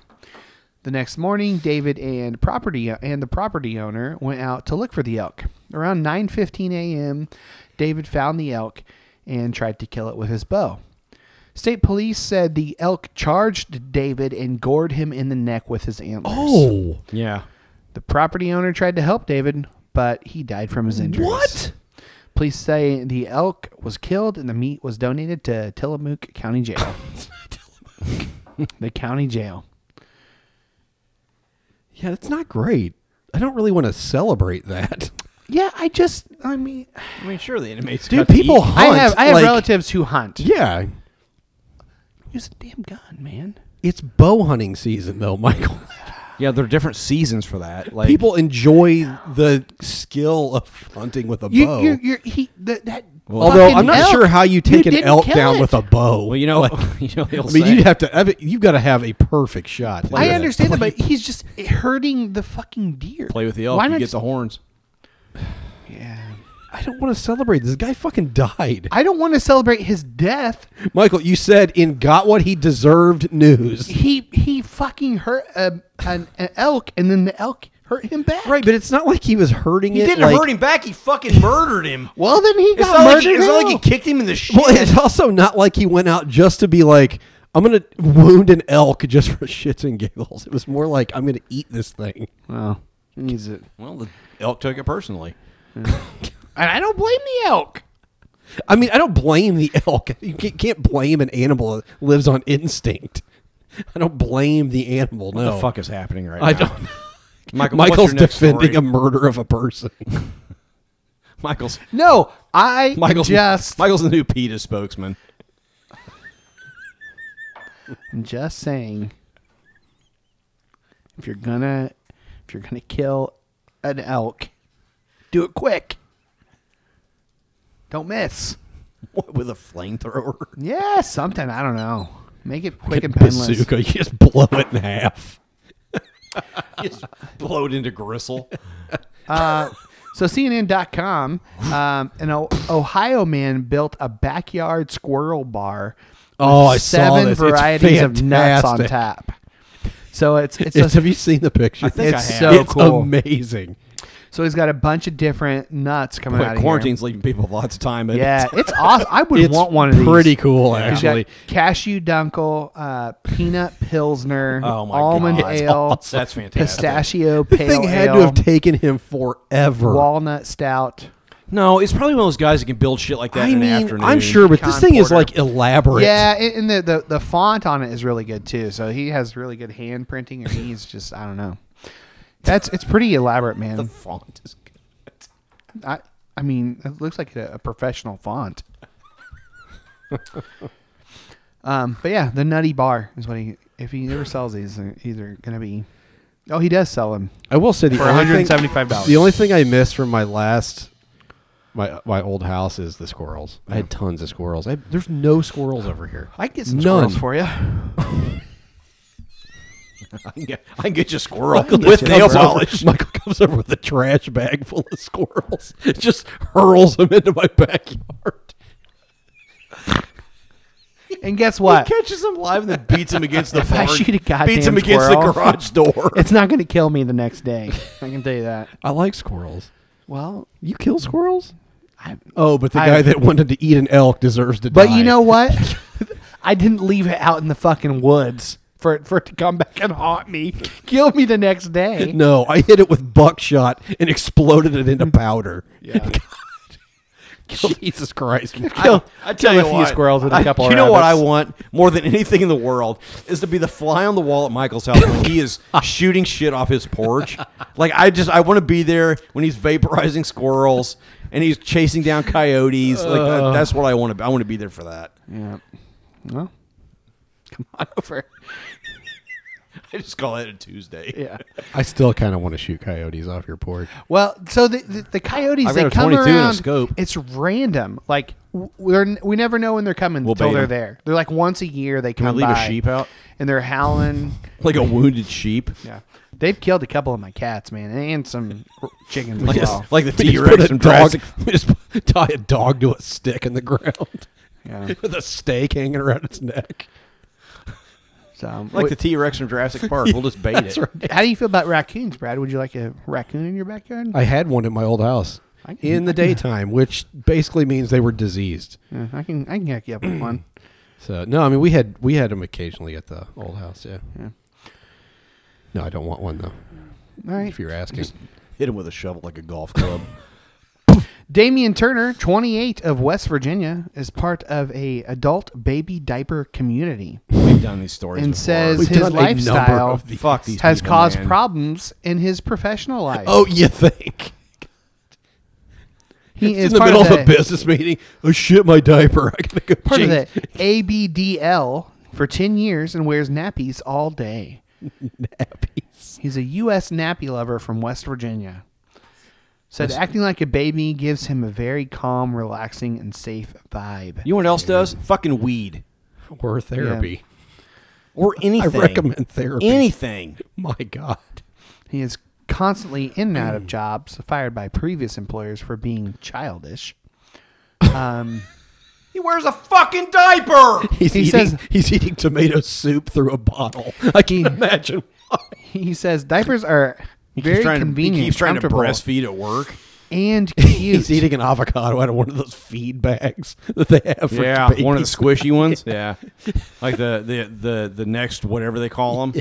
Speaker 1: The next morning, David and property and the property owner went out to look for the elk. Around 9:15 a.m., David found the elk and tried to kill it with his bow. State police said the elk charged David and gored him in the neck with his antlers.
Speaker 3: Yeah.
Speaker 1: The property owner tried to help David, but he died from his injuries. What? Police say the elk was killed and the meat was donated to Tillamook County [laughs] Jail. the county jail.
Speaker 2: Yeah, that's not great. I don't really want to celebrate that.
Speaker 1: Yeah, I just, I mean,
Speaker 3: I mean, sure, the E. inmates.
Speaker 2: Dude,
Speaker 3: got to
Speaker 2: people
Speaker 3: eat.
Speaker 2: hunt.
Speaker 1: I have I have
Speaker 2: like-
Speaker 1: relatives who hunt.
Speaker 2: Yeah.
Speaker 1: Use a damn gun, man.
Speaker 2: It's bow hunting season, though, Michael. [laughs]
Speaker 3: Yeah, there are different seasons for that. Like
Speaker 2: people enjoy the skill of hunting with a
Speaker 1: You,
Speaker 2: bow.
Speaker 1: you, you, he, that, that
Speaker 2: Although
Speaker 1: fucking
Speaker 2: I'm not
Speaker 1: elk,
Speaker 2: sure how you take an
Speaker 1: didn't
Speaker 2: elk
Speaker 1: kill
Speaker 2: down
Speaker 1: it.
Speaker 2: with a bow.
Speaker 3: Well, you know, [laughs] you know,
Speaker 2: I mean, you'd have to. I mean, You've got to have a perfect shot. to do
Speaker 1: I
Speaker 2: that.
Speaker 1: understand that, but he's just hurting the fucking deer.
Speaker 3: play with the elk.
Speaker 1: Why
Speaker 3: you
Speaker 1: not?
Speaker 3: get the horns.
Speaker 1: yeah.
Speaker 2: I don't want to celebrate. This guy fucking died.
Speaker 1: I don't want to celebrate his death.
Speaker 2: Michael, you said in got what he deserved news.
Speaker 1: He he fucking hurt a, an, an elk, and then the elk hurt him back.
Speaker 2: Right, but it's not like he was hurting
Speaker 3: He
Speaker 2: it.
Speaker 3: didn't
Speaker 2: like-
Speaker 3: hurt him back. He fucking murdered him.
Speaker 1: Well, then he
Speaker 3: It's
Speaker 1: got
Speaker 3: not, like
Speaker 1: murdered.
Speaker 3: [laughs] he, it's not like
Speaker 1: now.
Speaker 3: he kicked him in the shit.
Speaker 2: Well, it's also not like he went out just to be like, I'm gonna wound an elk just for [laughs] shits and giggles. It was more like I'm gonna eat this thing.
Speaker 1: Well, Oh, he needs it.
Speaker 3: Well, the elk took it personally.
Speaker 1: And I don't blame the elk.
Speaker 2: I mean, I don't blame the elk. [laughs] You ca- can't blame an animal that lives on instinct. [laughs] I don't blame the animal.
Speaker 3: What
Speaker 2: no,
Speaker 3: the fuck is happening right
Speaker 2: I
Speaker 3: now?
Speaker 2: don't.
Speaker 3: [laughs] Michael, what's
Speaker 2: Michael's
Speaker 3: your next
Speaker 2: defending
Speaker 3: story?
Speaker 2: a murder of a
Speaker 3: [laughs]
Speaker 2: person.
Speaker 3: Michael's
Speaker 1: No, I
Speaker 3: Michael's
Speaker 1: just
Speaker 3: Michael's the new PETA spokesman. [laughs]
Speaker 1: I'm just saying. If you're gonna, if you're gonna kill an elk, do it quick. Don't miss.
Speaker 3: What with a flamethrower?
Speaker 1: Yeah, something. I don't know. Make it quick
Speaker 2: Like
Speaker 1: and painless.
Speaker 2: bazooka, you just blow it in half.
Speaker 3: Just blow it into gristle.
Speaker 1: Uh, So CNN.com, um, an o- Ohio man built a backyard squirrel bar.
Speaker 2: Oh,
Speaker 1: with
Speaker 2: I saw
Speaker 1: seven
Speaker 2: this. It's
Speaker 1: varieties of nuts on
Speaker 2: fantastic.
Speaker 1: tap. So it's it's,
Speaker 2: [laughs] It's-
Speaker 1: a-
Speaker 2: have you seen the picture?
Speaker 3: I think I
Speaker 2: it's
Speaker 3: have.
Speaker 1: so
Speaker 2: it's
Speaker 1: cool.
Speaker 2: amazing.
Speaker 1: so he's got a bunch of different nuts coming out
Speaker 3: Wait,
Speaker 1: of
Speaker 3: quarantine's leaving people lots of time. in
Speaker 1: Here.
Speaker 3: it. [laughs]
Speaker 1: Yeah, it's awesome. I would
Speaker 2: It's
Speaker 1: want one of these.
Speaker 2: pretty cool,
Speaker 1: He's
Speaker 2: actually.
Speaker 1: got cashew dunkel, uh, peanut pilsner,
Speaker 3: Oh my
Speaker 1: almond
Speaker 3: God. That's
Speaker 1: ale,
Speaker 3: awesome. That's fantastic.
Speaker 1: pistachio
Speaker 2: The
Speaker 1: pale
Speaker 2: thing had
Speaker 1: ale,
Speaker 2: to have taken him forever.
Speaker 1: walnut stout.
Speaker 3: No, it's probably one of those guys that can build shit like that
Speaker 2: I
Speaker 3: in an
Speaker 2: mean,
Speaker 3: afternoon.
Speaker 2: I'm sure, but this
Speaker 1: Con
Speaker 2: thing is
Speaker 1: Porter.
Speaker 2: like elaborate.
Speaker 1: Yeah, a- and the, the the font on it is really good too. So he has really good hand printing, or
Speaker 2: [laughs]
Speaker 1: he's just I don't know. That's it's pretty elaborate,
Speaker 3: the
Speaker 1: man.
Speaker 3: font is good.
Speaker 1: I I mean, it looks like a, a professional
Speaker 2: [laughs]
Speaker 1: font. um, but yeah, the Nutty Bar is what he. If he ever sells these, they're either gonna be. Oh, he does sell them.
Speaker 2: I will say the
Speaker 1: For
Speaker 2: only thing-
Speaker 1: $175.
Speaker 2: The only thing I missed from my last my my old house is the squirrels. I had tons of squirrels. I, there's no squirrels over here.
Speaker 1: I can get some
Speaker 2: None.
Speaker 1: squirrels for you.
Speaker 3: I can get, I can get you a squirrel
Speaker 2: Michael
Speaker 3: with
Speaker 2: comes
Speaker 3: nail
Speaker 2: over-
Speaker 3: polish.
Speaker 2: Michael comes over with a trash bag full of squirrels. [laughs] Just hurls them into my backyard.
Speaker 1: And guess what?
Speaker 3: He catches him live and then beats him
Speaker 2: [laughs]
Speaker 3: against the
Speaker 1: If I
Speaker 3: barn.
Speaker 1: shoot a goddamn
Speaker 3: beats him against the
Speaker 1: squirrel.
Speaker 3: garage door.
Speaker 1: It's not gonna kill me the next day. [laughs] I can tell you that.
Speaker 2: I like squirrels.
Speaker 1: Well,
Speaker 2: You kill squirrels?
Speaker 1: I,
Speaker 2: Oh, but the
Speaker 1: I-
Speaker 2: guy that wanted to eat an elk deserves to die.
Speaker 1: But you know
Speaker 3: [laughs]
Speaker 1: what? I didn't leave it out in the fucking woods for it, for it to come back and haunt me, kill me the next [laughs]
Speaker 3: [laughs]
Speaker 1: day.
Speaker 2: No, I hit it with buckshot and exploded it
Speaker 1: Hmm.
Speaker 2: into powder. [laughs] Yeah. Jesus Christ.
Speaker 3: I, I tell you
Speaker 1: a few
Speaker 3: what,
Speaker 1: squirrels with a
Speaker 3: I-
Speaker 1: couple
Speaker 3: You know what I
Speaker 1: rabbits.
Speaker 3: want more than anything in the world is to be the fly on the wall at Michael's house when
Speaker 1: [laughs]
Speaker 3: he is shooting shit off his porch. Like I just I want to be there when he's vaporizing squirrels and he's chasing down coyotes. Like that, that's what I want to. be. I want to be there for that.
Speaker 1: Yeah. Well, come on [laughs] over.
Speaker 3: I just call it a Tuesday.
Speaker 1: Yeah.
Speaker 2: I still kind of want to shoot coyotes off your porch.
Speaker 1: Well, so the the, the coyotes
Speaker 3: I've
Speaker 1: they
Speaker 3: got a
Speaker 1: come
Speaker 3: 22 and a
Speaker 1: around.
Speaker 3: scope.
Speaker 1: It's random. Like w- we're, n- we never know when they're coming
Speaker 3: We'll
Speaker 1: until
Speaker 3: bait
Speaker 1: they're
Speaker 3: 'em.
Speaker 1: there. They're like once a year they
Speaker 3: Can I
Speaker 1: come
Speaker 3: leave
Speaker 1: by,
Speaker 3: a sheep out?
Speaker 1: and they're
Speaker 3: [laughs]
Speaker 1: howling.
Speaker 3: Like a wounded sheep.
Speaker 1: Yeah. They've killed a couple of my cats, man, and some chickens
Speaker 3: Like,
Speaker 1: as well.
Speaker 3: [laughs]
Speaker 1: [laughs]
Speaker 3: like the
Speaker 2: We
Speaker 3: T
Speaker 2: just put
Speaker 3: Rex
Speaker 2: a
Speaker 3: from
Speaker 2: dog,
Speaker 3: Jurassic.
Speaker 2: we just put- tie a dog to a stick in the [laughs] ground
Speaker 1: Yeah.
Speaker 2: with a stake hanging around its neck.
Speaker 1: So
Speaker 3: [laughs] Like
Speaker 1: what-
Speaker 3: the T Rex from Jurassic Park. We'll just
Speaker 1: [laughs]
Speaker 3: bait it.
Speaker 1: How do you feel about raccoons, Brad? Would you like a raccoon in your backyard?
Speaker 2: I had one at my old house
Speaker 1: I can-
Speaker 2: in the
Speaker 1: I can-
Speaker 2: daytime, which basically means they were diseased. [clears throat]
Speaker 1: Yeah, I can I can hook you up with one.
Speaker 2: So no, I mean we had we had them occasionally at the old house. Yeah. No, I don't want one though.
Speaker 1: All right.
Speaker 2: If you're asking,
Speaker 3: hit him with a shovel like a golf club.
Speaker 1: Damian Turner, 28 of West Virginia, is part of a adult baby diaper community
Speaker 3: We've done these stories
Speaker 1: and
Speaker 3: before.
Speaker 1: says
Speaker 2: We've
Speaker 1: his
Speaker 2: done a number
Speaker 1: lifestyle
Speaker 2: of these.
Speaker 3: Fuck these
Speaker 1: has
Speaker 3: people,
Speaker 1: caused
Speaker 3: man.
Speaker 1: problems in his professional life.
Speaker 2: oh, you think?
Speaker 1: he
Speaker 2: It's
Speaker 1: is
Speaker 2: in the
Speaker 1: part
Speaker 2: middle of, a
Speaker 1: the-
Speaker 2: business meeting. Oh shit, my diaper. [laughs] I gotta go.
Speaker 1: part
Speaker 2: change.
Speaker 1: of the ABDL for 10 years and wears nappies all
Speaker 3: [laughs]
Speaker 1: day. nappies. He's a U.S. nappy lover from West Virginia. Said acting like a baby gives him a very calm, relaxing, and safe vibe.
Speaker 3: You know what else does? Fucking weed
Speaker 2: Or therapy. [laughs]
Speaker 3: or anything.
Speaker 2: recommend therapy.
Speaker 3: Anything.
Speaker 2: My God.
Speaker 1: He is constantly in and out
Speaker 3: [clears throat]
Speaker 1: of jobs, fired by previous employers for being childish. Um,
Speaker 3: He wears a fucking diaper.
Speaker 2: [laughs] He's
Speaker 1: He
Speaker 2: eating.
Speaker 1: says-
Speaker 2: he's eating tomato soup through a bottle. I can not imagine. Why.
Speaker 1: he says diapers are very
Speaker 3: trying
Speaker 1: convenient,
Speaker 3: To, he keeps trying to
Speaker 1: comfortable,
Speaker 3: breastfeed at work. [laughs]
Speaker 1: and cute.
Speaker 2: He's eating an avocado out of one of those feed bags [laughs] that they have. For
Speaker 3: Yeah,
Speaker 2: babies.
Speaker 3: one of the squishy
Speaker 2: [laughs]
Speaker 3: ones. yeah, [laughs] like the, the the the next whatever they call
Speaker 2: [laughs]
Speaker 3: them,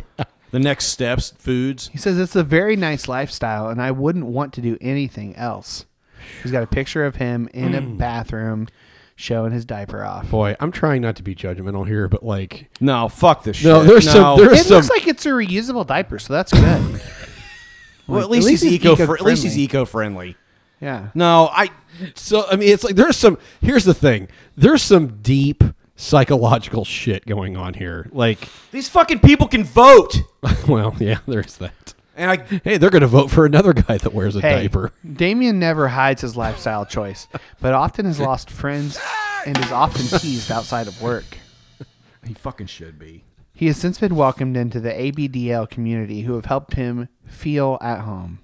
Speaker 3: the next steps foods.
Speaker 1: He says it's a very nice lifestyle, and I wouldn't want to do anything else. He's got a picture of him in
Speaker 2: Hmm.
Speaker 1: a bathroom, showing his diaper off.
Speaker 2: Boy, I'm trying not to be judgmental here, but like,
Speaker 3: No, fuck this shit.
Speaker 2: No, there's some- there-
Speaker 1: It looks
Speaker 2: Some-
Speaker 1: like it's a reusable diaper, so that's
Speaker 2: [laughs]
Speaker 1: good.
Speaker 3: well, at least,
Speaker 1: least
Speaker 3: he's
Speaker 1: he's
Speaker 3: eco. At least he's
Speaker 1: eco-friendly.
Speaker 3: eco-friendly.
Speaker 1: yeah.
Speaker 3: No, I.
Speaker 2: so I mean, it's like there's some. Here's the thing. There's some deep psychological shit going on here. Like, [laughs]
Speaker 3: These fucking people can vote.
Speaker 2: well, yeah, there's that.
Speaker 3: And I,
Speaker 2: Hey, they're going to vote for another guy that wears a
Speaker 1: Hey,
Speaker 2: diaper.
Speaker 1: Damien never hides his lifestyle choice, but often
Speaker 2: [laughs]
Speaker 1: has lost friends and is often teased outside of work.
Speaker 3: he fucking should be.
Speaker 1: He has since been welcomed into the ABDL community, who have helped him feel at home.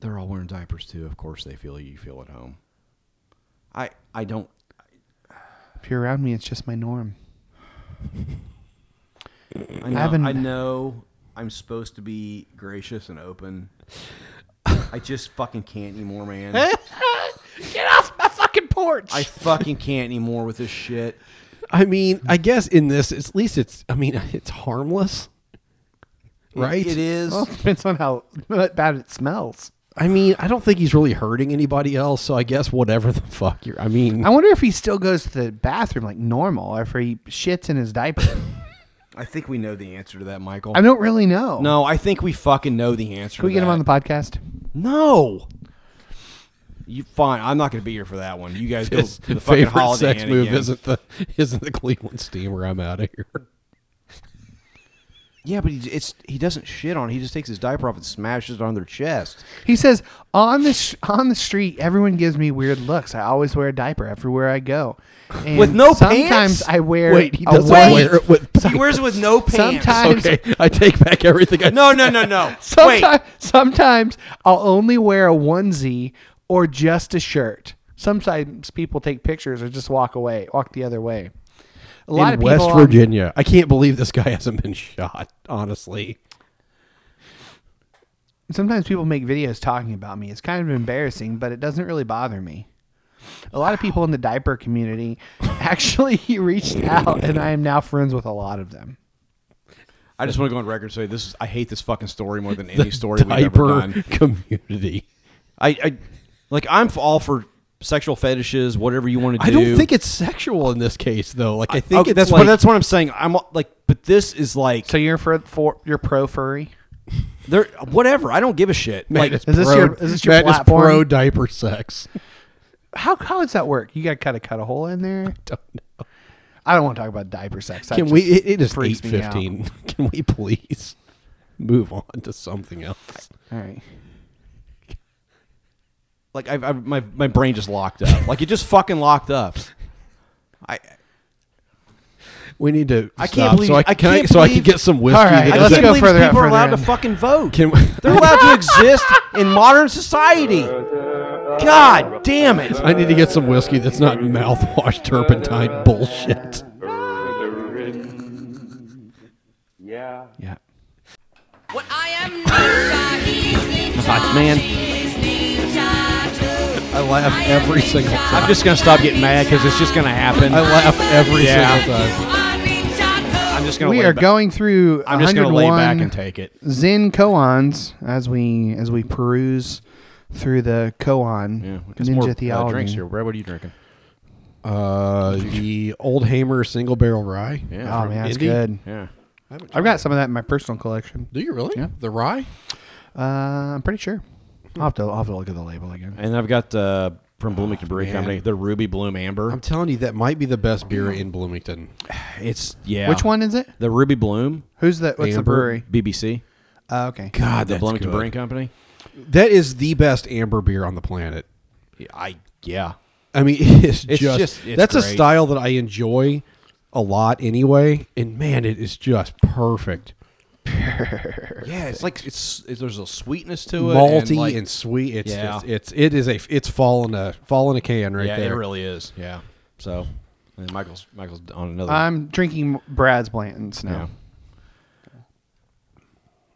Speaker 3: They're all wearing diapers too. Of course, they feel you feel at home. I I don't.
Speaker 1: If you're around me, it's just my norm.
Speaker 3: I know,
Speaker 1: haven't-
Speaker 3: I know I'm supposed to be gracious and open. I just fucking can't
Speaker 1: [laughs]
Speaker 3: anymore, man. Get off my fucking porch. I fucking can't anymore with this shit.
Speaker 2: I mean, I guess in this, at least it's. I mean, [laughs] it's harmless, right?
Speaker 3: It is.
Speaker 1: Well, [laughs] it depends on how bad it smells.
Speaker 2: I mean, I don't think he's really hurting anybody else. So I guess whatever the [laughs] fuck you're. I mean,
Speaker 1: I wonder if he still goes to the bathroom like normal, or if he shits in his diaper. [laughs]
Speaker 3: I think we know the answer to that, Michael.
Speaker 1: I don't really know.
Speaker 3: no, I think we fucking know the answer.
Speaker 1: Can we get him on the podcast?
Speaker 3: No. You fine. I'm not going to be here for that one. You guys
Speaker 2: [laughs]
Speaker 3: go
Speaker 2: his
Speaker 3: to the fucking
Speaker 2: favorite
Speaker 3: holiday
Speaker 2: sex
Speaker 3: Inn
Speaker 2: move
Speaker 3: again.
Speaker 2: isn't the [laughs] isn't the Cleveland Steamer. I'm out of here.
Speaker 3: Yeah, but he, it's he doesn't shit on. it. He just takes his diaper off and smashes it on their chest.
Speaker 1: He says on the sh- on the street, everyone gives me weird looks. I always wear a diaper everywhere I go. And
Speaker 3: With no
Speaker 1: sometimes
Speaker 3: pants?
Speaker 1: I wear.
Speaker 2: Wait, he
Speaker 1: a
Speaker 2: doesn't
Speaker 1: white- [laughs]
Speaker 2: wear it with.
Speaker 3: He wears it with no pants.
Speaker 1: Sometimes,
Speaker 2: Okay, I take back everything. I
Speaker 3: [laughs] No, no,
Speaker 2: [laughs]
Speaker 3: no, no. Wait.
Speaker 1: sometimes, sometimes I'll only wear a onesie or just a shirt. Sometimes people take pictures or just walk away, walk the other way. A lot
Speaker 2: in
Speaker 1: of
Speaker 2: West
Speaker 1: people on-
Speaker 2: Virginia. I can't believe this guy hasn't been shot. Honestly,
Speaker 1: sometimes people make videos talking about me. It's kind of embarrassing, but it doesn't really bother me. A lot of people in the diaper community [laughs] actually [laughs] reached out, and I am now friends with a lot of them.
Speaker 3: I just want to go on record and say this is I hate this fucking story more than any story we've ever
Speaker 2: diaper
Speaker 3: done.
Speaker 2: [laughs] community.
Speaker 3: I, I like I'm all for sexual fetishes, whatever you want to do.
Speaker 2: I don't think it's sexual in this case, though. Like I think
Speaker 3: okay,
Speaker 2: it's
Speaker 3: that's
Speaker 2: like,
Speaker 3: what that's what I'm saying. I'm like, but this is like
Speaker 1: So you're for, for you're pro furry?
Speaker 3: there whatever. I don't give a shit.
Speaker 2: Matt
Speaker 3: Like
Speaker 2: is
Speaker 1: is this
Speaker 2: pro-
Speaker 1: your- is this your
Speaker 2: Matt
Speaker 1: platform?
Speaker 2: pro diaper sex. [laughs]
Speaker 1: How how does that work? You got to kind of cut a hole in there.
Speaker 2: Don't know.
Speaker 1: I don't want to talk about diaper sex. That
Speaker 2: Can
Speaker 1: just
Speaker 2: we? It, it is eight
Speaker 1: freaks me out.
Speaker 2: fifteen. [laughs] Can we please move on to something else?
Speaker 1: All right.
Speaker 3: like I, I my my brain just locked up. like it just fucking locked up. I
Speaker 2: We need to.
Speaker 3: I can't
Speaker 2: stop
Speaker 3: believe-
Speaker 2: So I,
Speaker 3: I
Speaker 2: can I,
Speaker 3: can't
Speaker 2: so I can
Speaker 3: believe-
Speaker 2: get some whiskey.
Speaker 1: All right,
Speaker 2: that
Speaker 1: let's
Speaker 2: doesn't-
Speaker 1: go
Speaker 3: believe
Speaker 1: further out,
Speaker 3: people are
Speaker 1: further
Speaker 3: allowed
Speaker 1: in.
Speaker 3: to fucking vote.
Speaker 2: Can
Speaker 3: They're allowed to exist in modern society. God damn it.
Speaker 2: [laughs] I need to get some whiskey that's not mouthwash
Speaker 3: Uh,
Speaker 2: turpentine bullshit.
Speaker 1: Yeah.
Speaker 10: What I am ninja, he's ninja,
Speaker 3: man.
Speaker 10: she is ninja too.
Speaker 3: I
Speaker 2: laugh every single time.
Speaker 3: I'm just gonna stop getting mad because it's just gonna happen.
Speaker 2: I laugh every
Speaker 3: Yeah.
Speaker 2: single time.
Speaker 3: I'm just gonna.
Speaker 1: we
Speaker 3: lay
Speaker 1: are
Speaker 3: back.
Speaker 1: going through.
Speaker 3: I'm just gonna lay back
Speaker 1: 101
Speaker 3: and take it.
Speaker 1: Zen koans as we as we peruse through the koan
Speaker 3: Yeah, we got some
Speaker 1: ninja
Speaker 3: more uh,
Speaker 1: theology.
Speaker 3: drinks here. Brad, what are you drinking?
Speaker 2: Uh, the Old Hamer single barrel rye.
Speaker 3: Yeah.
Speaker 1: Oh man, that's
Speaker 2: Indy?
Speaker 1: good.
Speaker 3: Yeah.
Speaker 1: I've got some of that in my personal collection.
Speaker 2: Do you really?
Speaker 1: Yeah.
Speaker 2: The rye?
Speaker 1: Uh, I'm pretty sure. I'll have to I'll have to look at the label again.
Speaker 3: And I've got uh, from Bloomington Brewery
Speaker 2: man.
Speaker 3: Company the Ruby Bloom Amber.
Speaker 2: I'm telling you, that might be the best beer in Bloomington.
Speaker 3: it's yeah.
Speaker 1: Which one is it?
Speaker 3: The Ruby Bloom.
Speaker 1: Who's the what's the
Speaker 2: Amber.
Speaker 1: brewery?
Speaker 3: BBC.
Speaker 1: Oh, okay.
Speaker 2: God,
Speaker 3: the
Speaker 2: that's
Speaker 3: Bloomington
Speaker 2: good.
Speaker 3: Brewing Company.
Speaker 2: That is the best amber beer on the planet.
Speaker 3: Yeah, I yeah.
Speaker 2: I mean, [laughs] it's,
Speaker 3: It's
Speaker 2: just,
Speaker 3: just- it's
Speaker 2: that's a
Speaker 3: great.
Speaker 2: style that I enjoy a lot anyway. And man, it is just perfect,
Speaker 3: Yeah, it's like it's, it's there's a sweetness to it,
Speaker 2: malty and,
Speaker 3: like-
Speaker 2: sweet. It's
Speaker 3: Yeah.
Speaker 2: just, it's it is a it's fallen a fallen a can right
Speaker 3: yeah,
Speaker 2: there.
Speaker 3: it really is. Yeah. So, and Michael's Michael's on another.
Speaker 1: I'm drinking Brad's Blanton's
Speaker 3: yeah.
Speaker 1: now.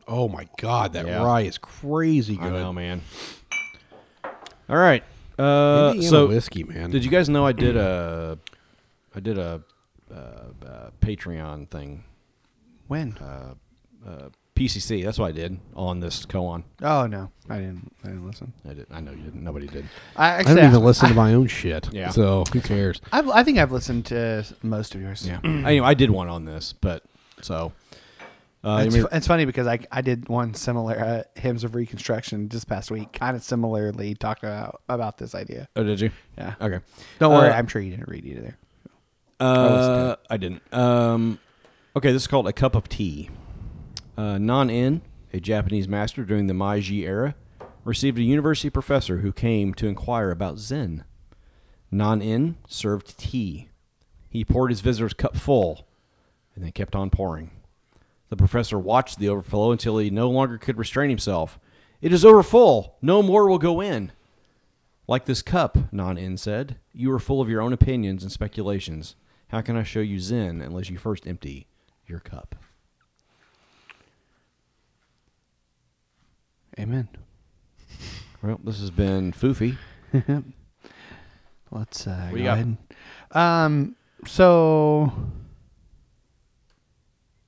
Speaker 2: oh my god, that
Speaker 3: Yeah.
Speaker 2: rye is crazy
Speaker 3: I
Speaker 2: good.
Speaker 3: know, man. All right. Uh,
Speaker 2: Indiana
Speaker 3: so
Speaker 2: whiskey, man.
Speaker 3: Did you guys know I did a I did a, uh uh Patreon thing
Speaker 1: When?
Speaker 3: Uh, PCC. That's what I did on this koan.
Speaker 1: oh no, I didn't. I didn't listen.
Speaker 3: I did. I know you didn't. Nobody
Speaker 1: [clears throat]
Speaker 3: did.
Speaker 1: I,
Speaker 2: I don't
Speaker 1: actually,
Speaker 2: even listen to my own shit.
Speaker 3: Yeah.
Speaker 2: So who cares?
Speaker 1: I've, I think I've listened to most of yours.
Speaker 3: Yeah. anyway, I did one on this, but so. [clears throat] Uh,
Speaker 1: It's,
Speaker 3: you
Speaker 1: fu- it's funny because I, I did one similar uh, hymns of reconstruction this past week, kind of similarly talked about about this idea.
Speaker 3: oh, did you?
Speaker 1: Yeah.
Speaker 3: Okay.
Speaker 1: Don't worry,
Speaker 3: Uh,
Speaker 1: I'm sure you didn't read either.
Speaker 3: Uh, I didn't. Um, okay, this is called a cup of tea. Uh, Nan In, a Japanese master during the Meiji era, received a university professor who came to inquire about Zen. Nan In served tea. He poured his visitor's cup full, and then kept on pouring. The professor watched the overflow until he no longer could restrain himself. It is overfull. No more will go in. Like this cup, Nan In said, you are full of your own opinions and speculations. How can I show you Zen unless you first empty your cup?
Speaker 1: Amen.
Speaker 3: Well, this has been Foofy.
Speaker 1: Let's uh,
Speaker 3: What
Speaker 1: go
Speaker 3: you got?
Speaker 1: ahead. Um, so,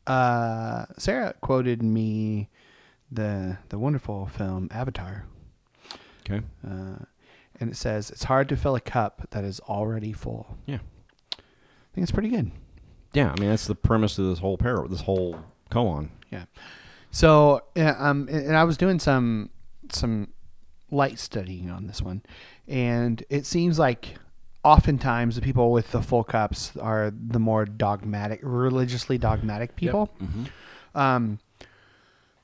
Speaker 1: uh, Sarah quoted me the the wonderful film Avatar,
Speaker 3: Okay.
Speaker 1: uh, and it says it's hard to fill a cup that is already full.
Speaker 3: Yeah.
Speaker 1: I think it's pretty good.
Speaker 3: Yeah, I mean that's the premise of this whole pair, this whole koan.
Speaker 1: Yeah. So, yeah, um, and and I was doing some some light studying on this one, and it seems like oftentimes the people with the full cups are the more dogmatic, religiously dogmatic people. Um,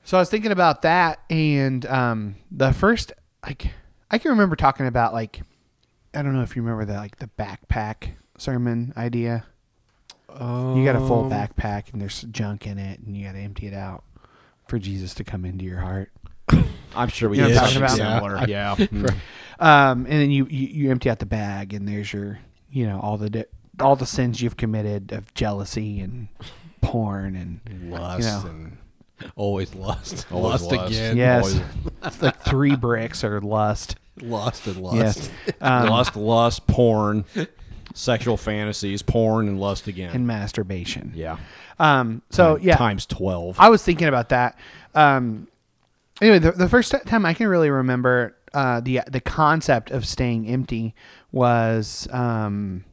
Speaker 1: so I was thinking about that, and um, the first like I can remember talking about like I don't know if you remember the like the backpack sermon idea. You got a full backpack and there's junk in it, and you got to empty it out for Jesus to come into your heart.
Speaker 3: I'm sure we
Speaker 1: You know
Speaker 3: did
Speaker 1: what I'm
Speaker 3: something
Speaker 1: talking
Speaker 3: similar. [laughs] Yeah. Mm.
Speaker 1: Um, and then you, you you empty out the bag, and there's your you know all the di- all the sins you've committed of jealousy and porn and
Speaker 2: Lust
Speaker 1: You know.
Speaker 2: [laughs] and always lust.
Speaker 3: Always
Speaker 2: lust,
Speaker 3: lust.
Speaker 2: again.
Speaker 1: yes,
Speaker 2: Always
Speaker 1: It's [laughs] like three bricks or lust.
Speaker 2: lust and lust.
Speaker 1: Yes, um,
Speaker 3: lust, lust, porn, sexual fantasies, porn, and lust again.
Speaker 1: and masturbation.
Speaker 3: yeah.
Speaker 1: Um. So yeah,
Speaker 3: Times twelve.
Speaker 1: I was thinking about that. Um, anyway, the, the first time I can really remember uh, the the concept of staying empty was um,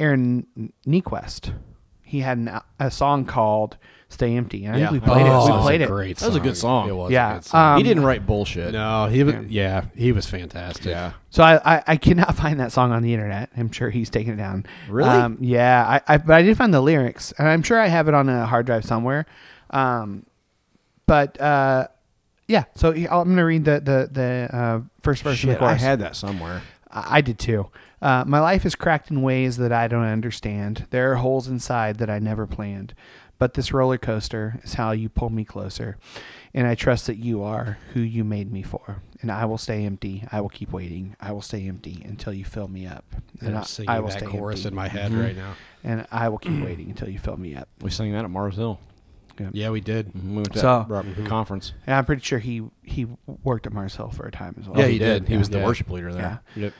Speaker 1: Aaron Nequest. He had an, a song called "Stay Empty," and I
Speaker 3: Yeah.
Speaker 1: think we played
Speaker 3: Oh,
Speaker 1: it.
Speaker 2: that
Speaker 1: We
Speaker 2: was
Speaker 1: played
Speaker 2: a
Speaker 1: it.
Speaker 2: Great
Speaker 3: That was a good song.
Speaker 2: It was
Speaker 1: Yeah,
Speaker 2: a good song.
Speaker 1: um,
Speaker 3: he didn't write bullshit.
Speaker 2: no, he was, yeah, he was fantastic. Yeah.
Speaker 1: So I, I, I cannot [laughs] find that song on the internet. I'm sure he's taken it down.
Speaker 3: Really?
Speaker 1: Um, yeah. I, I but I did find the lyrics, and I'm sure I have it on a hard drive somewhere. Um, but uh, yeah. So he- I'm gonna read the the the uh, first verse of the
Speaker 3: Shit, I
Speaker 1: chorus.
Speaker 3: had that somewhere.
Speaker 1: I I did too. Uh, my life is cracked in ways that I don't understand. There are holes inside that I never planned. But this roller coaster is how you pull me closer. And I trust that you are who you made me for. And I will stay empty. I will keep waiting. I will stay empty until you fill me up. And
Speaker 2: I'm
Speaker 1: I,
Speaker 2: singing
Speaker 1: I will
Speaker 2: that
Speaker 1: stay
Speaker 2: chorus
Speaker 1: empty. Mm-hmm.
Speaker 2: in my head right now.
Speaker 3: [clears throat]
Speaker 1: and I will keep waiting until you fill me up.
Speaker 3: We sang that at Mars Hill. Mm-hmm.
Speaker 2: Yeah, we did.
Speaker 3: We went to
Speaker 1: So-
Speaker 3: that rock conference.
Speaker 1: And I'm pretty sure he he worked at Mars Hill for a time as well.
Speaker 3: Yeah, he did. He was the
Speaker 1: Oh, Yeah.
Speaker 3: worship leader there.
Speaker 1: Yeah.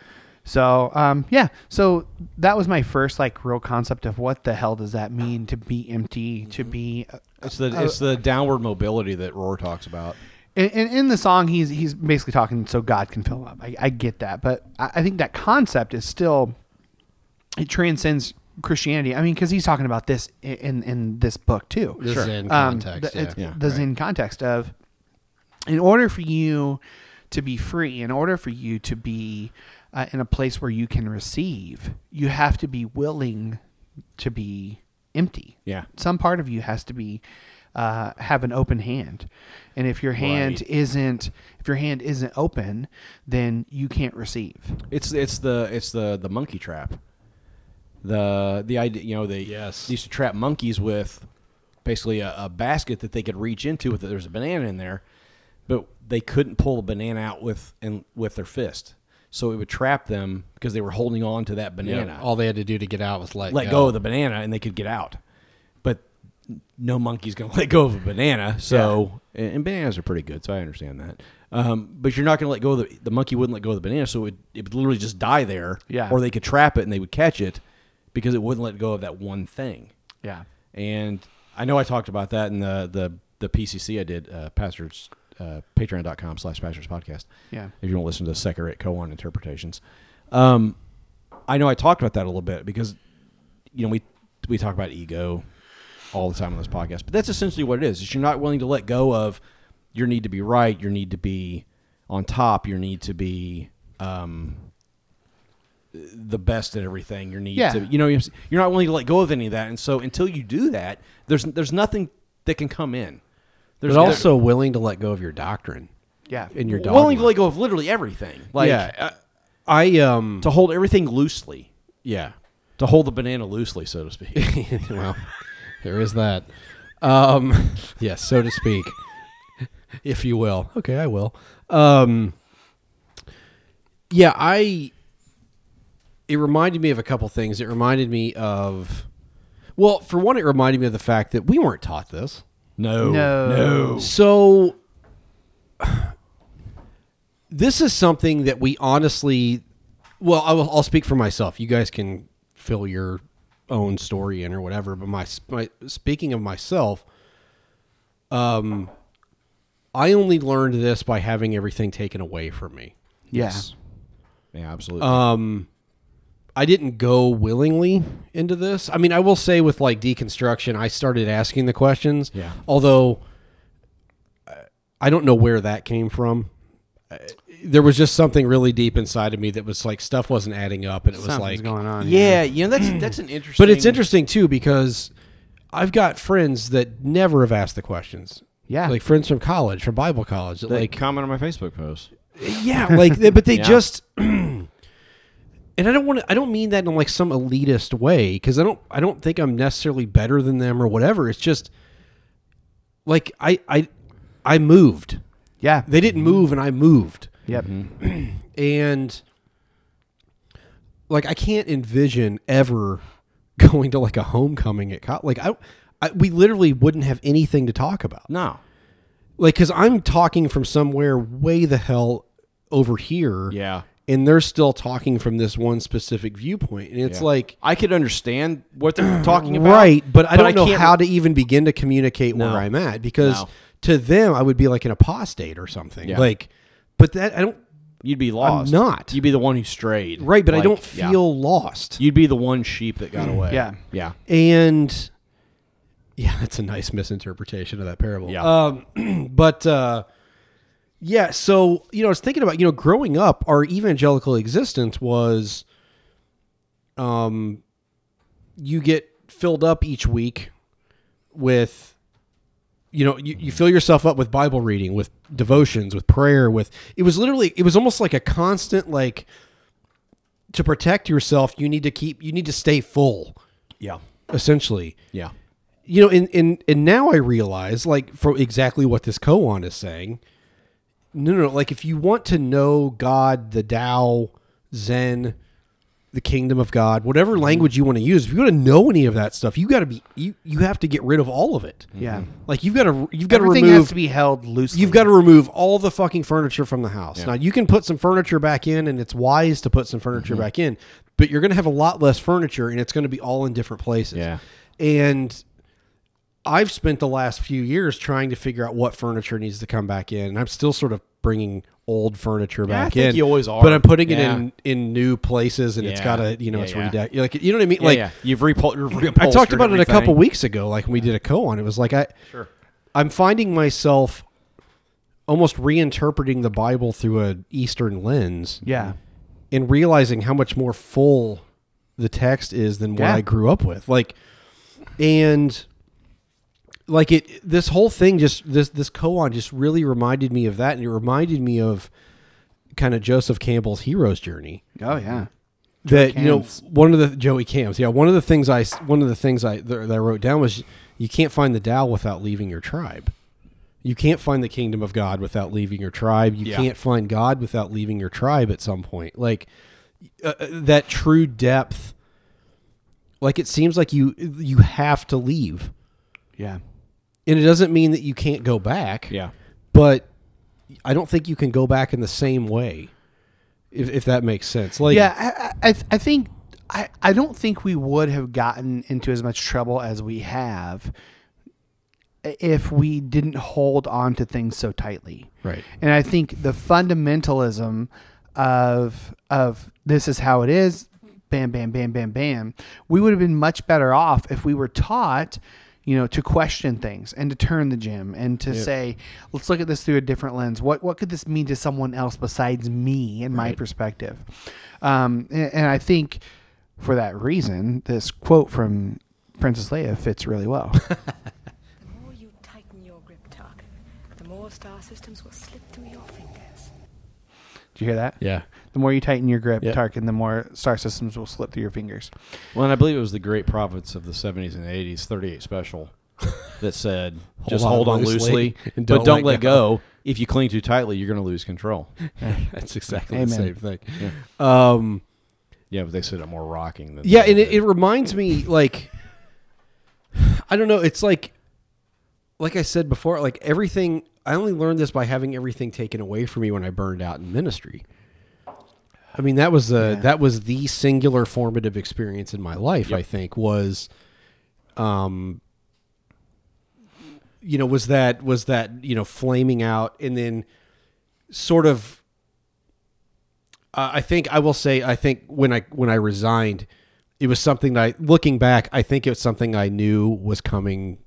Speaker 1: So um, yeah, so that was my first like real concept of what the hell does that mean to be empty, to be. uh,
Speaker 3: It's the it's the downward mobility that Roar talks about.
Speaker 1: And, and in the song, he's he's basically talking so God can fill him up. I, I get that, but I, I think that concept is still it transcends Christianity. I mean, because he's talking about this i- in in this book too.
Speaker 2: The Sure. Zen context,
Speaker 1: Um, the, it's
Speaker 2: yeah. Yeah,
Speaker 1: the Zen context of, in order for you to be free, in order for you to be uh, in a place where you can receive, you have to be willing to be empty.
Speaker 3: Yeah.
Speaker 1: some part of you has to be. Uh, have an open hand, and if your hand
Speaker 3: Right.
Speaker 1: isn't if your hand isn't open, then you can't receive.
Speaker 3: It's it's the it's the the monkey trap. The the idea you know they
Speaker 2: Yes.
Speaker 3: they used to trap monkeys with basically a, a basket that they could reach into with there's a banana in there, but they couldn't pull a banana out with and with their fist. So it would trap them because they were holding on to that banana.
Speaker 2: All they had to do to get out was let,
Speaker 3: let go of the banana and they could get out. But no monkey's going to [laughs] let go of a banana. So, and, and bananas are pretty good, so I understand that. Um, but you're not going to let go of the, the monkey wouldn't let go of the banana, so it, would- it would literally just die there.
Speaker 1: Yeah.
Speaker 3: Or they could trap it and they would catch it because it wouldn't let go of that one thing.
Speaker 1: Yeah.
Speaker 3: And I know I talked about that in the the, the PCC I did, uh, pastors, uh, patreon.com slash pastors podcast.
Speaker 1: Yeah.
Speaker 3: If you want to listen to Separate Koan interpretations. Um, I know I talked about that a little bit because, you know, we, we talk about ego all the time on this podcast, but that's essentially what it is. Is you're not willing to let go of your need to be right, your need to be on top, your need to be, um, the best at everything. Your need
Speaker 1: Yeah.
Speaker 3: to, you know, you're you're not willing to let go of any of that. And so until you do that, there's there's nothing that can come in. There's
Speaker 2: But also willing to let go of your doctrine.
Speaker 1: Yeah.
Speaker 2: In your dogma.
Speaker 3: willing to let go of literally everything. Like
Speaker 2: yeah. I, I um
Speaker 3: to hold everything loosely,
Speaker 2: yeah.
Speaker 3: to hold the banana loosely, so
Speaker 2: [laughs]
Speaker 3: to speak.
Speaker 2: well, there is that. Um, [laughs] yes, so to speak, if you will. Okay, I will. Um, yeah, I. It reminded me of a couple things. It reminded me of, well, for one, it reminded me of the fact that we weren't taught this.
Speaker 3: No,
Speaker 1: No.
Speaker 3: no.
Speaker 2: So [sighs] this is something that we honestly well I will, I'll speak for myself. You guys can fill your own story in or whatever, but my, my speaking of myself um I only learned this by having everything taken away from me.
Speaker 1: Yeah.
Speaker 3: Yeah, absolutely.
Speaker 2: Um, I didn't go willingly into this. I mean, I will say with like deconstruction, I started asking the questions.
Speaker 3: Yeah.
Speaker 2: Although uh, I don't know where that came from. Uh, There was just something really deep inside of me that was like stuff wasn't adding up, and it was
Speaker 1: Something's
Speaker 2: like,
Speaker 1: going on.
Speaker 3: yeah, you know that's that's an interesting.
Speaker 2: but it's interesting too because I've got friends that never have asked the questions.
Speaker 1: Yeah.
Speaker 2: like friends from college, from Bible college, that
Speaker 3: Like
Speaker 2: like
Speaker 3: comment on my Facebook post.
Speaker 2: yeah, like they, but they
Speaker 3: [laughs] Yeah.
Speaker 2: just [clears throat] and I don't want to I don't mean that in like some elitist way cuz I don't I don't think I'm necessarily better than them or whatever. It's just like I I I moved.
Speaker 1: yeah.
Speaker 2: They didn't
Speaker 3: Mm-hmm.
Speaker 2: move and I moved.
Speaker 1: Yep.
Speaker 2: Mhm. And like I can't envision ever [laughs] going to like a homecoming at co- like I, I we literally wouldn't have anything to talk about
Speaker 3: No.
Speaker 2: like because i'm talking from somewhere way the hell over here
Speaker 3: Yeah.
Speaker 2: and they're still talking from this one specific viewpoint and it's
Speaker 3: Yeah.
Speaker 2: like
Speaker 3: I could understand
Speaker 2: [clears throat]
Speaker 3: what they're talking about,
Speaker 2: right but i don't know
Speaker 3: can't-
Speaker 2: how to even begin to communicate
Speaker 3: No.
Speaker 2: where i'm at because
Speaker 3: No.
Speaker 2: to them i would be like an apostate or something
Speaker 3: Yeah.
Speaker 2: like but that i don't
Speaker 3: You'd be lost.
Speaker 2: not.
Speaker 3: You'd be the one who strayed.
Speaker 2: right but i
Speaker 3: Like,
Speaker 2: don't
Speaker 3: yeah.
Speaker 2: feel lost
Speaker 3: You'd be the one sheep that
Speaker 2: [clears throat]
Speaker 3: got away.
Speaker 1: Yeah.
Speaker 3: Yeah.
Speaker 2: and yeah that's a nice misinterpretation of that parable
Speaker 3: Yeah.
Speaker 2: um but uh yeah so you know i was thinking about you know growing up our evangelical existence was um you get filled up each week with you know you, you fill yourself up with bible reading with devotions with prayer with it was literally it was almost like a constant like to protect yourself you need to keep you need to stay full
Speaker 3: Yeah.
Speaker 2: essentially
Speaker 3: Yeah.
Speaker 2: you know and and, and now i realize like for exactly what this koan is saying no no like if you want to know god the dao zen the kingdom of God,
Speaker 1: Mm-hmm.
Speaker 2: whatever language you want to use. If you want to know any of that stuff, you got to be you, you have to get rid of all of it.
Speaker 1: Yeah.
Speaker 2: Like you've got to you've got to
Speaker 1: Everything
Speaker 2: remove
Speaker 1: has to be held loosely.
Speaker 2: You've got to remove all the fucking furniture from the house.
Speaker 1: Yeah.
Speaker 2: Now you can put some furniture back in, and it's wise to put some
Speaker 3: Mm-hmm.
Speaker 2: furniture back in, but you're going to have a lot less furniture, and it's going to be all in different places. Yeah. And I've spent the last few years trying to figure out what furniture needs to come back in, and I'm still sort of bringing old furniture
Speaker 3: Yeah, I
Speaker 2: back
Speaker 3: think
Speaker 2: in.
Speaker 3: you always are.
Speaker 2: but I'm putting
Speaker 3: Yeah.
Speaker 2: it in in new places, and it's
Speaker 3: Yeah.
Speaker 2: got to you know
Speaker 3: Yeah,
Speaker 2: it's
Speaker 3: yeah.
Speaker 2: redecked. Like you know what I mean?
Speaker 3: Yeah,
Speaker 2: like
Speaker 3: yeah. You've repo- you've
Speaker 2: [clears throat] I talked
Speaker 3: reupholstered
Speaker 2: about it a couple
Speaker 3: everything.
Speaker 2: weeks ago, like when we did a co on. It was like I
Speaker 3: Sure.
Speaker 2: I'm finding myself almost reinterpreting the Bible through a Eastern lens.
Speaker 1: Yeah.
Speaker 2: And realizing how much more full the text is than what
Speaker 1: Yeah.
Speaker 2: I grew up with. Like and like it this whole thing just this this koan just really reminded me of that and it reminded me of kind of Joseph Campbell's hero's journey
Speaker 1: Oh yeah.
Speaker 2: that
Speaker 1: Joey
Speaker 2: you know
Speaker 1: Cams.
Speaker 2: one of the Joey Cams. Yeah, one of the things I one of the things I that I wrote down was you can't find the Tao without leaving your tribe. You can't find the kingdom of God without leaving your tribe. You
Speaker 3: Yeah.
Speaker 2: can't find God without leaving your tribe at some point. Like uh, uh, that true depth. Like it seems like you you have to leave,
Speaker 1: Yeah.
Speaker 2: and it doesn't mean that you can't go back.
Speaker 3: Yeah.
Speaker 2: but I don't think you can go back in the same way, if if that makes sense. Like
Speaker 1: yeah, I, I, I- I think I, I don't think we would have gotten into as much trouble as we have if we didn't hold on to things so tightly.
Speaker 2: Right.
Speaker 1: And I think the fundamentalism of of this is how it is, bam, bam, bam, bam, bam. We would have been much better off if we were taught, you know, to question things and to turn the gym and to say, let's look at this through a different lens. What what could this mean to someone else besides me and my perspective? Um, and, and I think for that reason, this quote from Princess Leia fits really
Speaker 2: [laughs]
Speaker 1: well.
Speaker 11: The more you tighten your grip, Tarkin, the more star systems will slip through your fingers.
Speaker 1: Did you hear that?
Speaker 2: Yeah.
Speaker 1: The more you tighten your grip,
Speaker 3: Yeah.
Speaker 1: Tarkin, the more star systems will slip through your fingers.
Speaker 3: Well, and I believe it was the great prophets of the 70s and 80s, 38 special, that said,
Speaker 2: [laughs] Hold
Speaker 3: just
Speaker 2: on
Speaker 3: hold on
Speaker 2: loosely
Speaker 3: loosely,
Speaker 2: [laughs] and
Speaker 3: but
Speaker 2: don't
Speaker 3: don't
Speaker 2: let
Speaker 3: let
Speaker 2: go.
Speaker 3: go. If you cling too tightly, you're going to lose control.
Speaker 2: That's exactly the
Speaker 1: Amen.
Speaker 2: same thing.
Speaker 3: Yeah.
Speaker 2: Um,
Speaker 3: Yeah, but they said it more rocking than
Speaker 2: yeah, and it, it reminds me, like, I don't know. It's like, like I said before, like everything. I only learned this by having everything taken away from me when I burned out in ministry. I mean, that was the that was the singular formative experience in my life. I think was, um, you know, was that was that you know flaming out and then sort of uh, I think I will say I think when I when I resigned, it was something that I, looking back, I think it was something I knew was coming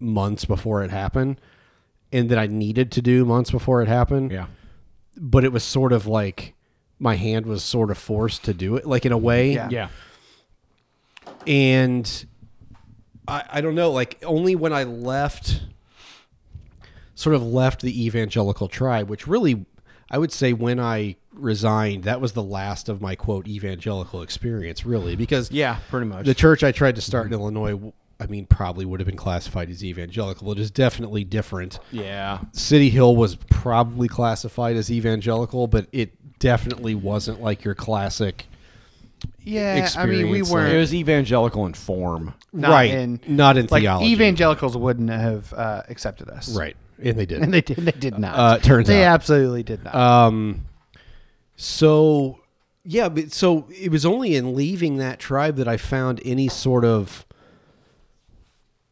Speaker 2: months before it happened, and that I needed to do months before it happened.
Speaker 3: Yeah.
Speaker 2: but it was sort of like my hand was sort of forced to do it, like in a way.
Speaker 1: Yeah.
Speaker 3: Yeah.
Speaker 2: And I I don't know, like only when I left, sort of left the evangelical tribe, which really I would say when I resigned, that was the last of my quote evangelical experience, really, because
Speaker 3: Yeah, pretty much.
Speaker 2: the church I tried to start in Illinois, w- I mean, probably would have been classified as evangelical. It is definitely different.
Speaker 3: yeah.
Speaker 2: City Hill was probably classified as evangelical, but it definitely wasn't like your classic.
Speaker 1: Yeah, I mean, we
Speaker 2: Experience,
Speaker 1: weren't
Speaker 3: It was evangelical in form.
Speaker 1: not
Speaker 2: right,
Speaker 1: in
Speaker 2: not in
Speaker 1: like
Speaker 2: theology.
Speaker 1: evangelicals wouldn't have uh, accepted us,
Speaker 2: Right. And they
Speaker 1: [laughs]
Speaker 2: did.
Speaker 1: And they did. They did not.
Speaker 2: Uh, it turns
Speaker 1: they
Speaker 2: out.
Speaker 1: absolutely did not.
Speaker 2: Um, so yeah, but so it was only in leaving that tribe that I found any sort of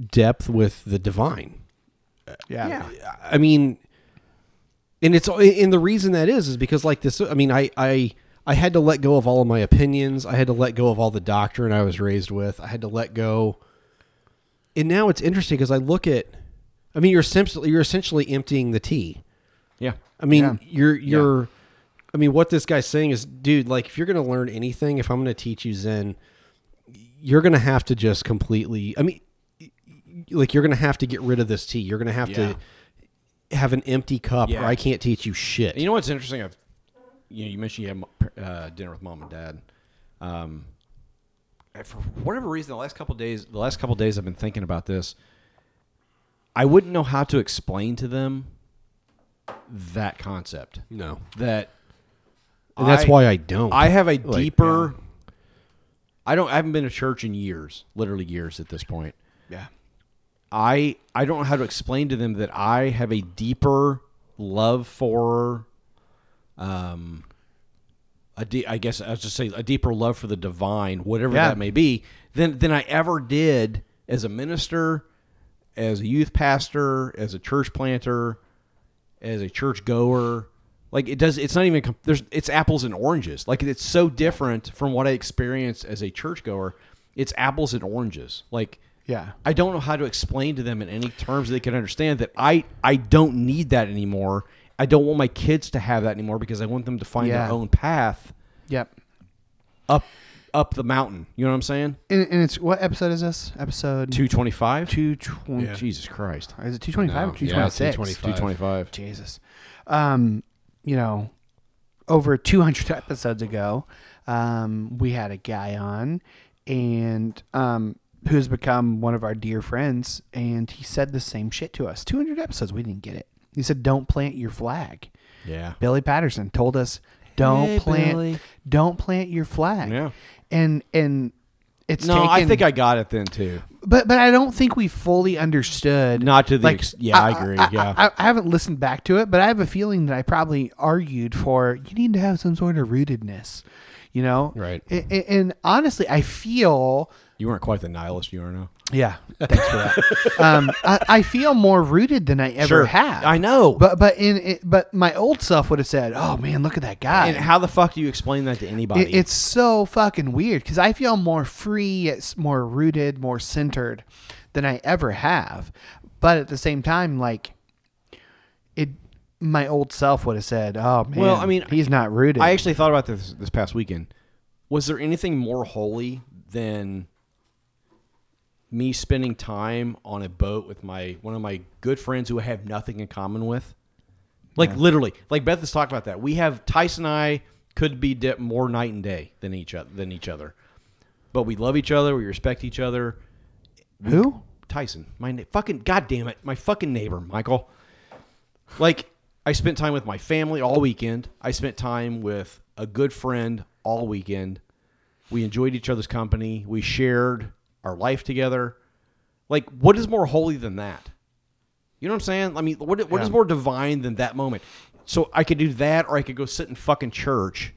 Speaker 2: depth with the divine.
Speaker 1: yeah.
Speaker 2: I mean, and it's and the reason that is is because like this. I mean, I I I had to let go of all of my opinions. I had to let go of all the doctrine I was raised with. I had to let go. And now it's interesting because I look at. I mean, you're essentially you're essentially emptying the tea.
Speaker 3: Yeah.
Speaker 2: I mean,
Speaker 1: Yeah.
Speaker 2: you're you're. I mean, what this guy's saying is, dude, like if you're going to learn anything, if I'm going to teach you Zen, you're going to have to just completely. I mean, y- y- like you're going to have to get rid of this tea. You're going to have to have an empty cup, or
Speaker 3: Yeah.
Speaker 2: I can't teach you shit.
Speaker 3: And you know what's interesting? I've, you know, you mentioned you had uh, dinner with mom and dad. Um, and for whatever reason, the last couple days, the last couple days, I've been thinking about this. I wouldn't know how to explain to them that concept.
Speaker 2: no,
Speaker 3: That
Speaker 2: and that's
Speaker 3: I-
Speaker 2: why I don't.
Speaker 3: I have a
Speaker 2: Like,
Speaker 3: deeper I don't. I haven't been to church in years, literally years at this point.
Speaker 1: Yeah.
Speaker 3: I I don't know how to explain to them that I have a deeper love for, um, a de- I guess I was just say a deeper love for the divine, whatever
Speaker 1: Yeah.
Speaker 3: that may be, than than I ever did as a minister, as a youth pastor, as a church planter, as a church goer. Like it does, it's not even. com- There's, it's apples and oranges. Like it's so different from what I experienced as a churchgoer. It's apples and oranges. Like
Speaker 1: Yeah.
Speaker 3: I don't know how to explain to them in any terms they can understand that I I don't need that anymore. I don't want my kids to have that anymore because I want them to find
Speaker 1: Yeah.
Speaker 3: their own path
Speaker 1: Yep.
Speaker 3: up up the mountain. You know what I'm saying?
Speaker 1: And, and it's what episode is this? Episode
Speaker 3: Two twenty five.
Speaker 1: Two twenty.
Speaker 3: Jesus Christ.
Speaker 1: Is it two twenty five or
Speaker 3: No,
Speaker 1: two
Speaker 3: yeah,
Speaker 1: twenty six?
Speaker 3: 225. 225.
Speaker 1: Jesus. Um, you know, over two hundred episodes ago, um, we had a guy on, and um, who's become one of our dear friends, and he said the same shit to us. Two hundred episodes, we didn't get it. He said, "Don't plant your flag."
Speaker 3: Yeah.
Speaker 1: Billy Patterson told us, "Don't
Speaker 3: Hey,
Speaker 1: plant,
Speaker 3: Billy.
Speaker 1: don't plant your flag."
Speaker 3: Yeah.
Speaker 1: And and it's
Speaker 3: no, I
Speaker 1: taken-
Speaker 3: think I got it then too.
Speaker 1: but but I don't think we fully understood.
Speaker 3: Not to the ex- yeah, I agree, yeah.
Speaker 1: I, I haven't listened back to it, but I have a feeling that I probably argued for you need to have some sort of rootedness, you know.
Speaker 3: Right.
Speaker 1: A- a- And, honestly, I feel
Speaker 3: You weren't quite the nihilist you are now.
Speaker 1: yeah. [laughs] Thanks for that. um, I, I feel more rooted than I ever
Speaker 3: Sure.
Speaker 1: have.
Speaker 3: I know.
Speaker 1: But but in it, but my old self would have said, "Oh man, look at that guy."
Speaker 3: And how the fuck do you explain that to anybody?
Speaker 1: It, it's so fucking weird because I feel more free, it's more rooted, more centered than I ever have. But at the same time, like it, my old self would have said, "Oh man,
Speaker 3: Well, I mean,
Speaker 1: he's not rooted."
Speaker 3: I actually thought about this this past weekend. Was there anything more holy than me spending time on a boat with my one of my good friends who I have nothing in common with? Like literally, like Beth has talked about that. We have Tyson and I could be di- more night and day than each other than each other, but we love each other. We respect each other.
Speaker 1: Who?
Speaker 3: Tyson, my na- fucking goddamn it, my fucking neighbor, Michael. Like I spent time with my family all weekend. I spent time with a good friend all weekend. We enjoyed each other's company. We shared our life together. Like what is more holy than that? You know what I'm saying? I mean, what what is more divine than that moment? So I could do that, or I could go sit in fucking church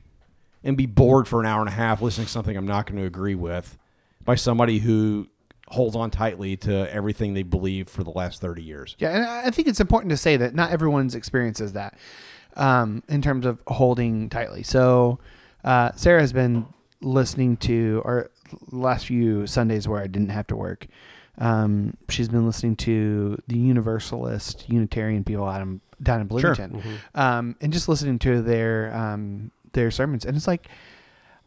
Speaker 3: and be bored for an hour and a half listening to something I'm not going to agree with by somebody who holds on tightly to everything they believe for the last 30 years.
Speaker 1: Yeah, and I I think it's important to say that not everyone's experience is that um, in terms of holding tightly. So uh, Sarah has been listening to our last few Sundays where I didn't have to work. Um, she's been listening to the Universalist Unitarian people out in, down in Bloomington, um, and just listening to their um, their sermons. And it's like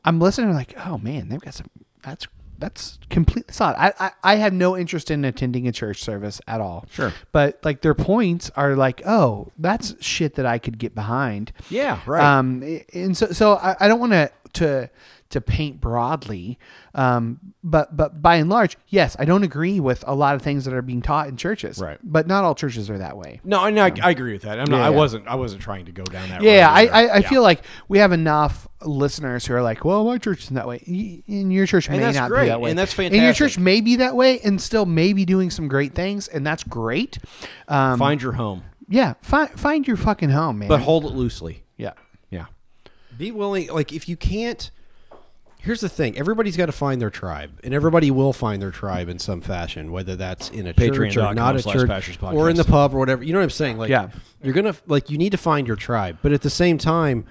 Speaker 1: I'm listening, like, oh man, they've got some. That's that's completely solid. I, I I have no interest in attending a church service at all.
Speaker 3: Sure.
Speaker 1: but like their points are like, oh, that's shit that I could get behind.
Speaker 3: Yeah, right.
Speaker 1: Um, i- and so so I, I don't want to to to paint broadly, um, but but by and large, yes, I don't agree with a lot of things that are being taught in churches.
Speaker 3: Right.
Speaker 1: but not all churches are that way.
Speaker 3: No, I, no, I, I agree with that. I'm not,
Speaker 1: Yeah,
Speaker 3: I
Speaker 1: yeah.
Speaker 3: wasn't. I wasn't trying to go down that.
Speaker 1: Yeah,
Speaker 3: road
Speaker 1: I,
Speaker 3: either.
Speaker 1: I, I
Speaker 3: Yeah.
Speaker 1: feel like we have enough listeners who are like, well, my church isn't that way. Y- And your church
Speaker 3: And
Speaker 1: may
Speaker 3: that's
Speaker 1: not
Speaker 3: great,
Speaker 1: be that way.
Speaker 3: and that's
Speaker 1: And your
Speaker 3: fantastic.
Speaker 1: church may be that way and still may be doing some great things, and that's great. Um,
Speaker 3: find your home,
Speaker 1: Yeah, find find your fucking home, man.
Speaker 3: but hold it loosely.
Speaker 1: yeah.
Speaker 3: Yeah,
Speaker 2: Be willing, like if you can't. Here's the thing: everybody's got to find their tribe, and everybody will find their tribe in some fashion, whether that's in a church or
Speaker 3: Patreon.com
Speaker 2: not a
Speaker 3: slash Pastors
Speaker 2: church,
Speaker 3: Podcast.
Speaker 2: or in the pub or whatever. You know what I'm saying? Like,
Speaker 1: Yeah.
Speaker 2: you're gonna like you need to find your tribe, but at the same time,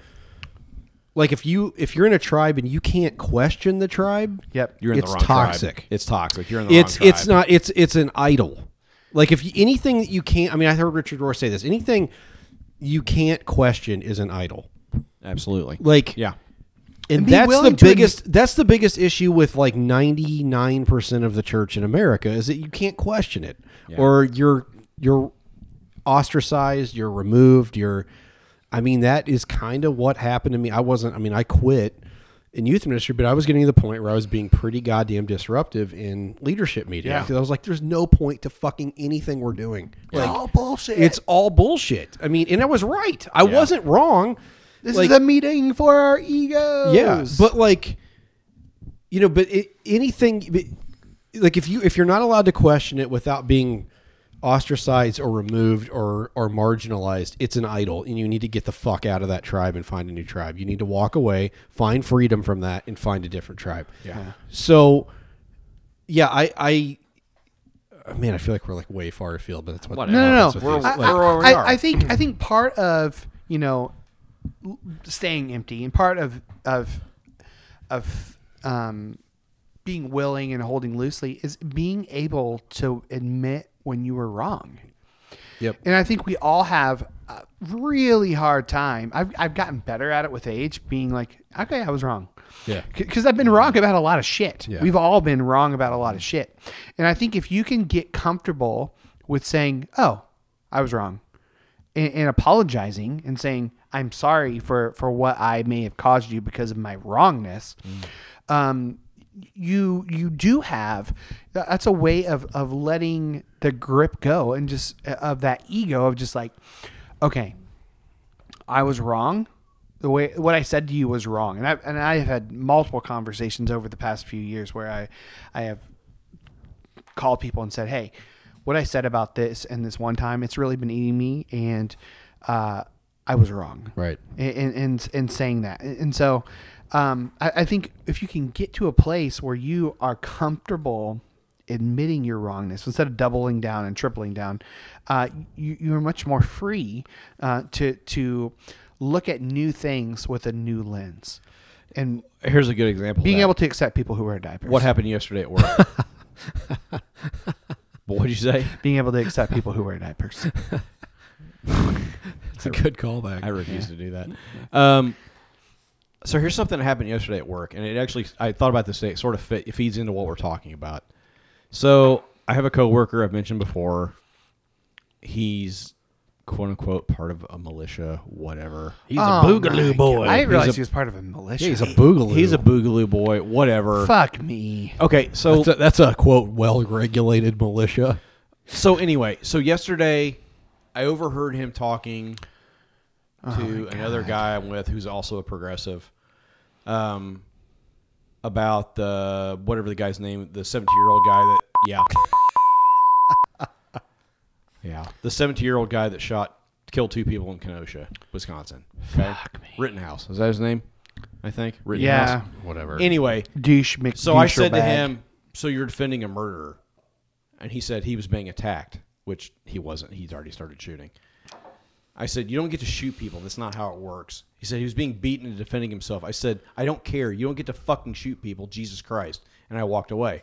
Speaker 2: like if you if you're in a tribe and you can't question the tribe,
Speaker 1: Yep.
Speaker 3: you're in
Speaker 2: it's
Speaker 3: the wrong tribe.
Speaker 2: toxic
Speaker 3: It's toxic. You're in the
Speaker 2: it's
Speaker 3: wrong
Speaker 2: it's
Speaker 3: tribe.
Speaker 2: not it's it's an idol. Like if you, anything that you can't, I mean, I heard Richard Rohr say this. Anything you can't question is an idol.
Speaker 3: absolutely
Speaker 2: Like
Speaker 3: yeah.
Speaker 2: and,
Speaker 1: And be
Speaker 2: that's the
Speaker 1: willing to admit-
Speaker 2: biggest that's the biggest issue with like 99% of the church in America is that you can't question it or you're you're ostracized, you're removed, you're I mean that is kind of what happened to me. I wasn't I mean I quit in youth ministry, but I was getting to the point where I was being pretty goddamn disruptive in leadership meetings
Speaker 1: Yeah.
Speaker 2: because I was like there's no point to fucking anything we're doing. Like
Speaker 1: all bullshit.
Speaker 2: it's all bullshit. I mean, and I was right. I wasn't wrong.
Speaker 1: this
Speaker 2: Like-
Speaker 1: is a meeting for our egos.
Speaker 2: yeah, but like you know, but it, anything, but, like if you if you're not allowed to question it without being ostracized or removed or or marginalized, it's an idol, and you need to get the fuck out of that tribe and find a new tribe. You need to walk away, find freedom from that, and find a different tribe.
Speaker 3: Yeah.
Speaker 2: So, yeah, I I. Man, I feel like we're like way far afield, but that's what
Speaker 1: No, no,
Speaker 2: happens
Speaker 1: no.
Speaker 2: with
Speaker 1: I,
Speaker 2: these,
Speaker 1: I-
Speaker 2: like-
Speaker 1: I- I think I think part of you know l- staying empty and part of of of um, being willing and holding loosely is being able to admit when you were wrong.
Speaker 2: Yep.
Speaker 1: And I think we all have a really hard time. I've I've gotten better at it with age, being like, okay, I was wrong.
Speaker 2: Yeah.
Speaker 1: Because I've been wrong about a lot of shit.
Speaker 2: Yeah.
Speaker 1: We've all been wrong about a lot of shit. And I think if you can get comfortable with saying, oh, I was wrong, and, and apologizing and saying, I'm sorry for, for what I may have caused you because of my wrongness, um, you you do have that's a way of, of letting the grip go and just uh, of that ego of just like okay I was wrong. The way what I said to you was wrong, and I and I have had multiple conversations over the past few years where I, I have called people and said, "Hey, what I said about this and this one time, it's really been eating me, and uh, I was wrong."
Speaker 2: Right.
Speaker 1: And and and saying that, and so um, I, I think if you can get to a place where you are comfortable admitting your wrongness instead of doubling down and tripling down, uh, you you are much more free uh, to to look at new things with a new lens. And
Speaker 3: Here's a good example of
Speaker 1: Being
Speaker 3: that.
Speaker 1: able to accept people who wear diapers.
Speaker 3: What happened yesterday at work? what did you say?
Speaker 1: Being able to accept people who wear
Speaker 3: [laughs]
Speaker 1: diapers.
Speaker 2: It's a good callback.
Speaker 3: I refuse to
Speaker 1: [laughs]
Speaker 3: do that. Um, so here's something that happened yesterday at work, and it actually I thought about this. today. It sort of fit, it feeds into what we're talking about. So I have a coworker I've mentioned before. He's quote unquote part of a militia, whatever. He's
Speaker 1: Oh, my God. I didn't realize he was part of a militia.
Speaker 3: Yeah, he's a boogaloo. He's a boogaloo boy. Whatever.
Speaker 1: Fuck me.
Speaker 3: Okay, so
Speaker 2: that's a, that's a quote well regulated militia.
Speaker 3: So anyway, so yesterday I overheard him talking to another guy I'm with who's also a progressive um about the whatever the guy's name, the 17-year-old guy that yeah. yeah. The 17-year-old guy that shot killed two people in Kenosha, Wisconsin. Okay? Rittenhouse. Is that his name? I think. Rittenhouse.
Speaker 1: Yeah.
Speaker 2: Whatever.
Speaker 3: Anyway,
Speaker 1: Douche Mc-
Speaker 3: So I
Speaker 1: douche
Speaker 3: said to
Speaker 1: bag.
Speaker 3: him, "So you're defending a murderer?" And he said he was being attacked, which he wasn't. He'd already started shooting. I said, "You don't get to shoot people. That's not how it works." He said he was being beaten and defending himself. I said, "I don't care. You don't get to fucking shoot people. Jesus Christ!" And I walked away.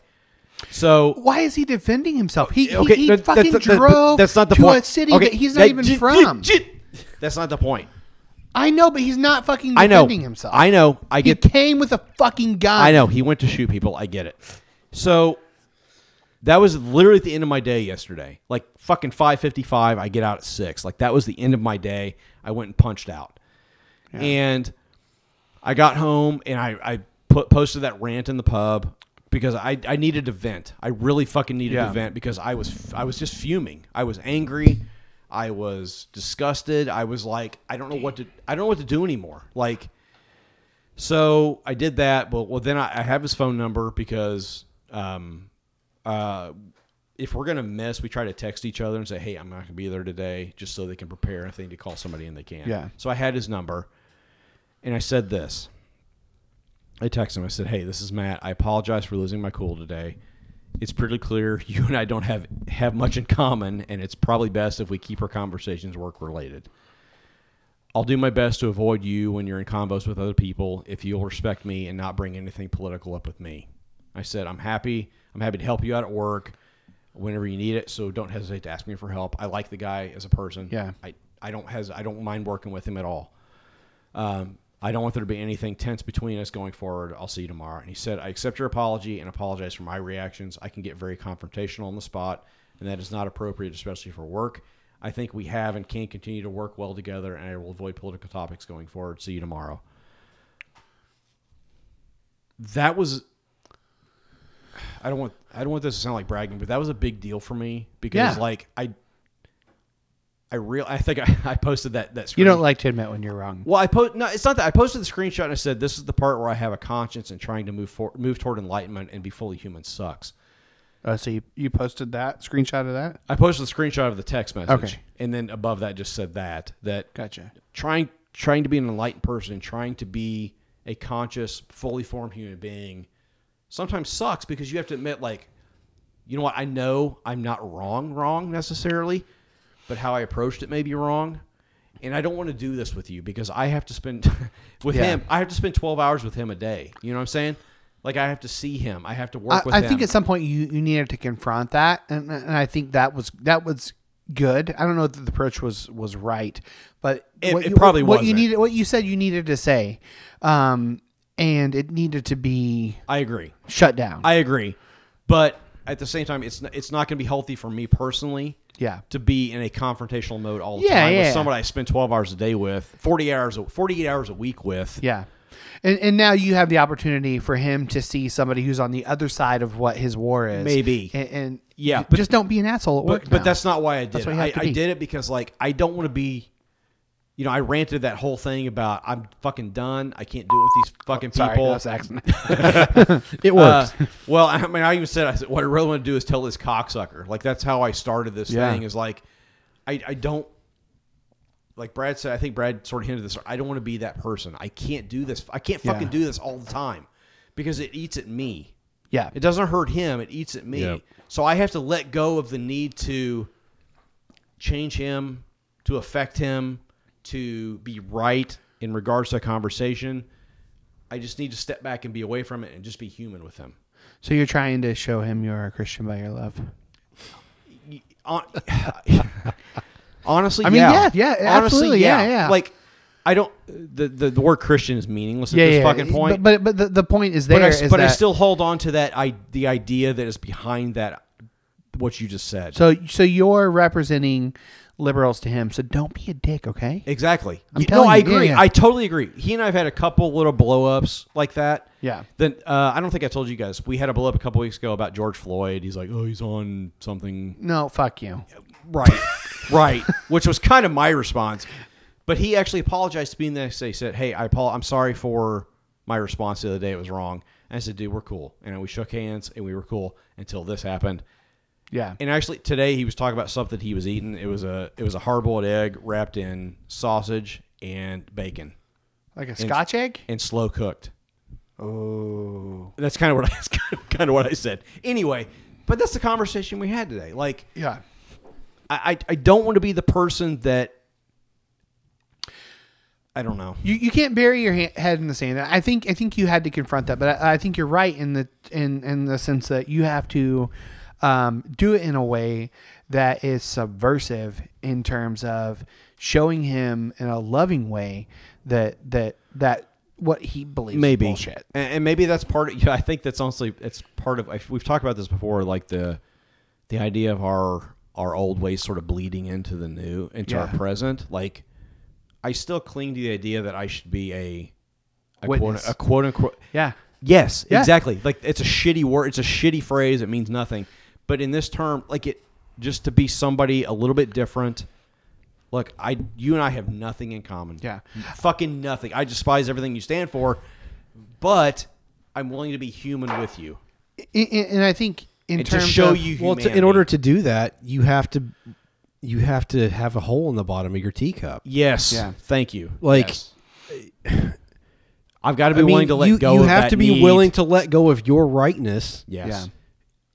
Speaker 3: So
Speaker 1: Why is he defending himself? He, he- he,
Speaker 3: that-
Speaker 1: fucking
Speaker 3: that's- that-
Speaker 1: drove
Speaker 3: that's not the
Speaker 1: to
Speaker 3: point.
Speaker 1: a city
Speaker 3: Okay,
Speaker 1: that he's not
Speaker 3: that-
Speaker 1: even
Speaker 3: j- j-
Speaker 1: from.
Speaker 3: j- That's not the point.
Speaker 1: I know, but he's not fucking
Speaker 3: I know.
Speaker 1: defending himself.
Speaker 3: I know. I get.
Speaker 1: He came with a fucking gun.
Speaker 3: I know he went to shoot people. I get it. So that was literally at the end of my day yesterday. Like fucking five fifty five. I get out at six. Like that was the end of my day. I went and punched out, and I got home and I I put posted that rant in the pub because I I needed to vent. I really fucking needed
Speaker 1: Yeah.
Speaker 3: to vent because I was I was just fuming. I was angry. I was disgusted. I was like, I don't know what to I don't know what to do anymore. Like so I did that. Well, well then I, I have his phone number because um, uh, if we're gonna miss, we try to text each other and say, "Hey, I'm not gonna be there today," just so they can prepare if they need to call somebody and they can.
Speaker 1: Yeah.
Speaker 3: So I had his number, and I said this. I texted him. I said, "Hey, this is Matt. I apologize for losing my cool today. It's pretty clear [laughs] you and I don't have have much in common, and it's probably best if we keep our conversations work related." I'll do my best to avoid you when you're in combos with other people if you'll respect me and not bring anything political up with me. I said, I'm happy. I'm happy to help you out at work whenever you need it. So don't hesitate to ask me for help. I like the guy as a person.
Speaker 1: Yeah.
Speaker 3: I, I don't has I don't mind working with him at all. Um, I don't want there to be anything tense between us going forward. I'll see you tomorrow. And he said, I accept your apology and apologize for my reactions. I can get very confrontational on the spot, and that is not appropriate, especially for work. I think we have and can continue to work well together, and I will avoid political topics going forward. See you tomorrow. That was. [sighs] I don't want I don't want this to sound like bragging, but that was a big deal for me because
Speaker 1: Yeah.
Speaker 3: like I I real I think I, [laughs] I posted that that
Speaker 1: You don't like to admit when you're wrong.
Speaker 3: Well, I post no. It's not that I posted the screenshot and I said this is the part where I have a conscience and trying to move for, move toward enlightenment and be fully human sucks.
Speaker 1: Uh, so you, you posted that screenshot of that?
Speaker 3: I posted the screenshot of the text message,
Speaker 1: Okay.
Speaker 3: and then above that just said that that
Speaker 1: gotcha
Speaker 3: trying trying to be an enlightened person, trying to be a conscious, fully formed human being, sometimes sucks because you have to admit like, you know what? I know I'm not wrong, wrong necessarily, but how I approached it may be wrong, and I don't want to do this with you because I have to spend [laughs] with
Speaker 1: Yeah.
Speaker 3: him. I have to spend 12 hours with him a day. You know what I'm saying? Like I have to see him. I have to work
Speaker 1: I,
Speaker 3: with
Speaker 1: I
Speaker 3: him.
Speaker 1: think at some point you, you needed to confront that, and, and I think that was that was good. I don't know if the approach was was right, but
Speaker 3: It- it
Speaker 1: you,
Speaker 3: probably
Speaker 1: what you
Speaker 3: wasn't.
Speaker 1: needed, what you said you needed to say, um, and it needed to be
Speaker 3: I agree.
Speaker 1: shut down.
Speaker 3: I agree, but at the same time, it's n- it's not going to be healthy for me personally.
Speaker 1: Yeah.
Speaker 3: to be in a confrontational mode all the
Speaker 1: Yeah,
Speaker 3: time
Speaker 1: yeah.
Speaker 3: with somebody I spend twelve hours a day with, forty hours, a- forty-eight hours a week with.
Speaker 1: Yeah. And, and now you have the opportunity for him to see somebody who's on the other side of what his war is.
Speaker 3: Maybe.
Speaker 1: And, and
Speaker 3: Yeah,
Speaker 1: j-
Speaker 3: but-
Speaker 1: just don't be an asshole at work.
Speaker 3: But, but
Speaker 1: now.
Speaker 3: that's not why I did
Speaker 1: That's
Speaker 3: it.
Speaker 1: what you
Speaker 3: I,
Speaker 1: have to
Speaker 3: I
Speaker 1: be.
Speaker 3: did it because like I don't want to be. You know, I ranted that whole thing about I'm fucking done. I can't do it with these fucking
Speaker 1: Oh, sorry,
Speaker 3: people.
Speaker 1: that was accident.
Speaker 2: It works.
Speaker 1: [laughs]
Speaker 3: Uh, well, I mean, I even said I said what I really want to do is tell this cocksucker. Like that's how I started this
Speaker 1: Yeah.
Speaker 3: thing. Is like, I I don't like Brad said, I think Brad sort of hinted this. I don't want to be that person. I can't do this. I can't
Speaker 1: Yeah.
Speaker 3: fucking do this all the time because it eats at me.
Speaker 1: [laughs] Yeah.
Speaker 3: It doesn't hurt him. It eats at me.
Speaker 2: Yep.
Speaker 3: So I have to let go of the need to change him, to affect him, to be right in regards to a conversation. I just need to step back and be away from it and just be human with him.
Speaker 1: so you're trying to show him you're a Christian by your love.
Speaker 3: Hon- Honestly,
Speaker 1: I mean,
Speaker 3: yeah,
Speaker 1: yeah, yeah, absolutely,
Speaker 3: Honestly,
Speaker 1: yeah, yeah.
Speaker 3: Like, I don't. The, the the word Christian is meaningless at this fucking point.
Speaker 1: But but, but the, the point is there.
Speaker 3: but I,
Speaker 1: is
Speaker 3: but I
Speaker 1: that-
Speaker 3: still hold on to that I, the idea that is behind that what you just said.
Speaker 1: So so you're representing liberals to him. So don't be a dick, okay?
Speaker 3: Exactly.
Speaker 1: I'm
Speaker 3: Yeah,
Speaker 1: telling
Speaker 3: no, I
Speaker 1: you, yeah,
Speaker 3: agree.
Speaker 1: yeah.
Speaker 3: I totally agree. He and I have had a couple little blow ups like that.
Speaker 1: Yeah.
Speaker 3: Then uh, I don't think I told you guys we had a blow up a couple weeks ago about George Floyd. He's like, [laughs] oh, he's on something.
Speaker 1: No, fuck you.
Speaker 3: Right. right. Which was kind of my response. But he actually apologized to me the next day. He said, Hey, I Paul, I'm sorry for my response the other day. It was wrong. And I said, dude, we're cool. And we shook hands and we were cool until this happened.
Speaker 1: Yeah.
Speaker 3: And actually today he was talking about something he was eating. It was a it was a hard boiled egg wrapped in sausage and bacon.
Speaker 1: Like a
Speaker 3: And-
Speaker 1: scotch egg?
Speaker 3: And slow cooked.
Speaker 1: Oh.
Speaker 3: That's kind of what I [laughs] that's kind of what I said. Anyway, but that's the conversation we had today. Like
Speaker 1: Yeah.
Speaker 3: I, I, I don't want to be the person that I don't know.
Speaker 1: You, you can't bury your ha- head in the sand. I think I think you had to confront that, but I, I think you're right in the in in the sense that you have to um, do it in a way that is subversive in terms of showing him in a loving way that that that what he believes is
Speaker 3: Maybe
Speaker 1: bullshit.
Speaker 3: and, and maybe that's part of. Yeah, I think that's honestly it's part of. We've talked about this before, like the the idea of our our old ways sort of bleeding into the new, into our
Speaker 1: Yeah.
Speaker 3: present. Like I still cling to the idea that I should be a a
Speaker 1: Witness.
Speaker 3: quote, a quote unquote
Speaker 1: Yeah.
Speaker 3: Yes,
Speaker 1: Yeah.
Speaker 3: exactly. Like it's a shitty word. It's a shitty phrase. It means nothing. But in this term, like it, just to be somebody a little bit different. Look, I, you and I have nothing in common.
Speaker 1: Yeah.
Speaker 3: fucking nothing. I despise everything you stand for, but I'm willing to be human with you.
Speaker 1: And, and- and I think in
Speaker 3: And to
Speaker 1: terms
Speaker 3: show
Speaker 1: of,
Speaker 3: you-
Speaker 2: well, to, in
Speaker 3: humanity.
Speaker 2: order to do that, you have to you have to have a hole in the bottom of your teacup.
Speaker 3: Yes.
Speaker 1: Yeah.
Speaker 3: Thank you.
Speaker 2: Like-
Speaker 3: Yes. I've got to be
Speaker 2: I mean,
Speaker 3: willing to let
Speaker 2: you,
Speaker 3: go.
Speaker 2: You
Speaker 3: of
Speaker 2: have
Speaker 3: that
Speaker 2: to be
Speaker 3: need.
Speaker 2: willing to let go of your rightness.
Speaker 3: Yes.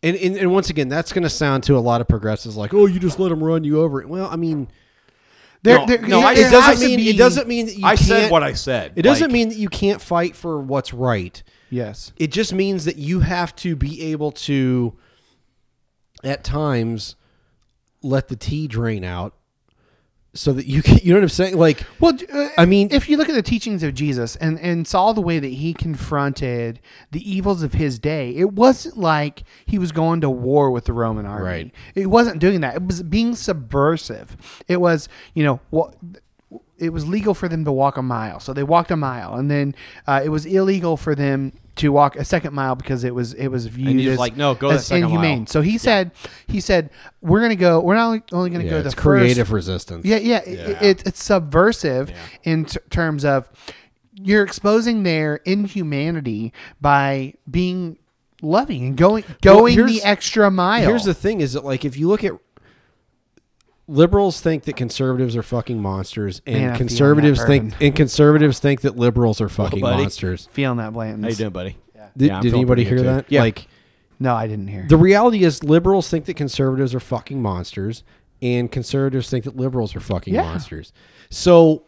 Speaker 1: Yeah.
Speaker 2: And, and and once again, that's going to sound to a lot of progressives like, "Oh, you just let them run you over." Well, I mean,
Speaker 1: There-
Speaker 3: No,
Speaker 1: there-
Speaker 3: no,
Speaker 1: there
Speaker 3: I-
Speaker 2: it
Speaker 1: has
Speaker 2: doesn't
Speaker 1: to
Speaker 2: mean
Speaker 1: be-
Speaker 2: it doesn't mean that you
Speaker 3: I said
Speaker 2: can't-
Speaker 3: what I said.
Speaker 2: It doesn't
Speaker 3: Like,
Speaker 2: mean that you can't fight for what's right.
Speaker 1: yes.
Speaker 2: It just means that you have to be able to, at times, let the tea drain out, so that you can. [laughs] You know what I'm saying? Like,
Speaker 1: Well, d- uh,
Speaker 2: I mean-
Speaker 1: if you look at the teachings of Jesus and and saw the way that he confronted the evils of his day, it wasn't like he was going to war with the Roman army.
Speaker 2: Right.
Speaker 1: It wasn't doing that. It was being subversive. It was, you know, what it was legal for them to walk a mile, so they walked a mile, and then uh, it was illegal for them to walk a second mile because it was it was viewed
Speaker 3: he's
Speaker 1: as
Speaker 3: like, "No, go that
Speaker 1: as
Speaker 3: second
Speaker 1: inhumane.
Speaker 3: mile."
Speaker 1: So he said he said we're gonna go. We're not only, only gonna
Speaker 2: Yeah,
Speaker 1: go the
Speaker 2: it's
Speaker 1: first-
Speaker 2: creative resistance.
Speaker 1: Yeah, yeah. i- i- it- it's subversive in t- terms of you're exposing their inhumanity by being loving and going going the
Speaker 2: here's-
Speaker 1: extra mile.
Speaker 2: Here's the thing: is that like if you look at liberals think that conservatives are fucking monsters,
Speaker 1: Man, I'm
Speaker 2: and
Speaker 1: feeling
Speaker 2: conservatives
Speaker 1: that
Speaker 2: think
Speaker 1: burn.
Speaker 2: and conservatives think that liberals are fucking
Speaker 3: buddy.
Speaker 2: monsters.
Speaker 1: Feeling that, Blanton.
Speaker 3: How you doing, buddy?
Speaker 2: Did,
Speaker 3: Yeah, I'm
Speaker 2: did
Speaker 3: feeling
Speaker 2: anybody
Speaker 3: pretty
Speaker 2: hear
Speaker 3: good, too.
Speaker 2: that?
Speaker 3: Yeah.
Speaker 2: Like
Speaker 1: No, I didn't hear.
Speaker 2: the reality is liberals think that conservatives are fucking monsters, and conservatives think that liberals are fucking
Speaker 1: Yeah.
Speaker 2: monsters. So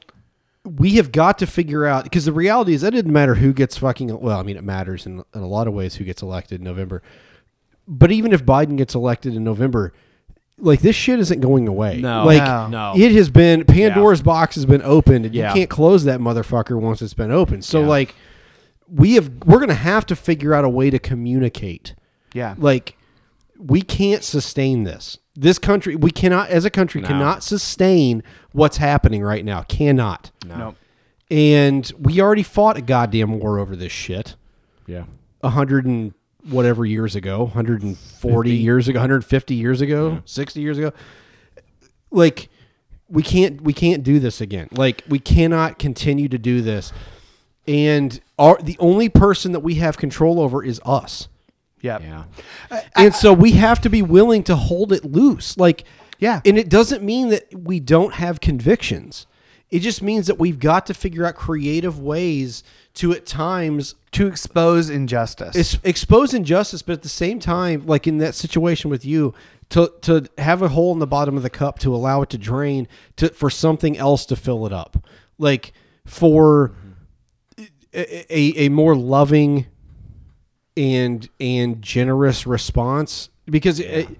Speaker 2: we have got to figure out because the reality is that it didn't matter who gets fucking well. I mean, it matters in, in a lot of ways who gets elected in November. But even if Biden gets elected in November, like this shit isn't going away.
Speaker 3: No.
Speaker 2: like
Speaker 3: No.
Speaker 2: it has been Pandora's box has been opened, and
Speaker 3: Yeah.
Speaker 2: you can't close that motherfucker once it's been open. So
Speaker 3: Yeah.
Speaker 2: like we have we're gonna have to figure out a way to communicate.
Speaker 1: Yeah.
Speaker 2: Like we can't sustain this. This country we cannot as a country
Speaker 3: No.
Speaker 2: cannot sustain what's happening right now. Cannot.
Speaker 3: No. Nope.
Speaker 2: And we already fought a goddamn war over this shit.
Speaker 3: Yeah.
Speaker 2: A hundred and whatever years ago, 140 years ago, 150 years ago, 60 years ago. Like we can't we can't do this again. Like we cannot continue to do this. And our the only person that we have control over is us.
Speaker 1: Yeah.
Speaker 3: Yeah.
Speaker 2: And so we have to be willing to hold it loose. Like,
Speaker 1: yeah.
Speaker 2: And it doesn't mean that we don't have convictions. It just means that we've got to figure out creative ways to, at times,
Speaker 1: to expose injustice.
Speaker 2: it's expose injustice, but at the same time, like in that situation with you, to to have a hole in the bottom of the cup to allow it to drain to for something else to fill it up, like for a, a, a more loving and and generous response because. It, I-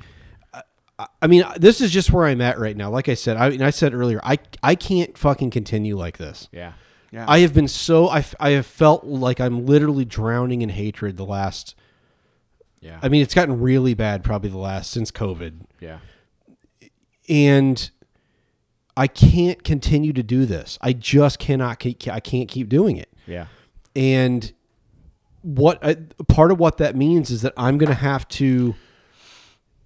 Speaker 2: I mean, this is just where I'm at right now. Like I said, I, and I said earlier, I I can't fucking continue like this.
Speaker 3: Yeah.
Speaker 1: Yeah.
Speaker 2: I have been so I, f- I have felt like I'm literally drowning in hatred the last.
Speaker 3: Yeah.
Speaker 2: I mean, it's gotten really bad probably the last since COVID,
Speaker 3: Yeah.
Speaker 2: and I can't continue to do this. I just cannot. keep- I can't keep doing it.
Speaker 3: Yeah.
Speaker 2: And what I, part of what that means is that I'm going to have to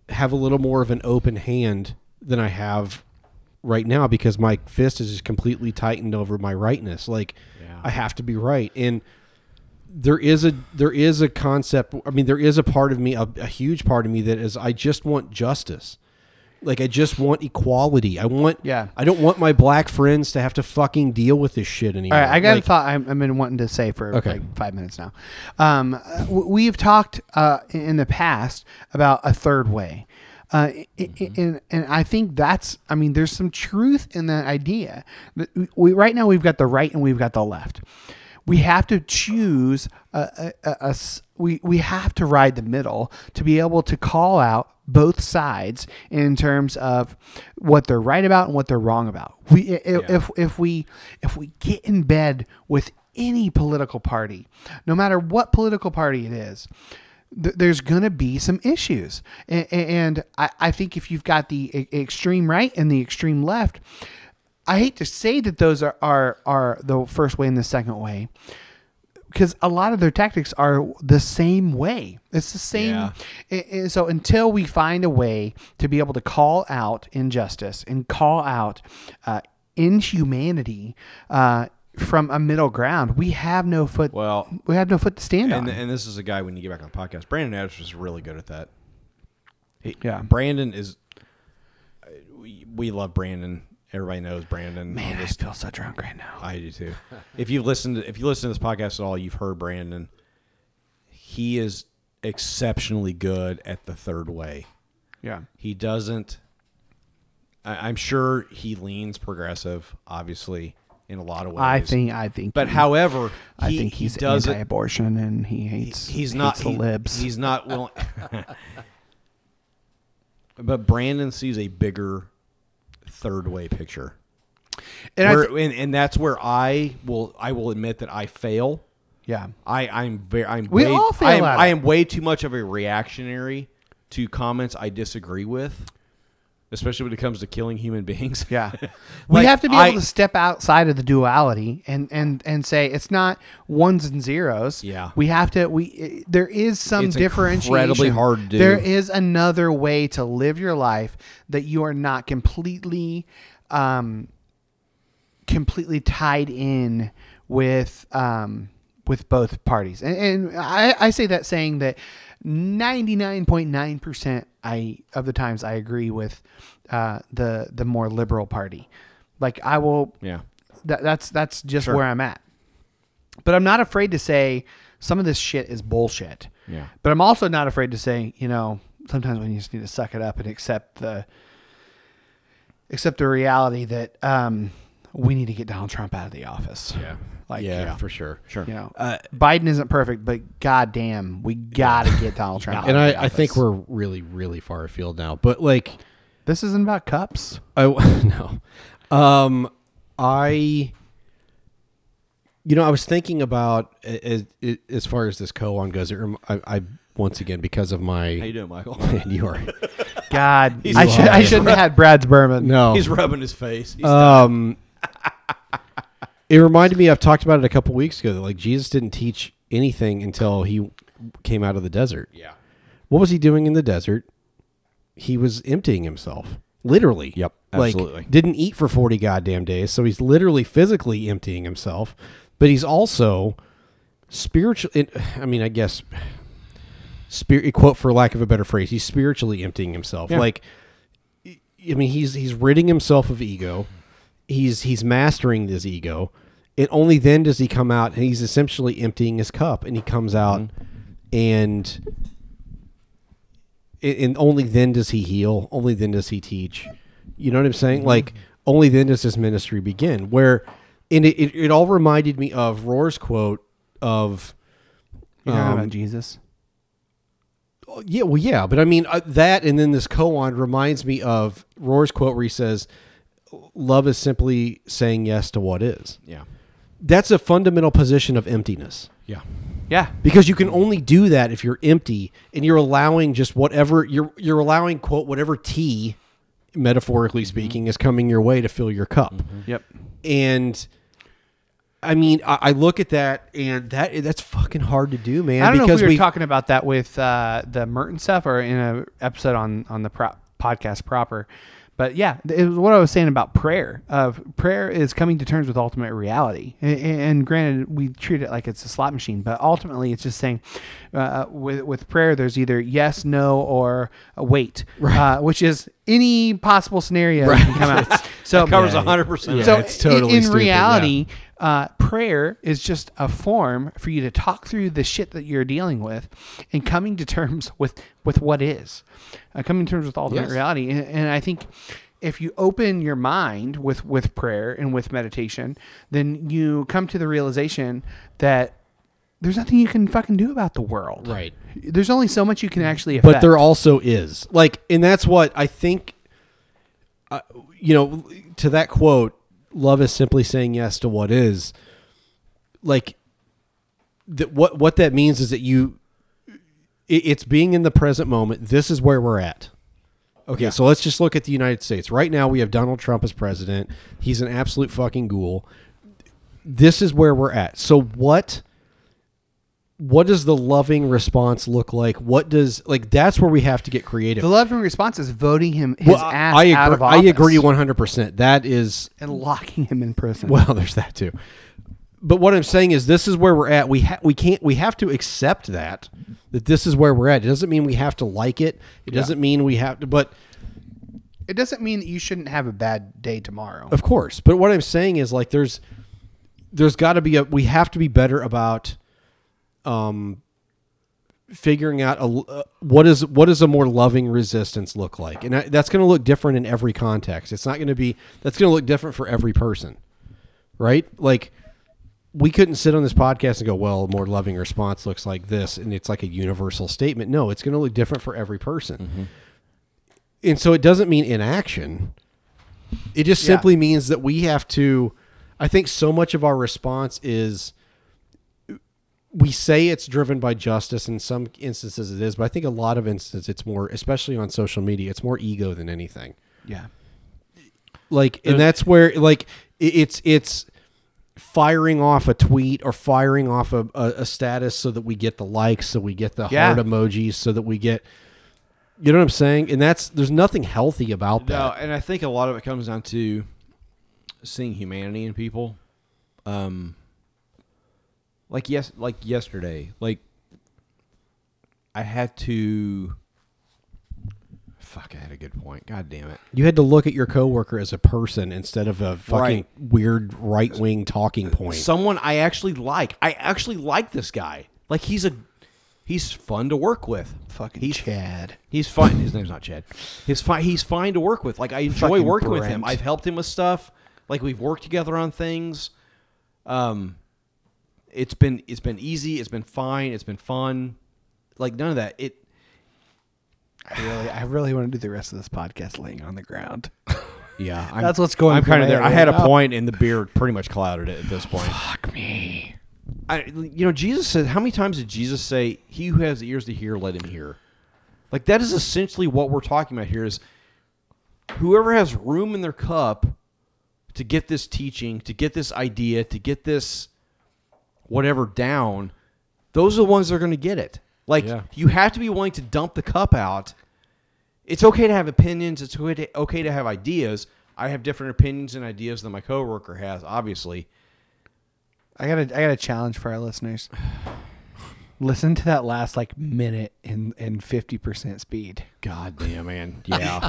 Speaker 2: have a little more of an open hand than I have right now because my fist is just completely tightened over my rightness. Like
Speaker 3: Yeah.
Speaker 2: I have to be right. And there is a there is a concept. I mean, there is a part of me, a, a huge part of me that is I just want justice. Like I just want equality. I want.
Speaker 1: Yeah.
Speaker 2: I don't want my black friends to have to fucking deal with this shit anymore.
Speaker 1: All right, I got
Speaker 2: Like,
Speaker 1: a thought I'm, I've been wanting to say for
Speaker 2: Okay.
Speaker 1: like five minutes now. Um, uh, w- we've talked uh, in the past about a third way. Uh, i- i- and, and I think that's, I mean, there's some truth in that idea. But We, right now, we've got the right and we've got the left. We have to choose, a, a, a- a s- we, we have to ride the middle to be able to call out both sides in terms of what they're right about and what they're wrong about. We, i- i- if, if we, if we get in bed with any political party, no matter what political party it is, th- there's going to be some issues. And, and I, I think if you've got the e- extreme right and the extreme left, I hate to say that those are, are, are the first way and the second way because a lot of their tactics are the same way. It's the same.
Speaker 3: Yeah.
Speaker 1: a- and so until we find a way to be able to call out injustice and call out uh, inhumanity uh, from a middle ground, we have no foot.
Speaker 3: Well,
Speaker 1: we have no foot to stand on.
Speaker 3: and, and this is a guy when you get back on the podcast, Brandon Addis is really good at that. He-
Speaker 1: Yeah.
Speaker 3: Brandon is. We, we love Brandon. Everybody knows Brandon.
Speaker 1: Man,
Speaker 3: on
Speaker 1: I
Speaker 3: this-
Speaker 1: feel so drunk right now.
Speaker 3: I do too. If you've listened, if you listen to this podcast at all, you've heard Brandon. He is exceptionally good at the third way.
Speaker 1: Yeah.
Speaker 3: He doesn't. I, I'm sure he leans progressive, obviously, in a lot of ways.
Speaker 1: I think. I think.
Speaker 3: But
Speaker 1: he-
Speaker 3: however,
Speaker 1: I
Speaker 3: he-
Speaker 1: think
Speaker 3: he
Speaker 1: he's
Speaker 3: does it-
Speaker 1: anti-abortion and he hates.
Speaker 3: he's not
Speaker 1: hates the
Speaker 3: he-
Speaker 1: libs. [laughs]
Speaker 3: He's not willing. but Brandon sees a bigger third way picture,
Speaker 1: And I
Speaker 3: Where-
Speaker 1: thi-
Speaker 3: and, and that's where I will I will admit that I fail.
Speaker 1: yeah.
Speaker 3: I I'm very I'm
Speaker 1: We
Speaker 3: way,
Speaker 1: all fail
Speaker 3: I am,
Speaker 1: at it.
Speaker 3: I am way too much of a reactionary to comments I disagree with. especially when it comes to killing human beings. [laughs]
Speaker 1: Yeah, we have to be able to step outside of the duality and and and say it's not ones and zeros.
Speaker 3: Yeah.
Speaker 1: we have to. We eh, there is some
Speaker 3: It's
Speaker 1: differentiation.
Speaker 3: incredibly hard to do.
Speaker 1: There is another way to live your life that you are not completely, um, completely tied in with um with both parties. And, and I I say that saying that. 99.9% I of the times I agree with uh, the the more liberal party. Like I will
Speaker 3: Yeah.
Speaker 1: that, that's that's just
Speaker 3: Sure.
Speaker 1: where I'm at. But I'm not afraid to say some of this shit is bullshit.
Speaker 3: Yeah.
Speaker 1: But I'm also not afraid to say, you know, sometimes we just need to suck it up and accept the accept the reality that um, we need to get Donald Trump out of the office.
Speaker 3: Yeah.
Speaker 1: Like
Speaker 3: yeah,
Speaker 1: you know,
Speaker 3: for sure. Sure.
Speaker 1: You know,
Speaker 2: Uh,
Speaker 1: Biden isn't perfect, but goddamn, we gotta get Donald
Speaker 2: [laughs]
Speaker 1: Trump. out
Speaker 2: and
Speaker 1: of
Speaker 2: I,
Speaker 1: the
Speaker 2: I think
Speaker 1: office.
Speaker 2: we're really, really far afield now. But like,
Speaker 1: this isn't about
Speaker 2: [laughs]
Speaker 1: cups.
Speaker 2: I no, um, I, you know, I was thinking about as, as far as this koan goes. It rem- I, I once again because of my
Speaker 3: How you
Speaker 2: [laughs]
Speaker 3: doing, Michael?
Speaker 2: and you
Speaker 3: [laughs]
Speaker 2: are
Speaker 1: God,
Speaker 3: He's
Speaker 1: I, should, I
Speaker 2: lying.
Speaker 1: shouldn't have had Brad's Berman.
Speaker 2: no.
Speaker 3: He's rubbing his face. He's
Speaker 1: Uh,
Speaker 2: um, it reminded me. I've talked about it a couple weeks ago. That like Jesus didn't teach anything until he came out of the desert.
Speaker 3: Yeah.
Speaker 2: What was he doing in the desert? He was emptying himself, literally.
Speaker 3: Yep,
Speaker 2: Like,
Speaker 3: absolutely.
Speaker 2: didn't eat for forty goddamn days, so he's literally physically emptying himself, but he's also spiritual. It, [sighs] I mean, I guess spirit quote for lack of a better phrase, he's spiritually emptying himself.
Speaker 3: Yeah.
Speaker 2: Like I mean, he's he's ridding himself of ego. He's he's mastering this ego, and only then does he come out. And he's essentially emptying his cup, and he comes out, and a- and only then does he heal. Only then does he teach. You know what I'm saying? Like only then does his ministry begin. Where and it it, it all reminded me of Rohr's quote of.
Speaker 1: You talking
Speaker 2: um,
Speaker 1: about Jesus?
Speaker 2: Oh, Yeah, well, yeah, but I mean uh, that, and then this koan reminds me of Rohr's quote where he says, "Love is simply saying yes to what is."
Speaker 3: Yeah.
Speaker 2: That's a fundamental position of emptiness
Speaker 3: Yeah.
Speaker 1: Yeah.
Speaker 2: because you can only do that if you're empty and you're allowing just whatever you're you're allowing quote whatever tea, metaphorically
Speaker 1: Mm-hmm.
Speaker 2: speaking, is coming your way to fill your cup
Speaker 1: Yep.
Speaker 2: and. I mean, I, I look at that, and that that's fucking hard to do, man.
Speaker 1: I don't know if
Speaker 2: because
Speaker 1: we were
Speaker 2: we've-
Speaker 1: talking about that with uh, the Merton stuff or in an episode on on the pro- podcast proper. But yeah, th- it was what I was saying about prayer. Of prayer is coming to terms with ultimate reality. And, and granted, we treat it like it's a slot machine, but ultimately, it's just saying uh, with with prayer, there's either yes, no, or wait, uh, which is any possible scenario that can come out. So
Speaker 3: That covers 100% of
Speaker 1: So
Speaker 3: it.
Speaker 2: it's totally
Speaker 1: in, in
Speaker 2: stupid, yeah.
Speaker 1: reality, uh, prayer is just a form for you to talk through the shit that you're dealing with and coming to terms with with what is uh, coming to terms with ultimate
Speaker 2: Yes.
Speaker 1: reality and, and i think if you open your mind with with prayer and with meditation then you come to the realization that there's nothing you can fucking do about the world
Speaker 2: Right.
Speaker 1: there's only so much you can actually affect
Speaker 2: but there also is like and that's what i think uh, you know to that quote love is simply saying yes to what is like that what what that means is that you it, it's being in the present moment this is where we're at okay so let's just look at the united states right now we have donald trump as president he's an absolute fucking ghoul this is where we're at so what what does the loving response look like? What does like that's where we have to get creative.
Speaker 1: the loving response is voting him his
Speaker 2: Well,
Speaker 1: ass
Speaker 2: I agree,
Speaker 1: out of
Speaker 2: I
Speaker 1: office
Speaker 2: agree 100%. That is
Speaker 1: and locking him in prison
Speaker 2: [laughs] well, there's that too. But what I'm saying is this is where we're at. We ha- we can't we have to accept that that this is where we're at. It doesn't mean we have to like it. It doesn't mean we have to but
Speaker 1: it doesn't mean that you shouldn't have a bad day tomorrow
Speaker 2: Of course, but what I'm saying is like there's there's got to be a we have to be better about um figuring out a l- uh, what is what does a more loving resistance look like, and I, that's going to look different in every context. It's not going to be that's going to look different for every person, right? Like we couldn't sit on this podcast and go, well, a more loving response looks like this, and it's like a universal statement. No, it's going to look different for every person. And so it doesn't mean inaction. It just
Speaker 1: Yeah.
Speaker 2: simply means that we have to. I think so much of our response is we say it's driven by justice. In some instances, it is, but I think a lot of instances, it's more, especially on social media, it's more ego than anything.
Speaker 1: Yeah.
Speaker 2: like and that's where like i- it's it's firing off a tweet or firing off a, a, a status so that we get the likes so we get the
Speaker 3: Yeah.
Speaker 2: heart emojis so that we get you know what i'm saying and that's there's nothing healthy about that
Speaker 3: No, and I think a lot of it comes down to seeing humanity in people. Um, like yes, like yesterday, like I had to. Fuck! I had a good point. God damn it!
Speaker 2: you had to look at your coworker as a person instead of a fucking
Speaker 3: Right.
Speaker 2: weird right-wing talking point
Speaker 3: Someone I actually like. I actually like this guy. Like he's a he's fun to work with. Fucking he's,
Speaker 1: Chad.
Speaker 3: He's fine. His name's not Chad. He's fine. He's fine to work with. Like I enjoy
Speaker 1: Fucking
Speaker 3: working with him.
Speaker 1: Brent.
Speaker 3: I've helped him with stuff. Like we've worked together on things. Um, it's been it's been easy. It's been fine. It's been fun. Like none of that. It
Speaker 1: I really, I really want to do the rest of this podcast laying on the
Speaker 3: [laughs]
Speaker 1: ground.
Speaker 3: yeah.
Speaker 1: That's what's going
Speaker 3: I'm
Speaker 1: through
Speaker 3: kind of
Speaker 1: my
Speaker 3: there.
Speaker 1: head
Speaker 3: I had
Speaker 1: right
Speaker 3: a
Speaker 1: now.
Speaker 3: point, and the beard pretty much clouded it at this point.
Speaker 1: Fuck me.
Speaker 3: I, you know, Jesus said, how many times did Jesus say, "He who has ears to hear, let him hear"? Like that is essentially what we're talking about here. Is whoever has room in their cup to get this teaching, to get this idea, to get this whatever down, those are the ones that are going to get it. Like
Speaker 2: Yeah.
Speaker 3: you have to be willing to dump the cup out. It's okay to have opinions. It's okay to, okay to have ideas. I have different opinions and ideas than my coworker has, obviously.
Speaker 1: I got a, I got a challenge for our listeners. Listen to that last like minute in in fifty percent speed.
Speaker 3: God damn, man. [laughs] Yeah.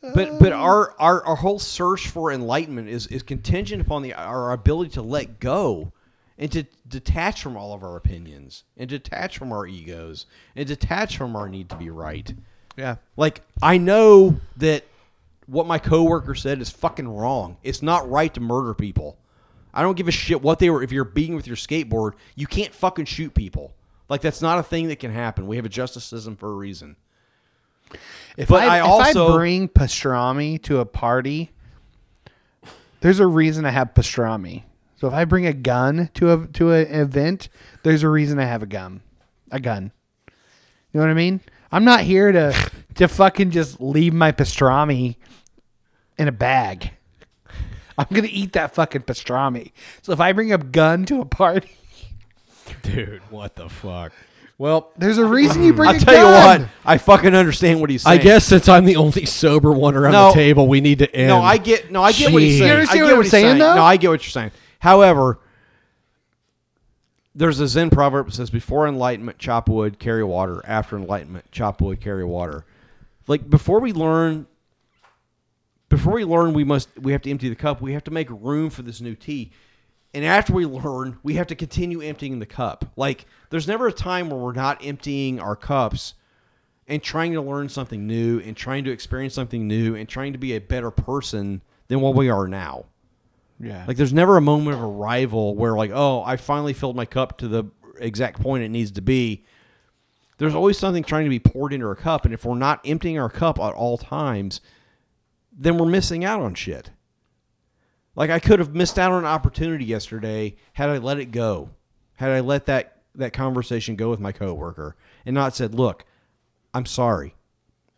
Speaker 3: but but our, our our whole search for enlightenment is is contingent upon the our ability to let go and to detach from all of our opinions and detach from our egos and detach from our need to be right.
Speaker 1: Yeah.
Speaker 3: Like I know that what my coworker said is fucking wrong. It's not right to murder people. I don't give a shit what they were if you're beating with your skateboard, you can't fucking shoot people. Like that's not a thing that can happen. We have a justice system for a reason.
Speaker 1: If
Speaker 3: But
Speaker 1: I,
Speaker 3: I
Speaker 1: if
Speaker 3: also-
Speaker 1: I bring pastrami to a party, there's a reason I have pastrami. So if I bring a gun to a to an event, there's a reason I have a gun, a gun. You know what I mean? I'm not here to to fucking just leave my pastrami in a bag. I'm gonna eat that fucking pastrami. So if I bring a gun to a party, [laughs]
Speaker 2: dude what the fuck well
Speaker 1: there's a reason you bring.
Speaker 3: I'll
Speaker 1: a
Speaker 3: tell
Speaker 1: gun.
Speaker 3: you what, I fucking understand what he's
Speaker 2: i
Speaker 3: saying.
Speaker 2: guess since i'm the only sober one around
Speaker 3: No.
Speaker 2: the table we need to end
Speaker 3: No, I get no, I get what
Speaker 2: Jeez.
Speaker 3: he's saying.
Speaker 1: You understand
Speaker 3: I get
Speaker 1: what I'm
Speaker 3: he's
Speaker 1: saying, though?
Speaker 3: No, I get what you're saying. However, there's a Zen proverb that says, "Before enlightenment, chop wood, carry water. After enlightenment, chop wood, carry water." Like before we learn, before we learn, we must we have to empty the cup. We have to make room for this new tea. And after we learn, we have to continue emptying the cup. Like there's never a time where we're not emptying our cups and trying to learn something new and trying to experience something new and trying to be a better person than what we are now.
Speaker 1: Yeah.
Speaker 3: Like there's never a moment of arrival where like, oh, I finally filled my cup to the exact point it needs to be. There's always something trying to be poured into our cup, and if we're not emptying our cup at all times, then we're missing out on shit. Like I could have missed out on an opportunity yesterday had I let it go. Had I let that that conversation go with my coworker and not said, "Look, I'm sorry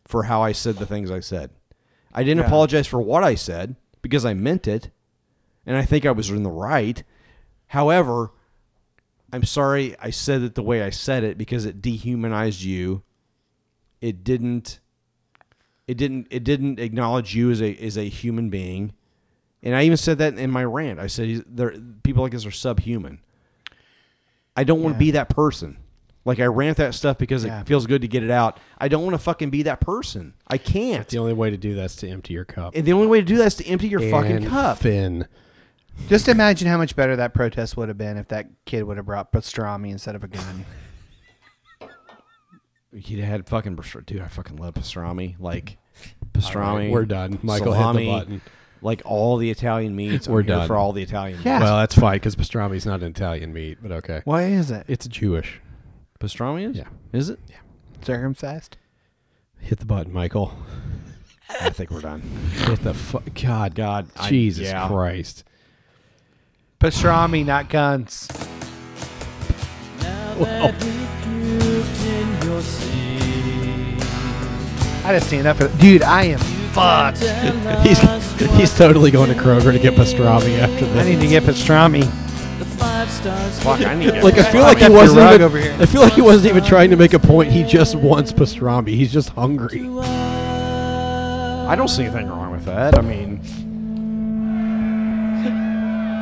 Speaker 3: for how I said the things I said. I didn't
Speaker 1: Yeah.
Speaker 3: apologize for what I said because I meant it and I think I was in the right. However, I'm sorry I said it the way I said it because it dehumanized you. It didn't it didn't it didn't acknowledge you as a as a human being. And I even said that in my rant. I said he's- there people like this are subhuman. I don't want to be that person. Like I rant that stuff because
Speaker 1: Yeah.
Speaker 3: it feels good to get it out. I don't want to fucking be that person. I can't.
Speaker 2: the only way to do that's to empty your cup
Speaker 3: And the only way to do that is to empty your fucking
Speaker 2: And
Speaker 3: cup.
Speaker 2: finn
Speaker 1: Just imagine how much better that protest would have been if that kid would have brought pastrami instead of a gun.
Speaker 3: He had fucking pastrami. Dude, I fucking love pastrami. Like
Speaker 2: [laughs]
Speaker 3: pastrami.
Speaker 2: right, we're done. Michael hit the
Speaker 3: salami,
Speaker 2: button.
Speaker 3: Like all the Italian meats.
Speaker 2: We're
Speaker 3: I'm here
Speaker 2: done.
Speaker 3: for all the Italian.
Speaker 1: Yeah.
Speaker 2: Well, that's fine because pastrami's not an Italian meat, but okay.
Speaker 1: Why is it?
Speaker 2: It's Jewish.
Speaker 3: meats. pastrami is.
Speaker 2: Yeah.
Speaker 3: Is it? Yeah.
Speaker 1: Circumcised?
Speaker 2: Hit the button, Michael.
Speaker 3: I think we're done.
Speaker 2: Hit the fuck. God,
Speaker 3: God, I-
Speaker 2: Jesus
Speaker 3: yeah.
Speaker 2: Christ.
Speaker 1: Pastrami, not guns.
Speaker 2: Well,
Speaker 12: Recouped in your seat.
Speaker 1: I just stand up for Dude, I am fucked.
Speaker 2: he's he's totally going to Kroger to get pastrami after this.
Speaker 1: I need to get pastrami.
Speaker 3: Fuck, I need to
Speaker 2: Like I feel like he
Speaker 1: Fuck your
Speaker 2: wasn't.
Speaker 1: rug
Speaker 2: Even,
Speaker 1: over here.
Speaker 2: I feel like he wasn't even trying to make a point. He just wants pastrami. He's just hungry.
Speaker 3: I don't see anything wrong with that. I mean,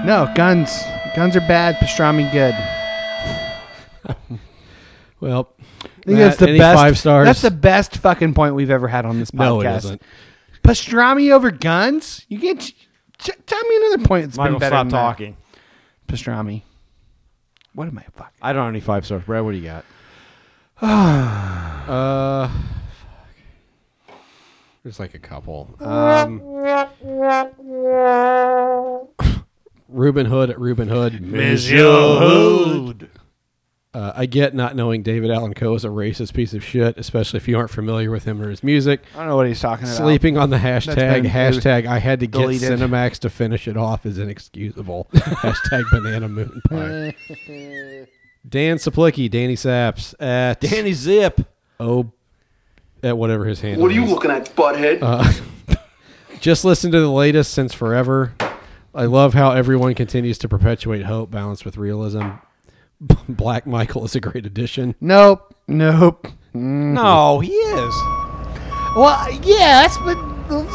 Speaker 1: No, guns. Guns are bad, pastrami good. I
Speaker 2: Well,
Speaker 1: think
Speaker 2: Matt,
Speaker 1: that's the
Speaker 2: any
Speaker 1: best
Speaker 2: Five stars.
Speaker 1: That's the best fucking point we've ever had on this podcast.
Speaker 2: no, it isn't.
Speaker 1: Pastrami over guns? You get t- tell me another point that's
Speaker 3: Michael,
Speaker 1: been better
Speaker 3: stop
Speaker 1: than that.
Speaker 3: talking.
Speaker 1: Pastrami. What am I fuck?
Speaker 3: I don't have any five stars. Brad, what do you got?
Speaker 2: Uh, fuck. there's like a couple.
Speaker 1: [laughs]
Speaker 2: Um, Reuben Hood at Reuben Hood.
Speaker 7: Monsieur Hood.
Speaker 2: Uh, I get not knowing David Allen Coe is a racist piece of shit, especially if you aren't familiar with him or his music.
Speaker 1: I don't know what he's talking about.
Speaker 2: Sleeping on the
Speaker 1: That's
Speaker 2: hashtag,
Speaker 1: been
Speaker 2: hashtag I had to get
Speaker 1: deleted.
Speaker 2: Cinemax to finish it off
Speaker 1: [laughs]
Speaker 2: is inexcusable. hashtag banana moon pie. Dan Saplicki, Danny Saps at
Speaker 3: Danny Zip.
Speaker 2: Oh, at whatever his handle
Speaker 12: What are you
Speaker 2: is.
Speaker 12: looking at, butthead?
Speaker 2: Uh, [laughs] just listen to the latest since forever. I love how everyone continues to perpetuate hope balanced with realism. [laughs] Black Michael is a great addition.
Speaker 1: Nope. Nope. Mm.
Speaker 3: No, he is.
Speaker 1: Well, yes, but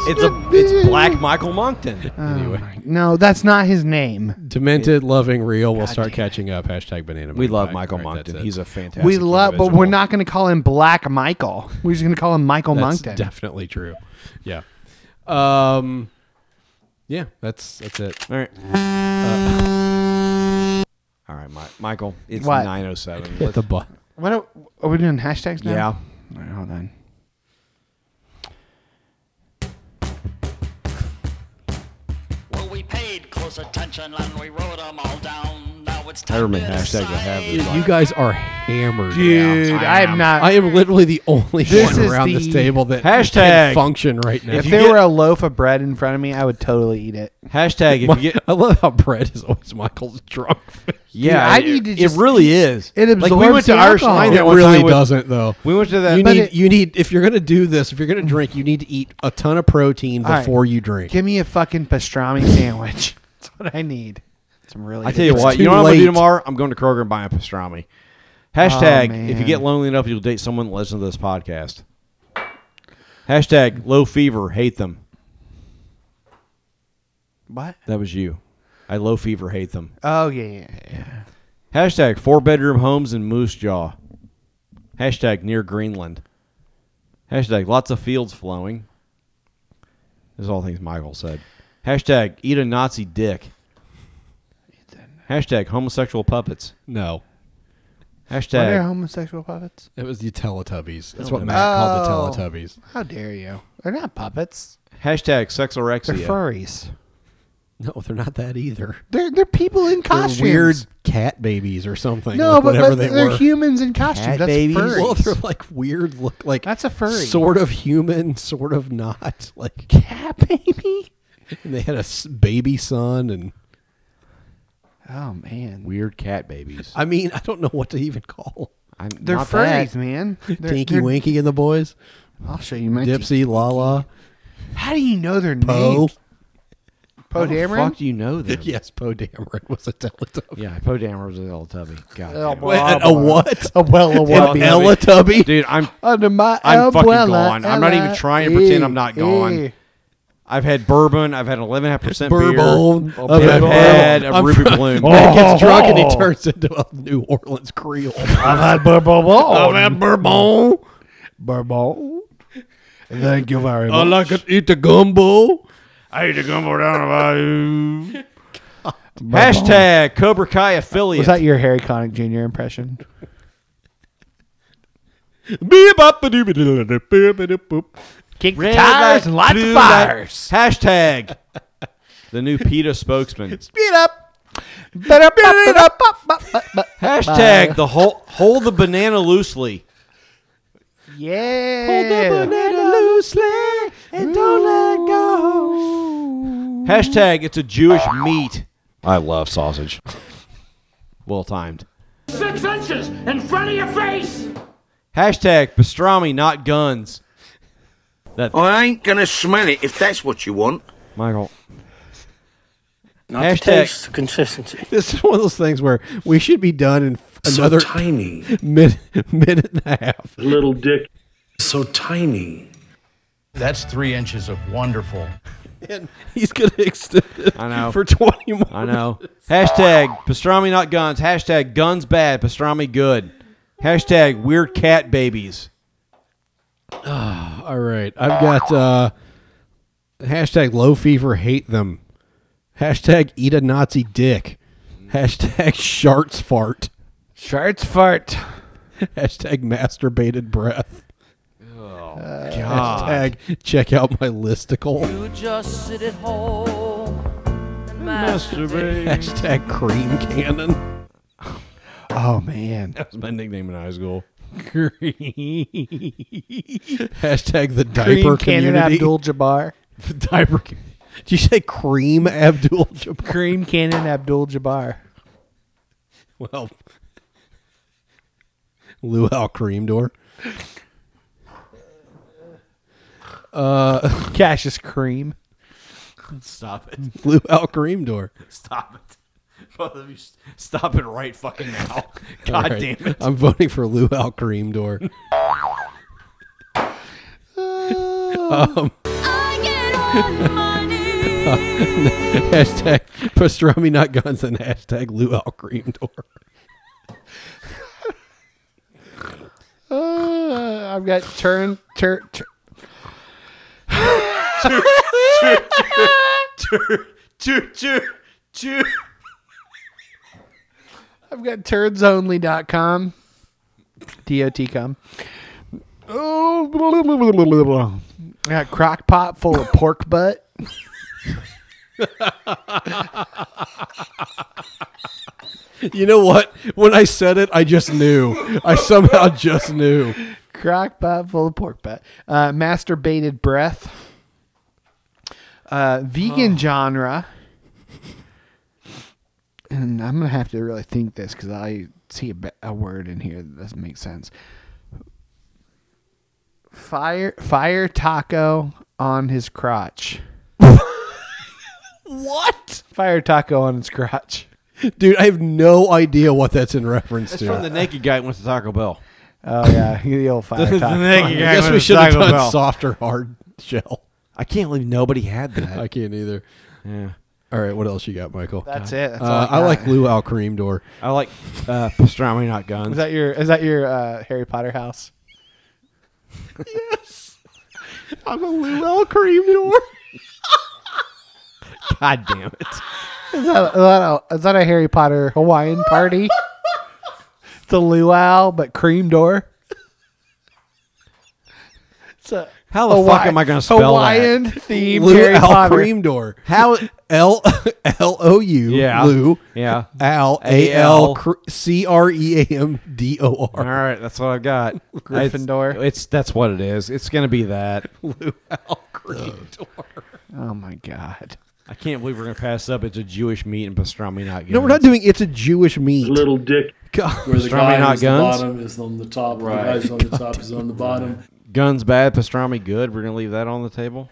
Speaker 3: It's a it's Black Michael Moncton.
Speaker 2: Anyway,
Speaker 1: No, that's not his name.
Speaker 2: demented, loving, real. We'll start catching up. Hashtag banana.
Speaker 3: We
Speaker 2: Moon
Speaker 3: love
Speaker 2: Pie.
Speaker 3: Michael
Speaker 2: All right, that's
Speaker 3: Moncton.
Speaker 2: it.
Speaker 3: He's a fantastic.
Speaker 1: we love, but we're
Speaker 3: individual.
Speaker 1: not going to call him Black Michael. We're just going to call him Michael
Speaker 2: That's
Speaker 1: Moncton.
Speaker 2: definitely true. Yeah. Um. Yeah, that's that's it.
Speaker 3: All right. All right, Mi- Michael. It's
Speaker 1: What?
Speaker 3: nine oh seven.
Speaker 2: Uh, Hit the button.
Speaker 1: what are, are we doing hashtags now?
Speaker 3: Yeah.
Speaker 1: All right, hold on.
Speaker 13: Well, we paid close attention and we wrote 'em all down. Now it's
Speaker 3: I don't
Speaker 13: time
Speaker 3: remember
Speaker 13: to
Speaker 3: hashtags I have.
Speaker 2: Dude, you guys are hammered,
Speaker 1: Dude,
Speaker 2: now.
Speaker 1: I am not-
Speaker 2: I am literally the only
Speaker 1: This
Speaker 2: one
Speaker 1: is
Speaker 2: around
Speaker 1: the-
Speaker 2: this table that
Speaker 3: Hashtag.
Speaker 2: can function right now.
Speaker 1: If, there were a loaf of bread in front of me, I would totally eat it.
Speaker 3: Hashtag. If
Speaker 2: My- [laughs]
Speaker 3: you get
Speaker 2: I love how bread is always Michael's
Speaker 1: [laughs]
Speaker 2: drunk. face.
Speaker 3: yeah,
Speaker 1: I
Speaker 3: it-
Speaker 1: need to
Speaker 3: it,
Speaker 1: just-
Speaker 3: really is.
Speaker 1: it
Speaker 3: like we
Speaker 1: absorbs
Speaker 3: went to
Speaker 1: the
Speaker 3: Irish
Speaker 1: alcohol.
Speaker 3: Line.
Speaker 2: It
Speaker 3: that one
Speaker 2: really
Speaker 3: time with-
Speaker 2: doesn't though.
Speaker 3: We went to that.
Speaker 2: you
Speaker 1: uh, But
Speaker 2: need
Speaker 1: it-
Speaker 2: you need if you're gonna do this, if you're gonna drink, you need to eat a ton of protein
Speaker 1: All right.
Speaker 2: before you drink.
Speaker 1: Give me a fucking pastrami sandwich. That's what I need. Some really.
Speaker 3: I tell you
Speaker 1: good-
Speaker 3: what, you
Speaker 2: too
Speaker 3: know what I'm gonna do
Speaker 2: late.
Speaker 3: tomorrow? I'm going to Kroger and buying pastrami. Hashtag. if you get lonely enough, you'll date someone that listens to this podcast. Hashtag low fever. Hate them.
Speaker 1: What?
Speaker 3: That was you. I low fever. Hate them.
Speaker 1: Oh yeah, yeah, yeah.
Speaker 3: Hashtag four bedroom homes in Moose Jaw. Hashtag near Greenland. Hashtag lots of fields flowing. This is all things Michael said. Hashtag eat a Nazi dick. Hashtag homosexual puppets.
Speaker 2: No,
Speaker 1: Are there
Speaker 3: Hashtag
Speaker 1: homosexual puppets?
Speaker 2: it was the Teletubbies. That's what Matt called the
Speaker 1: Oh.
Speaker 2: Teletubbies.
Speaker 1: How dare you? They're not puppets.
Speaker 3: hashtag
Speaker 1: They're
Speaker 3: sexorexia.
Speaker 1: furries.
Speaker 2: No, they're not that either.
Speaker 1: They're they're people in
Speaker 2: They're
Speaker 1: costumes.
Speaker 2: weird cat babies or something.
Speaker 1: No,
Speaker 2: like
Speaker 1: but,
Speaker 2: whatever
Speaker 1: but
Speaker 2: they
Speaker 1: they're
Speaker 2: were.
Speaker 1: humans in costumes.
Speaker 3: Cat
Speaker 1: That's
Speaker 3: babies.
Speaker 1: furries.
Speaker 2: Well, they're like weird look, like
Speaker 1: That's a furry.
Speaker 2: sort of human, [laughs] sort of not. Like,
Speaker 1: cat baby.
Speaker 2: [laughs] and they had a s- baby son, and
Speaker 1: Oh man,
Speaker 3: Weird cat babies.
Speaker 2: I mean, I don't know what to even call
Speaker 3: I'm
Speaker 1: they're
Speaker 3: not
Speaker 1: furries,
Speaker 3: that.
Speaker 1: man. They're,
Speaker 2: Tinky
Speaker 1: they're-
Speaker 2: Winky and the boys,
Speaker 1: I'll show you my.
Speaker 2: Dipsy, Lala,
Speaker 1: How do you know their
Speaker 2: Poe. [laughs]
Speaker 1: names? Poe
Speaker 3: How the
Speaker 1: Dameron.
Speaker 3: fuck do you know them?
Speaker 2: Yes, Poe Dameron was a Teletubby.
Speaker 3: Yeah, Poe Dameron was a little tubby. God.
Speaker 1: Oh,
Speaker 3: damn it.
Speaker 1: boy.
Speaker 2: A- [laughs] a what?
Speaker 1: A well, a well,
Speaker 2: An Elatubby?
Speaker 3: Dude, I'm
Speaker 1: under my
Speaker 3: I'm fucking
Speaker 1: umbrella,
Speaker 3: gone. I'm not even
Speaker 1: Ella,
Speaker 3: trying to pretend
Speaker 1: eh,
Speaker 3: I'm not gone.
Speaker 1: eh.
Speaker 3: I've had bourbon. I've had 11.5%
Speaker 2: Bourbon.
Speaker 3: beer. I've had a
Speaker 2: I'm
Speaker 3: Ruby
Speaker 2: fr- [laughs]
Speaker 3: Bloom.
Speaker 1: Oh,
Speaker 2: Matt gets drunk and he turns into a New Orleans Creole.
Speaker 1: I've had
Speaker 2: [laughs]
Speaker 1: bourbon. I've
Speaker 2: bourbon.
Speaker 1: bourbon. Thank you very much.
Speaker 2: like to eat the gumbo.
Speaker 7: I hate to gumbo down about you.
Speaker 3: Hashtag Cobra Kai
Speaker 1: Was
Speaker 3: affiliate.
Speaker 1: that your Harry Connick Jr. impression? Kick
Speaker 3: Red light, blue light. Hashtag [laughs] the new PETA spokesman.
Speaker 2: Speed up.
Speaker 3: Hashtag the whole, hold the banana loosely.
Speaker 1: Yeah.
Speaker 2: loosely and don't let go.
Speaker 3: Hashtag it's a Jewish meat. I love sausage. Well timed.
Speaker 14: Six inches in front of your face!
Speaker 3: Hashtag pastrami, not guns.
Speaker 12: I ain't gonna smell it if that's what you want.
Speaker 3: Michael.
Speaker 12: Not
Speaker 2: Hashtag-
Speaker 12: the taste, the consistency.
Speaker 2: [laughs] This is one of those things where we should be done in f-
Speaker 12: So
Speaker 2: another
Speaker 12: tiny.
Speaker 2: [laughs] minute, minute and a half.
Speaker 14: Little dick. So tiny. That's three inches of wonderful.
Speaker 2: And he's gonna extend it
Speaker 3: I know.
Speaker 2: for twenty more.
Speaker 3: I know. Hashtag pastrami not guns. Hashtag guns bad. Pastrami good. Hashtag weird cat babies.
Speaker 2: All right, I've got uh, hashtag low fever hate them, hashtag eat a Nazi dick, hashtag [laughs] sharts fart,
Speaker 1: sharts fart,
Speaker 2: hashtag masturbated breath. Uh,
Speaker 3: God.
Speaker 2: Hashtag check out my listicle.
Speaker 15: You just sit at home and masturbate.
Speaker 2: Hashtag cream cannon. Oh man.
Speaker 3: That was my nickname in high school.
Speaker 2: Hashtag the diaper
Speaker 1: Cannon
Speaker 2: community.
Speaker 1: Abdul Jabbar.
Speaker 2: [laughs] The diaper. co- Did you say cream Abdul Jabbar?
Speaker 1: Cream Cannon Abdul Jabbar.
Speaker 2: Well, [laughs] Luau cream door. Uh,
Speaker 1: Cassius Cream.
Speaker 3: Stop it.
Speaker 2: Luau cream
Speaker 3: [laughs]
Speaker 2: door.
Speaker 3: Stop it. Both of you, s- stop it right fucking [laughs] now. God
Speaker 2: All right.
Speaker 3: Ah, damn it.
Speaker 2: I'm voting for Luau cream
Speaker 3: [laughs]
Speaker 2: door. [laughs] um, [laughs] hashtag pastrami not guns and hashtag Luau cream
Speaker 3: [laughs]
Speaker 2: door.
Speaker 1: Uh, I've got turn, turn, turn. I've got turdsonly.com. DOT com. Oh, blah, blah, blah, blah, blah, blah. I got crock pot full of pork butt.
Speaker 2: You know what? When I said it, I just knew. I somehow just knew.
Speaker 1: crock pot full of pork butt. Uh, masturbated breath. Uh, vegan genre. And I'm gonna have to really think this because I see a, be- a word in here that doesn't make sense. Fire, fire taco on his crotch. [laughs]
Speaker 2: what?
Speaker 1: Fire taco on his crotch. [laughs]
Speaker 2: Dude, I have no idea what that's in reference
Speaker 3: That's
Speaker 2: to.
Speaker 3: from the naked guy that went to Taco Bell.
Speaker 1: Oh yeah, the old fire
Speaker 3: [laughs] The
Speaker 1: taco.
Speaker 3: naked
Speaker 2: I
Speaker 3: guy
Speaker 2: guess
Speaker 3: went
Speaker 2: we
Speaker 3: to
Speaker 2: should have
Speaker 3: Taco
Speaker 2: done
Speaker 3: Bell.
Speaker 2: softer hard [laughs] shell.
Speaker 3: I can't believe nobody had that.
Speaker 2: I can't either.
Speaker 3: Yeah.
Speaker 2: All right, what else you got, Michael?
Speaker 1: That's it. That's all
Speaker 2: uh,
Speaker 1: I
Speaker 2: I,
Speaker 1: got.
Speaker 2: like Lou Al Cream Door.
Speaker 3: I like uh, [laughs] pastrami, not guns.
Speaker 1: Is that your is that your uh, Harry Potter house?
Speaker 2: I'm a Lou Al Cream Door.
Speaker 3: [laughs] God damn it.
Speaker 1: Is that, Oh, is, that a, is that a Harry Potter Hawaiian party? it's a luau, but cream door. It's a
Speaker 3: How the fuck am I gonna spell that?
Speaker 1: Hawaiian themed
Speaker 2: Lou
Speaker 1: Harry
Speaker 2: Al
Speaker 1: Potter.
Speaker 2: Cream Door.
Speaker 3: How?
Speaker 2: L [laughs] L O U.
Speaker 3: Yeah.
Speaker 2: Lou.
Speaker 3: Yeah.
Speaker 2: Al A L cr- C R E A M D O
Speaker 3: All
Speaker 2: R.
Speaker 3: right, that's what I've [laughs] got.
Speaker 1: Gryffindor.
Speaker 3: It's, it's that's what it is. It's gonna be that.
Speaker 2: Lou Al Cream Door.
Speaker 1: Oh my god!
Speaker 3: [laughs] I can't believe we're gonna pass up. It's a Jewish meat and pastrami, not guns.
Speaker 2: No, we're not doing. It's a Jewish meat.
Speaker 14: Little dick.
Speaker 2: God.
Speaker 14: Where the
Speaker 3: Pastrami,
Speaker 14: guy
Speaker 3: not
Speaker 14: who's the
Speaker 3: guns?
Speaker 14: bottom is on the top.
Speaker 3: Right.
Speaker 14: The guy's on the top is on the bottom.
Speaker 3: Guns bad, pastrami good. We're gonna leave that on the table.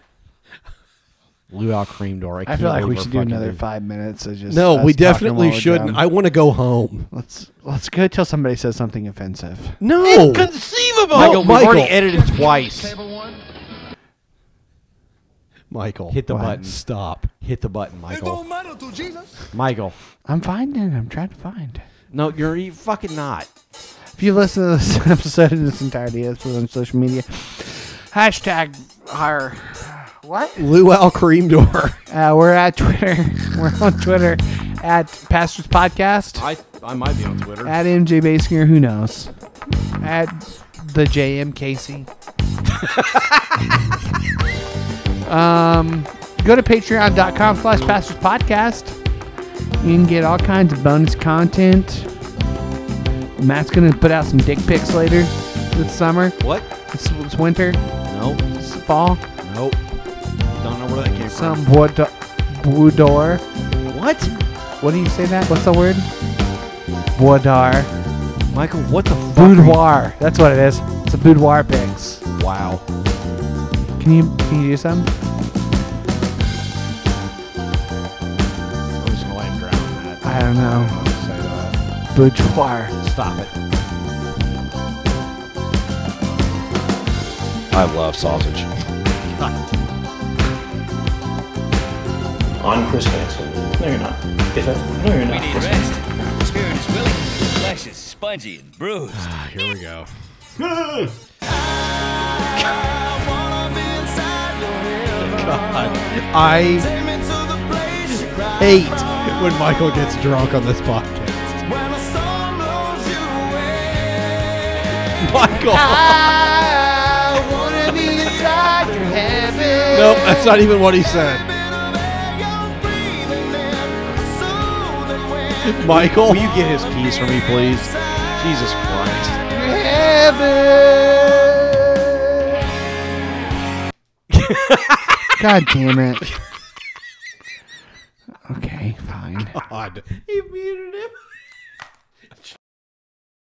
Speaker 3: Luau cream door. I,
Speaker 1: I
Speaker 3: can't
Speaker 1: feel like
Speaker 3: believe
Speaker 1: we
Speaker 3: we're
Speaker 1: should do
Speaker 3: fucking
Speaker 1: another
Speaker 3: doing-
Speaker 1: five minutes. Of just
Speaker 2: No,
Speaker 1: us
Speaker 2: we
Speaker 1: talking
Speaker 2: definitely
Speaker 1: while we're
Speaker 2: shouldn't.
Speaker 1: done.
Speaker 2: I want to go home.
Speaker 1: let's let's go till somebody says something offensive.
Speaker 2: No.
Speaker 12: Inconceivable!
Speaker 3: Michael, we've already
Speaker 2: Michael.
Speaker 3: [laughs] edited it twice.
Speaker 2: Michael.
Speaker 3: Hit the
Speaker 1: What?
Speaker 3: button.
Speaker 2: Stop.
Speaker 3: Hit the button, Michael. Michael.
Speaker 1: I'm finding. I'm trying to find.
Speaker 3: No, you're you fucking not.
Speaker 1: If you listen to this [laughs] episode in its entirety, it's on social media. Hashtag our what?
Speaker 2: Lou Al
Speaker 16: [laughs]
Speaker 2: Cream Door.
Speaker 1: Uh, we're at Twitter. [laughs] We're on Twitter at Pastors Podcast,
Speaker 3: I I might be on Twitter.
Speaker 1: at MJ Basinger, who knows, at the JM Casey. [laughs] um, go to patreon.com slash Pastors Podcast. You can get all kinds of bonus content. Matt's going to put out some dick pics later this summer.
Speaker 3: what?
Speaker 1: It's, it's winter,
Speaker 3: No.
Speaker 1: it's fall.
Speaker 3: Nope. Don't know where that came
Speaker 1: Some wood, door.
Speaker 3: from. What?
Speaker 1: What do you say that? What's the word? Boudoir.
Speaker 3: Michael, what the fuck? are you-
Speaker 1: Boudoir. That's what it is. It's a boudoir pics.
Speaker 3: Wow.
Speaker 1: Can you can you do some?
Speaker 2: I'm just gonna let him drown in that.
Speaker 1: I don't know.
Speaker 2: Say that.
Speaker 1: Boudoir.
Speaker 2: Stop it.
Speaker 16: I love sausage.
Speaker 6: I'm Chris Hansen. No, you're not. Is that? No, you're
Speaker 7: We
Speaker 6: not.
Speaker 7: need rest. Spirit is willing, flesh is spongy and bruised. Ah,
Speaker 17: here we
Speaker 2: [laughs]
Speaker 17: go. I hate when Michael gets drunk on this podcast.
Speaker 2: [laughs] Michael.
Speaker 1: I wanna be inside your heaven.
Speaker 2: Nope, that's not even what he said. Michael, will you get his keys for me, please? Jesus Christ.
Speaker 1: God damn it. Okay, fine.
Speaker 2: God. He muted him.